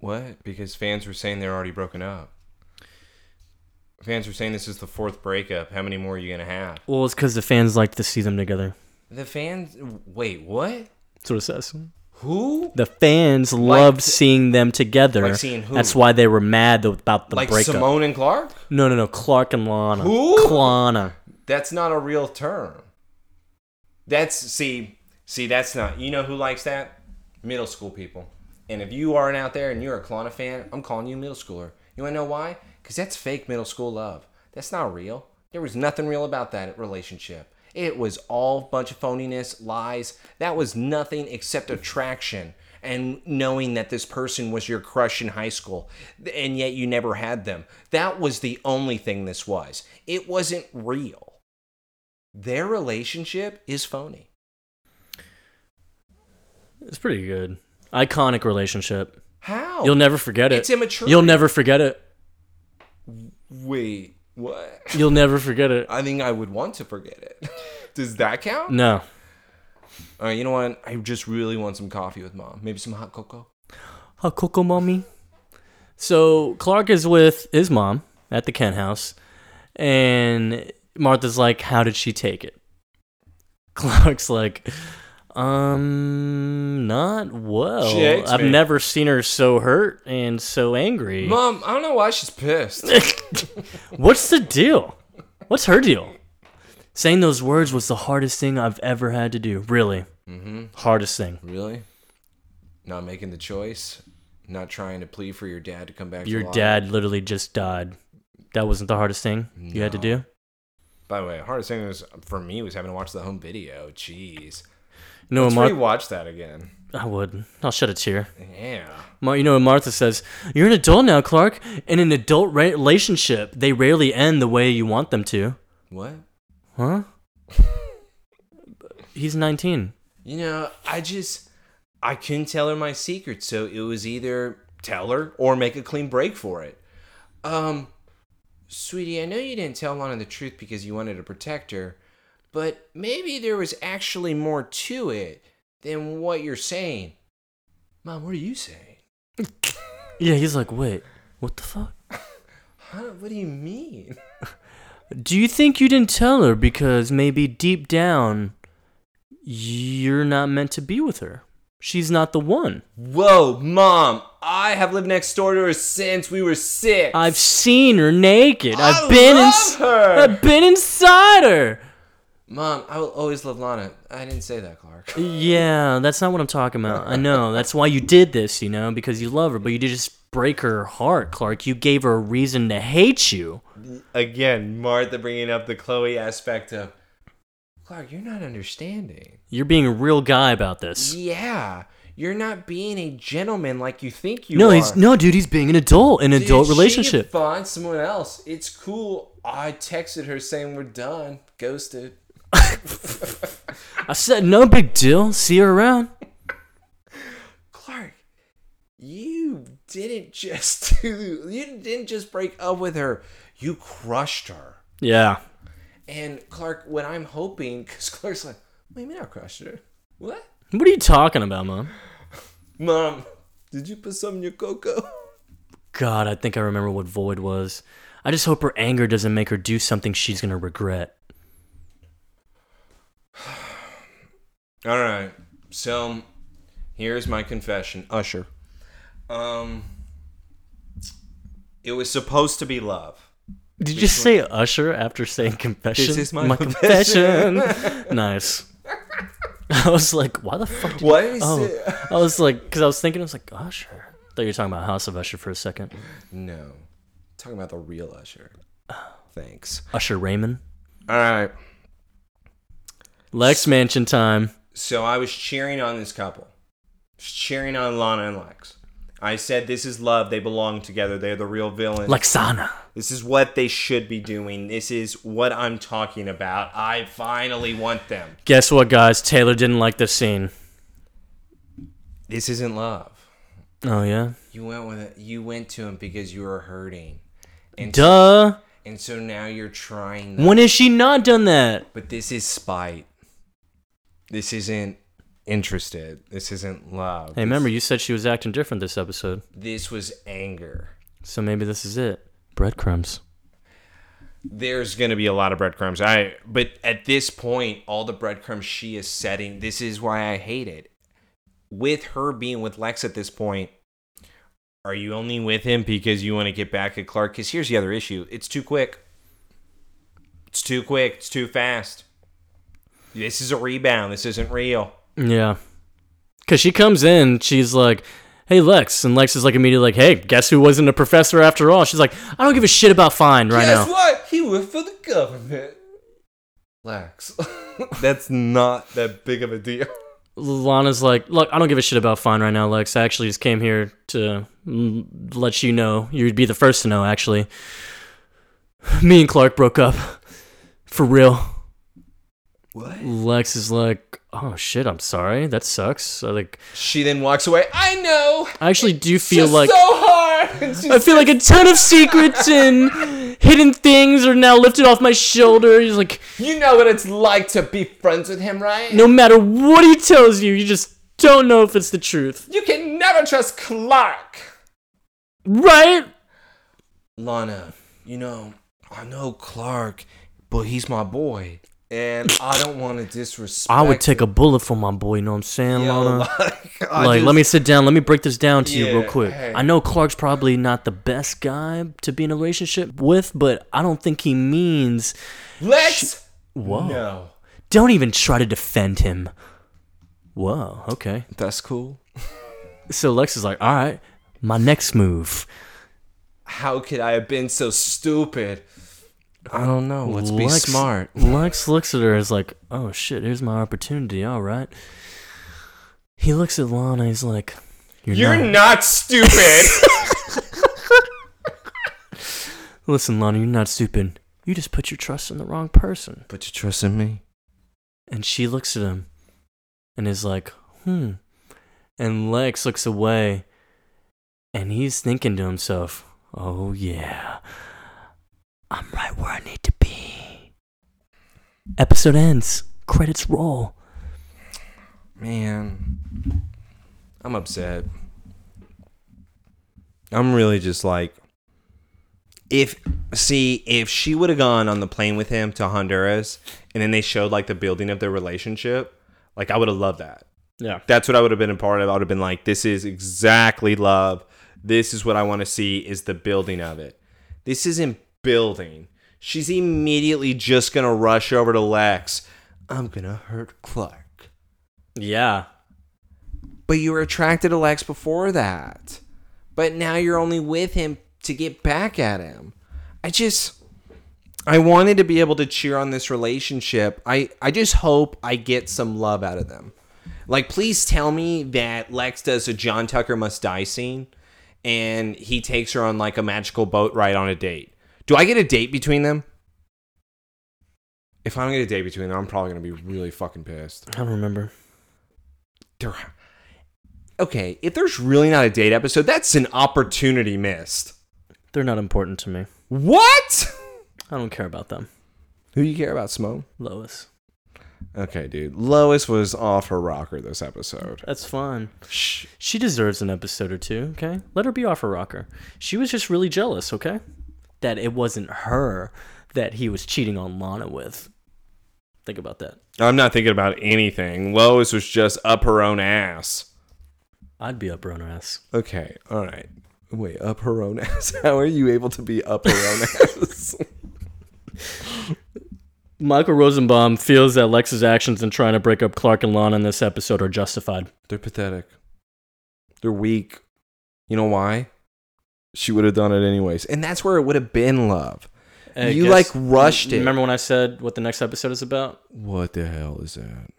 What? Because fans were saying they're already broken up. Fans were saying this is the fourth breakup. How many more are you gonna have? Well, it's because the fans like to see them together. The fans. Wait, what? That's what it says. Who? The fans loved seeing them together. Like seeing who? That's why they were mad th- about the Like breakup. Simone and Clark? No, no, no. Clark and Lana. Who? Klana. That's not a real term. That's see, see, that's not. You know who likes that? Middle school people. And if you aren't out there and you're a Klana fan, I'm calling you a middle schooler. You wanna know why? Because that's fake middle school love. That's not real. There was nothing real about that relationship. It was all bunch of phoniness, lies. That was nothing except attraction and knowing that this person was your crush in high school and yet you never had them. That was the only thing this was. It wasn't real. Their relationship is phony. It's pretty good. Iconic relationship. How? You'll never forget it. Oh, It's immature. You'll never forget it. Wait, what? You'll never forget *laughs* it. I think I would want to forget it. *laughs* Does that count? No. All right, you know what? I just really want some coffee with mom. Maybe some hot cocoa. Oh, Coco Mommy. So Clark is with his mom at the Kent house, and Martha's like, How did she take it? *laughs* Clark's like, Um, not well. She hates I've me." never seen her so hurt and so angry. *laughs* Mom, I don't know why she's pissed. *laughs* What's the deal? What's her deal? Saying those words was the hardest thing I've ever had to do. Really. Mm-hmm. Hardest thing. really? Not making the choice? Not trying to plead for your dad to come back to Your life? dad literally just died. That wasn't the hardest thing you had to do? By the way, hardest thing was for me was having to watch the home video. Jeez. No, Let's Martha. rewatch that again. I would. I'll shed a tear. Yeah. Mar- you know, when Martha says, You're an adult now, Clark. In an adult re- relationship, they rarely end the way you want them to. What? Huh? He's 19. You know, I just I couldn't tell her my secret, so it was either tell her or make a clean break for it. Um, sweetie, I know you didn't tell Lana the truth because you wanted to protect her, but maybe there was actually more to it than what you're saying. Mom, what are you saying? Yeah, he's like, Wait, what the fuck? Huh? What do you mean? *laughs* Do you think you didn't tell her because maybe deep down, you're not meant to be with her? She's not the one. Whoa, Mom! I have lived next door to her since we were six. I've seen her naked. I've I been love ins- her. I've been inside her. Mom, I will always love Lana. I didn't say that, Clark. *laughs* Yeah, that's not what I'm talking about. I know. That's why you did this, you know, because you love her, but you did just break her heart, Clark. You gave her a reason to hate you. Again, Martha bringing up the Chloe aspect of Clark, you're not understanding. You're being a real guy about this. Yeah, you're not being a gentleman like you think you no, are. he's no, dude. He's being an adult, an Dude, adult she relationship. Find someone else. It's cool. I texted her saying we're done. *laughs* Ghosted. I said no big deal. See her around. Clark, you didn't just *laughs* do. You didn't just break up with her. You crushed her. Yeah, And Clark, what I'm hoping, because Clark's like, wait a minute, I crushed her. What? What are you talking about, Mom? Mom, did you put some in your cocoa? God, I think I remember what Void was. I just hope her anger doesn't make her do something she's gonna regret. All right. So here's my confession, Usher. Um, it was supposed to be love. Did you just say Usher after saying confession? This is my *laughs* confession. nice. I was like, why the fuck? Did Why did he oh, say- I was like, because I was thinking, I was like, Usher. Thought you were talking about House of Usher for a second. No, talking about the real Usher. *sighs* Thanks. Usher Raymond, All right. Lex Mansion time. So I was cheering on this couple, Just cheering on Lana and Lex. I said, "This is love. They belong together. They're the real villains. Lexana. This is what they should be doing. This is what I'm talking about. I finally want them. Guess what, guys? Taylor didn't like this scene. This isn't love. Oh yeah. You went with it. You went to him because you were hurting, and Duh. and so now you're trying. Them. When has she not done that? But this is spite. This isn't interested. This isn't love. Hey, remember you said she was acting different this episode, This was anger. so maybe this is it. Breadcrumbs. There's gonna be a lot of breadcrumbs. I but at this point, all the breadcrumbs she is setting. This is why I hate it. With her being with Lex at this point, are you only with him because you want to get back at Clark? Because here's the other issue: it's too quick. It's too quick. It's too fast. This is a rebound. This isn't real. Yeah. Cause she comes in, she's like, "Hey, Lex," and Lex is like immediately like, "Hey, guess who wasn't a professor after all?" She's like, "I don't give a shit about fine right Guess now." what? He worked for the government. *laughs* Lex, that's not that big of a deal. Lana's like, "Look, I don't give a shit about fine right now, Lex. I actually just came here to mm, let you know. You'd be the first to know, actually. *sighs* Me and Clark broke up, for real." What? Lex is like, "Oh shit, I'm sorry. That sucks." I like, She then walks away. I know. I actually do feel Just like so hard. *laughs* And she's I feel like a ton of secrets and hidden things are now lifted off my shoulder. He's like, You know what it's like to be friends with him, right? no matter what he tells you, you just don't know if it's the truth. You can never trust Clark. Right? Lana, you know, I know Clark, but he's my boy. And I don't want to disrespect I would take a bullet for my boy, you know what I'm saying, him. Lana? *laughs* Like, *laughs* I Like, just- let me sit down. Let me break this down to you Yeah, real quick. hey. I know Clark's probably not the best guy to be in a relationship with, but I don't think he means. Let's. Whoa. No. Don't even try to defend him. Whoa, okay. That's cool. So Lex is like, all right, my next move. How could I have been so stupid? I don't know. Let's be smart. *laughs* Lex looks at her as like, oh shit, here's my opportunity, all right. He looks at Lana, he's like, You're, not. not stupid. Listen, Lana, you're not stupid. You just put your trust in the wrong person. but you trust in me? And she looks at him and is like, hmm. And Lex looks away and he's thinking to himself, oh yeah, I'm right where I need to be. Episode ends, credits roll. Man, I'm upset. I'm really just like, if see if she would have gone on the plane with him to Honduras, and then they showed like the building of their relationship, like I would have loved that. Yeah. That's what I would have been a part of. I would have been like, this is exactly love. This is what I want to see is the building of it. This isn't building. She's immediately just gonna rush over to Lex. I'm gonna hurt Clark. Yeah. But you were attracted to Lex before that. but now you're only with him to get back at him. I just I wanted to be able to cheer on this relationship. I I just hope I get some love out of them. Like please tell me that Lex does a John Tucker must die scene and he takes her on like a magical boat ride on a date. Do I get a date between them? If I'm gonna date between them, I'm probably gonna be really fucking pissed. I don't remember. There, okay, if there's really not a date episode, that's an opportunity missed. They're not important to me. What? I don't care about them. Who do you care about, Smoke? Lois. Okay, dude. Lois was off her rocker this episode. That's fine. She deserves an episode or two, okay? Let her be off her rocker. She was just really jealous, okay? That it wasn't her that he was cheating on Lana with. Think about that. I'm not thinking about anything. Lois was just up her own ass. I'd be up her own *laughs* ass. Okay, all right. Wait, up her own *laughs* ass. How are you able to be up her own ass? Michael Rosenbaum feels that Lex's actions in trying to break up Clark and Lana in this episode are justified. *laughs* They're pathetic. They're weak. You know why? She would have done it anyways. And that's where it would have been love. I You, like, rushed it. Remember when I said what the next episode is about? What the hell is that?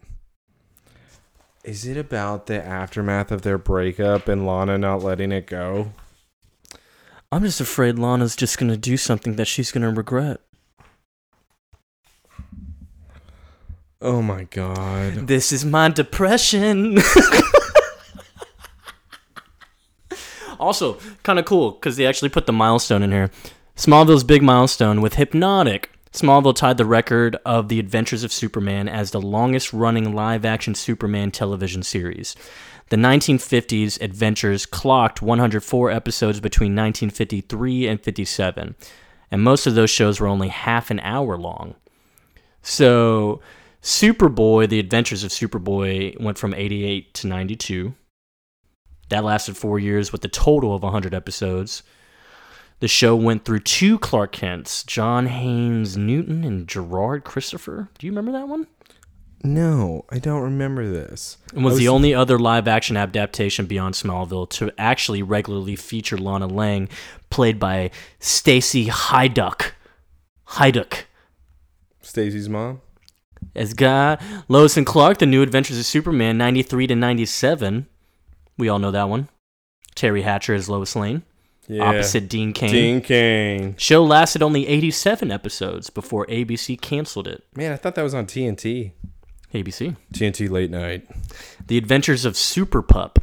Is it about the aftermath of their breakup and Lana not letting it go? I'm just afraid Lana's just gonna do something that she's gonna regret. Oh my god. This is my depression. *laughs* also, kind of cool because they actually put the milestone in here. Smallville's big milestone with Hypnotic. Smallville tied the record of The Adventures of Superman as the longest running live action Superman television series. The 1950s Adventures clocked 104 episodes between 1953 and 57, and most of those shows were only half an hour long. So, Superboy, The Adventures of Superboy, went from 88 to 92. That lasted four years with a total of 100 episodes. The show went through two Clark Kents, John Haynes Newton and Gerard Christopher. Do you remember that one? No, I don't remember this. It was, the only other live action adaptation beyond Smallville to actually regularly feature Lana Lang, played by Stacy Hyduck. Hyduck. Stacy's mom. As God, Lois and Clark, The New Adventures of Superman, 93 to 97. We all know that one. Terry Hatcher as Lois Lane, Yeah. opposite Dean Kane. Dean Kane. Show lasted only 87 episodes before ABC canceled it. Man, I thought that was on TNT. ABC. TNT late night. The Adventures of Super Pup,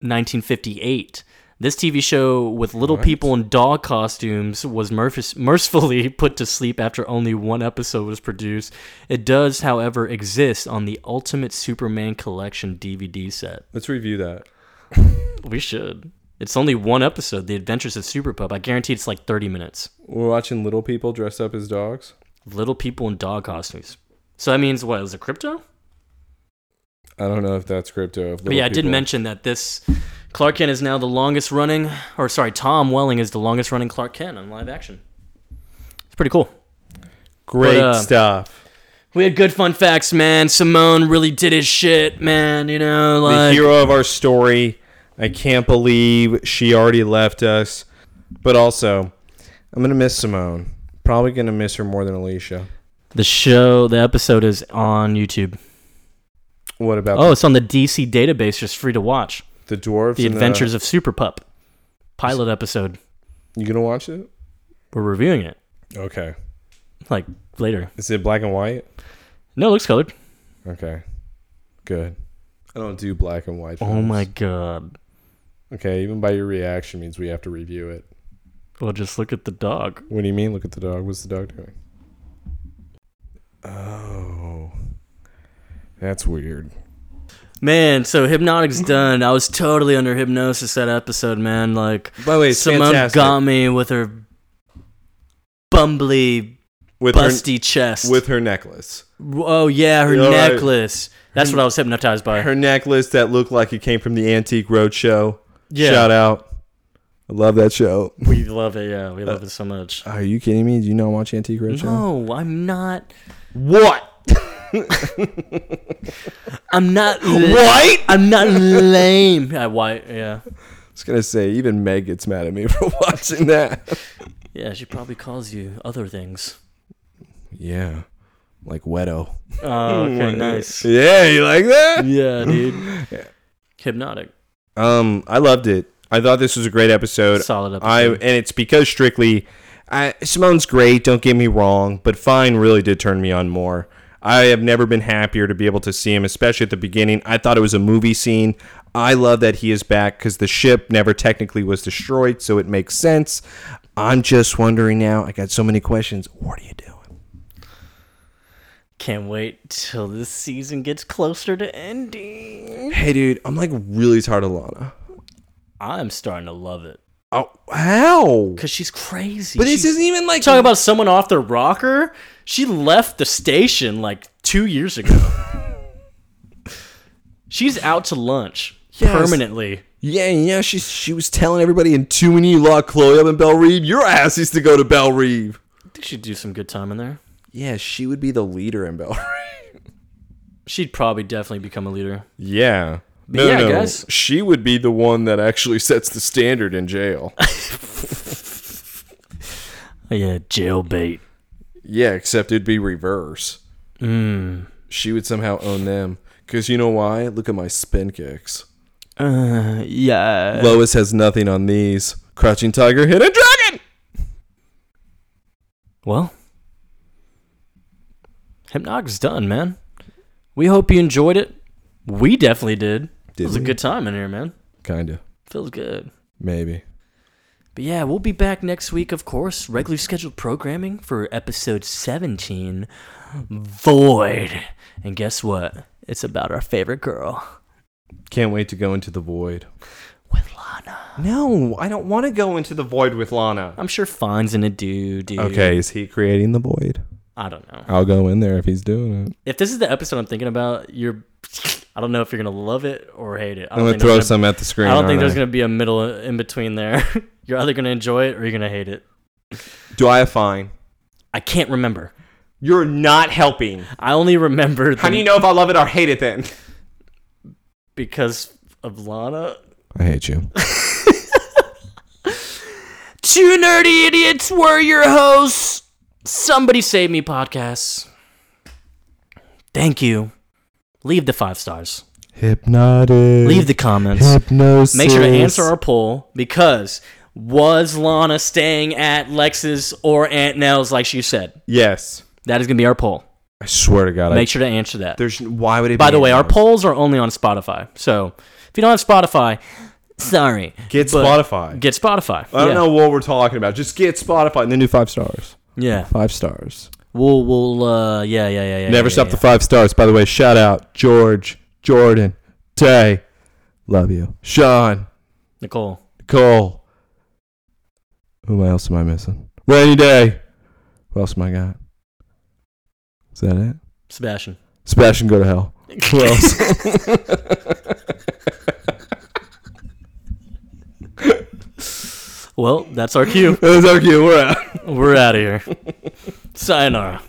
1958. This TV show with little people in dog costumes was merc- mercifully *laughs* put to sleep after only one episode was produced. It does, however, exist on the Ultimate Superman Collection DVD set. Let's review that. We should. It's only one episode, The Adventures of Super Pup. I guarantee it's like 30 minutes. We're watching little people dressed up as dogs. Little people in dog costumes. So that means what? It was a crypto? I don't know if that's crypto. if But little yeah, I did people- mention that this Clark Kent is now the longest running, or sorry, Tom Welling is the longest running Clark Kent on live action. It's pretty cool. Great but, uh, stuff. We had good fun facts, man. Simone really did his shit, man. You know, The like hero of our story. I can't believe she already left us. But also, I'm gonna miss Simone. Probably gonna miss her more than Alicia. the show, the episode is on YouTube. What about Oh, it's on the DC database, just free to watch. the dwarves? The and Adventures of Super Pup pilot episode. You gonna watch it? We're reviewing it Okay. like later. Is it black and white? No, it looks colored. Okay. Good. I don't do black and white. Oh films. my god. Okay, even by your reaction means we have to review it. Well, just look at the dog. What do you mean? Look at the dog. What's the dog doing? Oh, that's weird. Man, so hypnotic's done. I was totally under hypnosis that episode, man. Like By the way, it's Simone fantastic. got me with her bumbly, with busty chest. her with her necklace, oh yeah, her Yeah, right. necklace. That's what I was hypnotized by. her necklace that looked like it came from the Antique Roadshow. yeah, Shout out! I love that show. *laughs* we love it. Yeah, we love it so much. Are you kidding me? Do you not watch Antique Roadshow? Mm-hmm. No, I'm not. *laughs* What? *laughs* I'm not. White. I'm not lame. Yeah, white. Yeah. was gonna say even Meg gets mad at me *laughs* for watching that. Yeah, she probably calls you other things. Yeah, like Wedo. Oh, okay, nice. Yeah, you like *laughs* that? Yeah, dude. Hypnotic. Um, I loved it. I thought this was a great episode. Solid episode. I and it's because strictly, I, Simone's great. Don't get me wrong, but Fine really did turn me on more. I have never been happier to be able to see him, especially at the beginning. I thought it was a movie scene. I love that he is back because the ship never technically was destroyed, so it makes sense. I'm just wondering now. I got so many questions. What are you doing? Can't wait till this season gets closer to ending. Hey, dude, I'm like really tired of Lana. I'm starting to love it Oh, how? because she's crazy. But this She's- isn't even like talking about someone off their rocker. She left the station like two years *laughs* ago. She's out to lunch Yes. permanently. Yeah, yeah, she she was telling everybody in two and E Law Chloe up in Belle Reeve, your ass needs to go to Belle Reeve. I think she'd do some good time in there. Yeah, she would be the leader in Belle Reeve. She'd probably definitely become a leader. *laughs* Yeah. No, yeah, no, guys. She would be the one that actually *laughs* sets the standard in jail. Yeah, jailbait. yeah, except it'd be reverse. Hmm. She would somehow own them. Because you know why? Look at my spin kicks. Uh, yeah. Lois has nothing on these. Crouching Tiger, Hidden Dragon! Well, Hypnog's done, man. We hope you enjoyed it. We definitely did. it Did was a we? good time in here, man. Kinda. Feels good. Maybe. But yeah, we'll be back next week, of course. Regularly scheduled programming for episode 17 Void. And guess what? It's about our favorite girl Can't wait to go into the void. with Lana. No, I don't want to go into the void with Lana. I'm sure Fine's in a do, dude. Okay, is he creating the void? I don't know. I'll go in there if he's doing it. If this is the episode I'm thinking about, you're. I don't know if you're going to love it or hate it. I don't I'm gonna think there's throw some at the screen. I don't think there's aren't going to be a middle uh, in between there. *laughs* you're either going to enjoy it or you're going to hate it. I? Do I have fine? I can't remember. You're not helping. I only remember the, know if I love it or hate it then? because of Lana. I hate you. Two nerdy idiots were your hosts. Somebody Save Me podcasts. Thank you. Leave the five stars. Hypnotic. Leave the comments. hypnosis. Make sure to answer our poll because was Lana staying at Lex's or Aunt Nell's like she said? Yes. That is going to be our poll. I swear to God. I, Make sure to answer that. there's why would it? By be the way, our anyone? polls are only on Spotify. So if you don't have Spotify, sorry. Get But Spotify. Get Spotify. I don't yeah. know what we're talking about. Just get Spotify and then do five stars. Yeah. Five stars. We'll, we'll, uh, yeah, yeah, yeah, yeah. Never yeah, stop yeah. the five stars. By the way, shout out George, Jordan, Tay. Love you. Sean. Nicole. Cole. Who else am I missing? Rainy Day. Who else am I got? Is that it? Sebastian. Sebastian, go to hell. Who else? Well, that's our cue. That's our cue. We're out. *laughs* We're out of here. Sayonara.